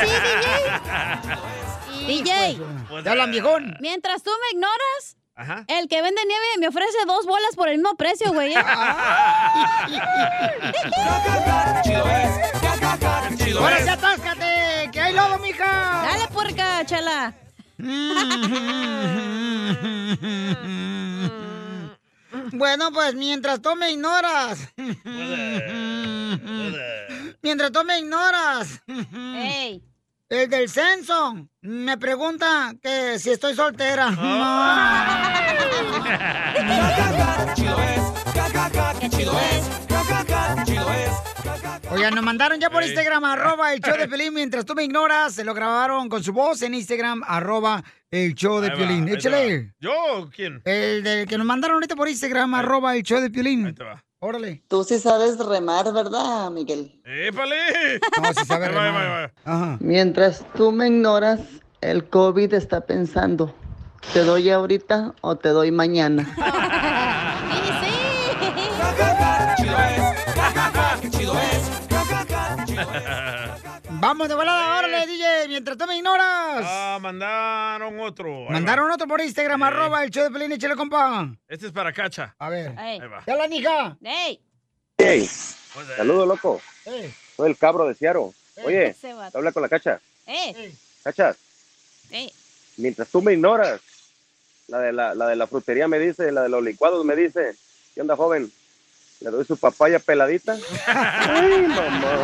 Speaker 3: sí, DJ.
Speaker 1: Te hablan, viejón.
Speaker 3: Mientras tú me ignoras,
Speaker 2: Ajá.
Speaker 3: el que vende nieve me ofrece dos bolas por el mismo precio,
Speaker 1: *laughs*
Speaker 3: güey. ¿eh?
Speaker 1: Ah. Ahora sí, atáscate, que hay lodo, mija. Mm.
Speaker 3: Dale, puerca, chala.
Speaker 1: *laughs* Bueno, pues mientras tú me
Speaker 2: *laughs*
Speaker 1: ignoras. Mientras tú me ignoras. El del censo me pregunta que si estoy soltera.
Speaker 2: Ah.
Speaker 1: Oigan, nos mandaron ya por
Speaker 23: Ey.
Speaker 1: Instagram, arroba el show de Piolín, mientras tú me ignoras. Se lo grabaron con su voz en Instagram, arroba el show de
Speaker 2: Ahí va,
Speaker 1: Piolín.
Speaker 2: ahí
Speaker 1: Échale.
Speaker 2: va. ¿Yo o quién?
Speaker 1: El del que nos mandaron ahorita por Instagram, arroba el show de Piolín. *laughs* Órale.
Speaker 7: Tú sí sabes remar, ¿verdad, Miguel?
Speaker 2: ¡Épale!
Speaker 1: No, si sabe
Speaker 2: Eh, Ahí va, ahí va, ahí va.
Speaker 7: Mientras tú me ignoras, el COVID está pensando, ¿te doy ahorita o te doy mañana?
Speaker 1: Vamos de volada, órale, DJ, mientras tú me ignoras.
Speaker 2: Pues. Ah, mandaron otro. Ahí va.
Speaker 1: Mandaron otro por Instagram,
Speaker 2: Ey.
Speaker 1: arroba el show de Piolín, échale, compa.
Speaker 2: Este es para Cacha.
Speaker 1: A ver.
Speaker 2: Ahí va.
Speaker 1: ¡Ya la hija!
Speaker 3: ¡Ey!
Speaker 19: Hey, saludo, loco.
Speaker 1: ¡Ey!
Speaker 19: Soy el cabro de Ciaro. Oye,
Speaker 3: Ese vato.
Speaker 19: habla con la cacha.
Speaker 3: ¡Ey!
Speaker 19: Cacha,
Speaker 3: ¡Ey!
Speaker 19: mientras tú me ignoras, la de la, la de la frutería me dice, la de los licuados me dice, ¿qué onda, joven? Le doy su papaya peladita. Ay, mamá.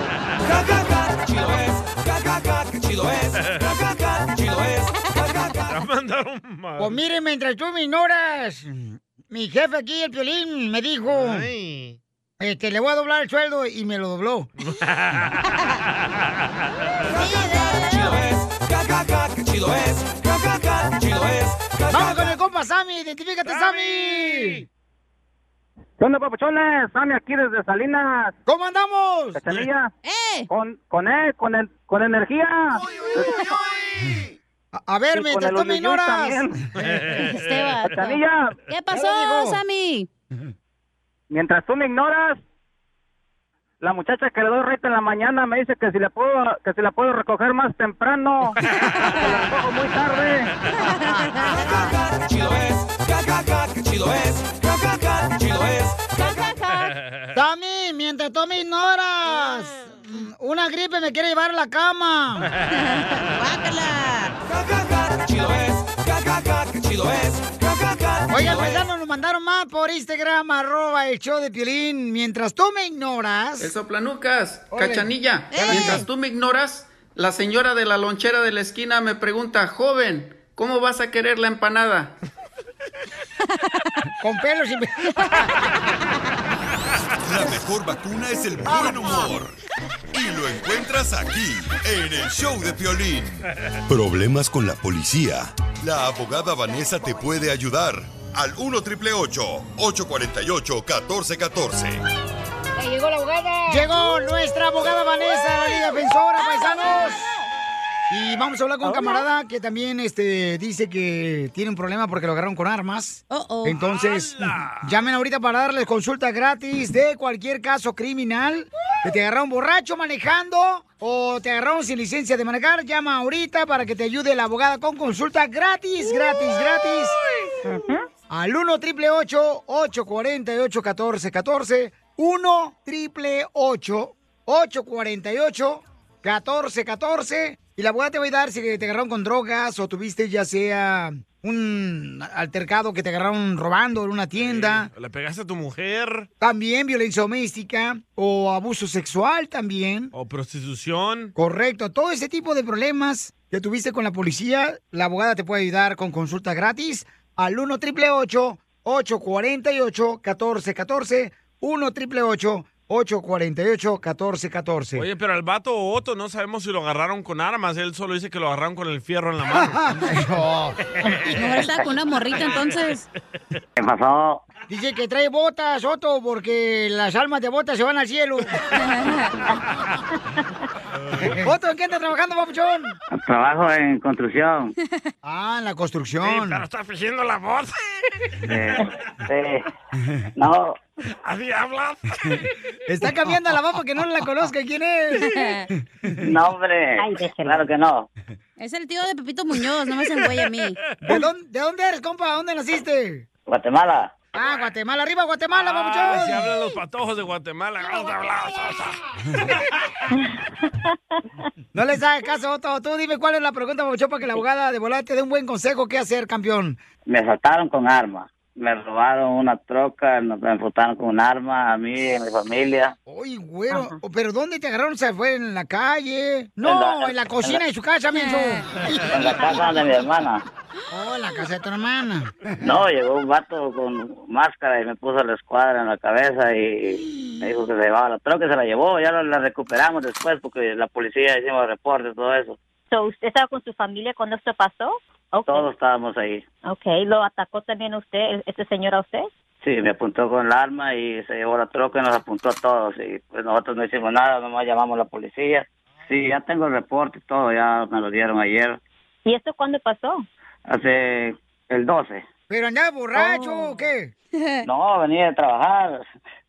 Speaker 2: Ah.
Speaker 1: Pues miren, mientras tú me ignoras, mi jefe aquí, el Piolín, me dijo... Este, le voy a doblar el sueldo y me lo
Speaker 2: *laughs*
Speaker 1: dobló. Vamos con el compa Sammy, identifícate Sammy.
Speaker 21: ¿Qué onda, papuchones? Sammy aquí desde Salinas.
Speaker 1: ¿Cómo andamos?
Speaker 21: Cachanilla. Con, con, eh, con, en- con energía.
Speaker 1: A, ver, mientras tú me ignoras.
Speaker 2: *laughs*
Speaker 21: Este
Speaker 3: vato.
Speaker 21: Cachanilla.
Speaker 3: ¿Qué
Speaker 21: Ya lo
Speaker 3: pasó,
Speaker 21: digo.
Speaker 3: Sammy?
Speaker 21: Mientras tú me ignoras, la muchacha que le doy reta en la mañana me dice que si la puedo, que si la puedo recoger más temprano. que la recojo muy tarde.
Speaker 1: Sammy, mientras tú me ignoras.
Speaker 3: Ah.
Speaker 1: Una gripe me quiere llevar a la cama.
Speaker 23: Chido es, ca, ca, ca, qué chido es, ca, ca, ca,
Speaker 1: Oigan, paisanos, nos mandaron más por Instagram, arroba el show de Piolín. Mientras tú me ignoras...
Speaker 19: El soplanucas,
Speaker 1: Órale.
Speaker 19: cachanilla.
Speaker 1: ¡Eh!
Speaker 19: Mientras tú me ignoras, la señora de la lonchera de la esquina me pregunta, joven, ¿cómo vas a querer la empanada?
Speaker 1: Con pelos y...
Speaker 4: La mejor vacuna es el buen humor. Y lo encuentras aquí, en el show de Piolín. Problemas con la policía. La abogada Vanessa te puede ayudar. Al 1 triple 848 1414.
Speaker 1: llegó la abogada! Llegó nuestra abogada Vanessa, la Liga Defensora, paisanos. Y vamos a hablar con un
Speaker 7: Hola.
Speaker 1: camarada que también este, dice que tiene un problema porque lo agarraron con armas.
Speaker 7: Uh-oh.
Speaker 1: Entonces, llamen ahorita para darles consulta gratis de cualquier caso criminal. Que te agarraron borracho manejando o te agarraron sin licencia de manejar. Llama ahorita para que te ayude la abogada con consulta gratis, gratis, gratis. Al 1 triple 848 1414 1 triple 848 1414 Y la abogada te va a ayudar si te agarraron con drogas o tuviste ya sea un altercado que te agarraron robando en una tienda.
Speaker 2: *laughs* ¿Le pegaste a tu mujer?
Speaker 1: También violencia doméstica o abuso sexual también.
Speaker 2: ¿O prostitución?
Speaker 1: Correcto, todo ese tipo de problemas que tuviste con la policía, la abogada te puede ayudar con consulta gratis al 1 888 848 1414 1 888 848 1414
Speaker 2: Oye, pero al vato Otto no sabemos si lo agarraron con armas. Él solo dice que lo agarraron con el fierro en
Speaker 21: *laughs*
Speaker 2: la mano.
Speaker 3: Ahora Pues, está con una morrita entonces.
Speaker 21: ¿Qué pasó?
Speaker 1: Dice que trae botas, Otto, porque las almas de botas se van al
Speaker 3: *laughs*
Speaker 1: cielo. Otto, ¿en qué andas trabajando, papuchón?
Speaker 21: Trabajo en construcción.
Speaker 1: Ah, en la construcción.
Speaker 2: Sí, pero está fingiendo la voz.
Speaker 21: Este,
Speaker 2: *laughs*
Speaker 21: No,
Speaker 2: Así hablas.
Speaker 1: *laughs* Está cambiando la voz porque no la conozca. ¿Quién
Speaker 3: *laughs*
Speaker 1: es?
Speaker 21: *laughs* no, hombre.
Speaker 3: Ay, déjela.
Speaker 21: claro que no.
Speaker 3: Es el tío de Pepito Muñoz, no me hacen güey a mí.
Speaker 1: *laughs* ¿De dónde, de dónde eres, compa? ¿Dónde naciste?
Speaker 21: Guatemala.
Speaker 1: Ah, Guatemala, arriba Guatemala,
Speaker 2: Ah,
Speaker 3: pues
Speaker 1: papuchón.
Speaker 2: si hablan los patojos de Guatemala. Vamos a hablar, vamos a-
Speaker 1: No les hagas caso, Otto. Tú dime cuál es la pregunta, papuchón, para que la abogada de volada te dé un buen consejo qué hacer, campeón.
Speaker 21: Me asaltaron con arma. Me robaron una troca, me asaltaron con un arma a mí y a mi familia.
Speaker 1: Oye, güero, oh, ¿pero dónde te agarraron? ¿Se fue en la calle? No, en
Speaker 21: En
Speaker 1: la,
Speaker 21: la-
Speaker 1: cocina
Speaker 21: en la-
Speaker 1: de su casa, menso.
Speaker 21: En la casa de mi hermana.
Speaker 1: Oh, en la casa de tu hermana.
Speaker 21: No, llegó un vato con máscara y me puso la escuadra en la cabeza y me dijo que se llevaba la troca y se la llevó. Ya la, la recuperamos después porque la policía hicimos reportes, todo eso.
Speaker 24: So, ¿Usted estaba con su familia cuando esto pasó? Okay.
Speaker 21: Todos estábamos ahí.
Speaker 24: Ok, ¿lo atacó también usted, este señor a usted?
Speaker 21: Sí, me apuntó con el arma y se llevó la troca y nos apuntó a todos. Y pues nosotros no hicimos nada, nomás llamamos a la policía. Sí, ya tengo el reporte y todo, ya me lo dieron ayer.
Speaker 24: ¿Y esto cuándo pasó?
Speaker 21: Hace el 12.
Speaker 1: ¿Pero andaba borracho
Speaker 3: Oh.
Speaker 1: o
Speaker 3: *laughs*
Speaker 1: qué?
Speaker 21: No, venía de trabajar.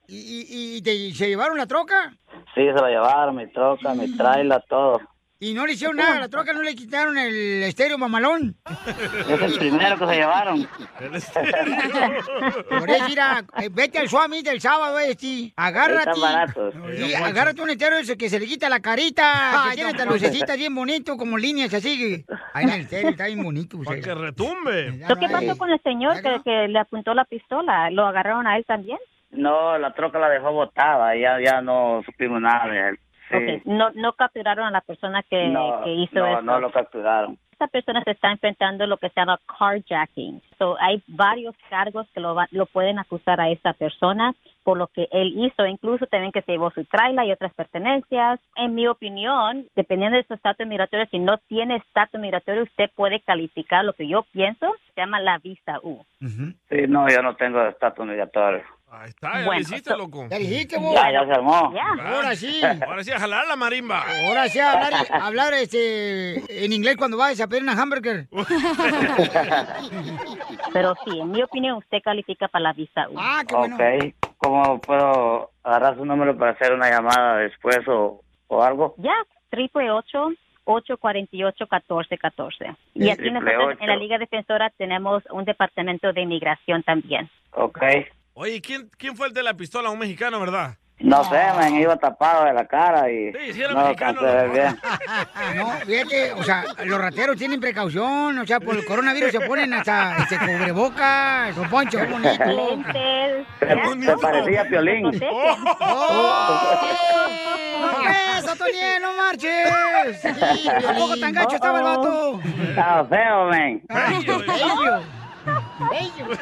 Speaker 1: ¿Y, y, y te- y se llevaron la troca?
Speaker 21: Sí, se lo llevaron, mi troca, mi trailer, todo.
Speaker 1: ¿Y no le hicieron nada a la troca? ¿No le quitaron el estéreo mamalón?
Speaker 21: Es el primero que se llevaron.
Speaker 1: Por eso, mira, eh, vete al Swami del sábado, este. Agárrate.
Speaker 21: Están baratos.
Speaker 1: Y agárrate un estero ese que se le quita la carita, que tiene esta lucecita bien bonito, como líneas así. Ahí en el estero está bien bonito.
Speaker 2: Para que retumbe.
Speaker 24: ¿Lo qué pasó con el señor que, que le apuntó la pistola? ¿Lo agarraron a él también?
Speaker 21: No, la troca la dejó botada, ya, ya no supimos nada de él. Sí.
Speaker 24: Ok, No, no capturaron a la persona que,
Speaker 21: no,
Speaker 24: que hizo
Speaker 21: no,
Speaker 24: esto.
Speaker 21: no lo capturaron.
Speaker 24: Esta persona se está enfrentando lo que se llama carjacking. So, hay varios cargos que lo, va- lo pueden acusar a esta persona por lo que él hizo, incluso también que se llevó su traila y otras pertenencias. En mi opinión, dependiendo de su estatus migratorio, si no tiene estatus migratorio, usted puede calificar lo que yo pienso, se llama la visa U.
Speaker 21: Sí, no, yo no tengo estatus migratorio.
Speaker 2: Ahí está, ya
Speaker 24: Bueno,
Speaker 2: lo hiciste,
Speaker 24: so-
Speaker 2: loco.
Speaker 24: Ya dijiste,
Speaker 21: vos. Ya, ya se armó.
Speaker 24: Ya.
Speaker 1: Ahora
Speaker 21: *laughs*
Speaker 1: sí.
Speaker 2: Ahora sí, a jalar la marimba.
Speaker 1: Ahora sí, hablar, hablar este, en inglés cuando vayas a pedir una
Speaker 21: *laughs*
Speaker 1: hamburger.
Speaker 24: Pero sí, en mi opinión, usted califica para la visa U.
Speaker 1: Ah,
Speaker 21: Ok, ¿cómo puedo agarrar su número para hacer una llamada después o, o algo?
Speaker 24: Ya, triple ocho. 848-1414. Y aquí
Speaker 21: Triple
Speaker 24: nosotros en la
Speaker 21: ocho.
Speaker 24: Liga Defensora tenemos un departamento de inmigración también.
Speaker 21: Ok. *laughs*
Speaker 2: Oye, ¿quién, ¿quién fue el de la pistola? Un mexicano, ¿verdad?
Speaker 12: No sé, me iba tapado de la cara y
Speaker 1: Sí, sí, era
Speaker 12: no lo
Speaker 1: mexicano,
Speaker 12: alcancé a ver
Speaker 1: ¿no?
Speaker 12: bien.
Speaker 1: *laughs* No, fíjate, o sea, los rateros tienen precaución, o sea, por el coronavirus se ponen hasta este cubrebocas, o poncho, qué bonito.
Speaker 21: *laughs*
Speaker 12: Se, se parecía a Piolín.
Speaker 1: Oh, ¡Eso, Toñé, no marches! Sí, ¿A poco tan gacho estaba el vato?
Speaker 12: Estaba feo, men.
Speaker 1: Bello.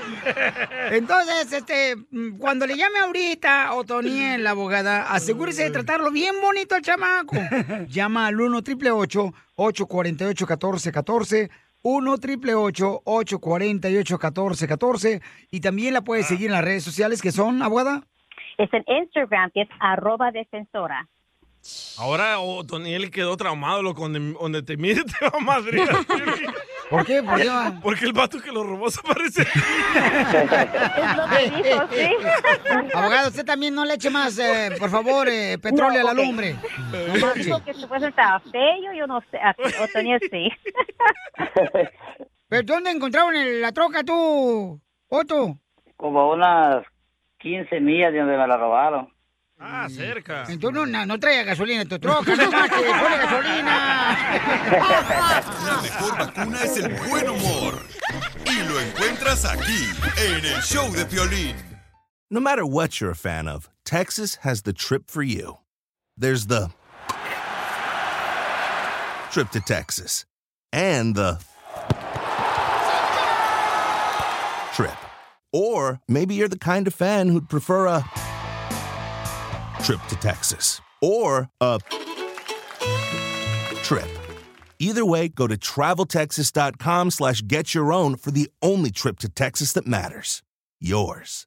Speaker 1: Entonces, este, mm, cuando le llame ahorita Otoniel, la abogada, asegúrese de tratarlo bien bonito al chamaco. Llama al 1 888 848 1414 1 888 848 1414 y también la puedes seguir en las redes sociales que son, abogada.
Speaker 9: Es en Instagram, que es arroba defensora.
Speaker 2: Ahora Otoniel quedó traumado, loco. Donde, donde te mire te va a madrear.
Speaker 1: *laughs* ¿Por qué? ¿Por qué va?
Speaker 2: Porque el vato que lo robó se parece.
Speaker 1: *laughs* Abogado, usted también no le eche más, eh, por favor, eh, petróleo
Speaker 9: *laughs* No,
Speaker 1: a la
Speaker 9: ok.
Speaker 1: lumbre.
Speaker 9: No dijo que supuestamente estaba feo, yo no sé. a- Otoniel sí.
Speaker 1: ¿Pero dónde encontraron el- la troca tú, Otto?
Speaker 12: Como unas 15 millas de donde me la robaron.
Speaker 2: Ah, cerca.
Speaker 1: Entonces no, no, no traía gasolina en tu troca, no manches, ponle gasolina.
Speaker 4: La mejor vacuna es el buen humor. Y lo encuentras aquí, en el show de Piolín.
Speaker 11: No matter what you're a fan of, Texas has the trip for you. There's the trip to Texas and the trip. Or maybe you're the kind of fan who'd prefer a trip to Texas or a trip. Either way, go to traveltexas.com slash get your own for the only trip to Texas that matters. Yours.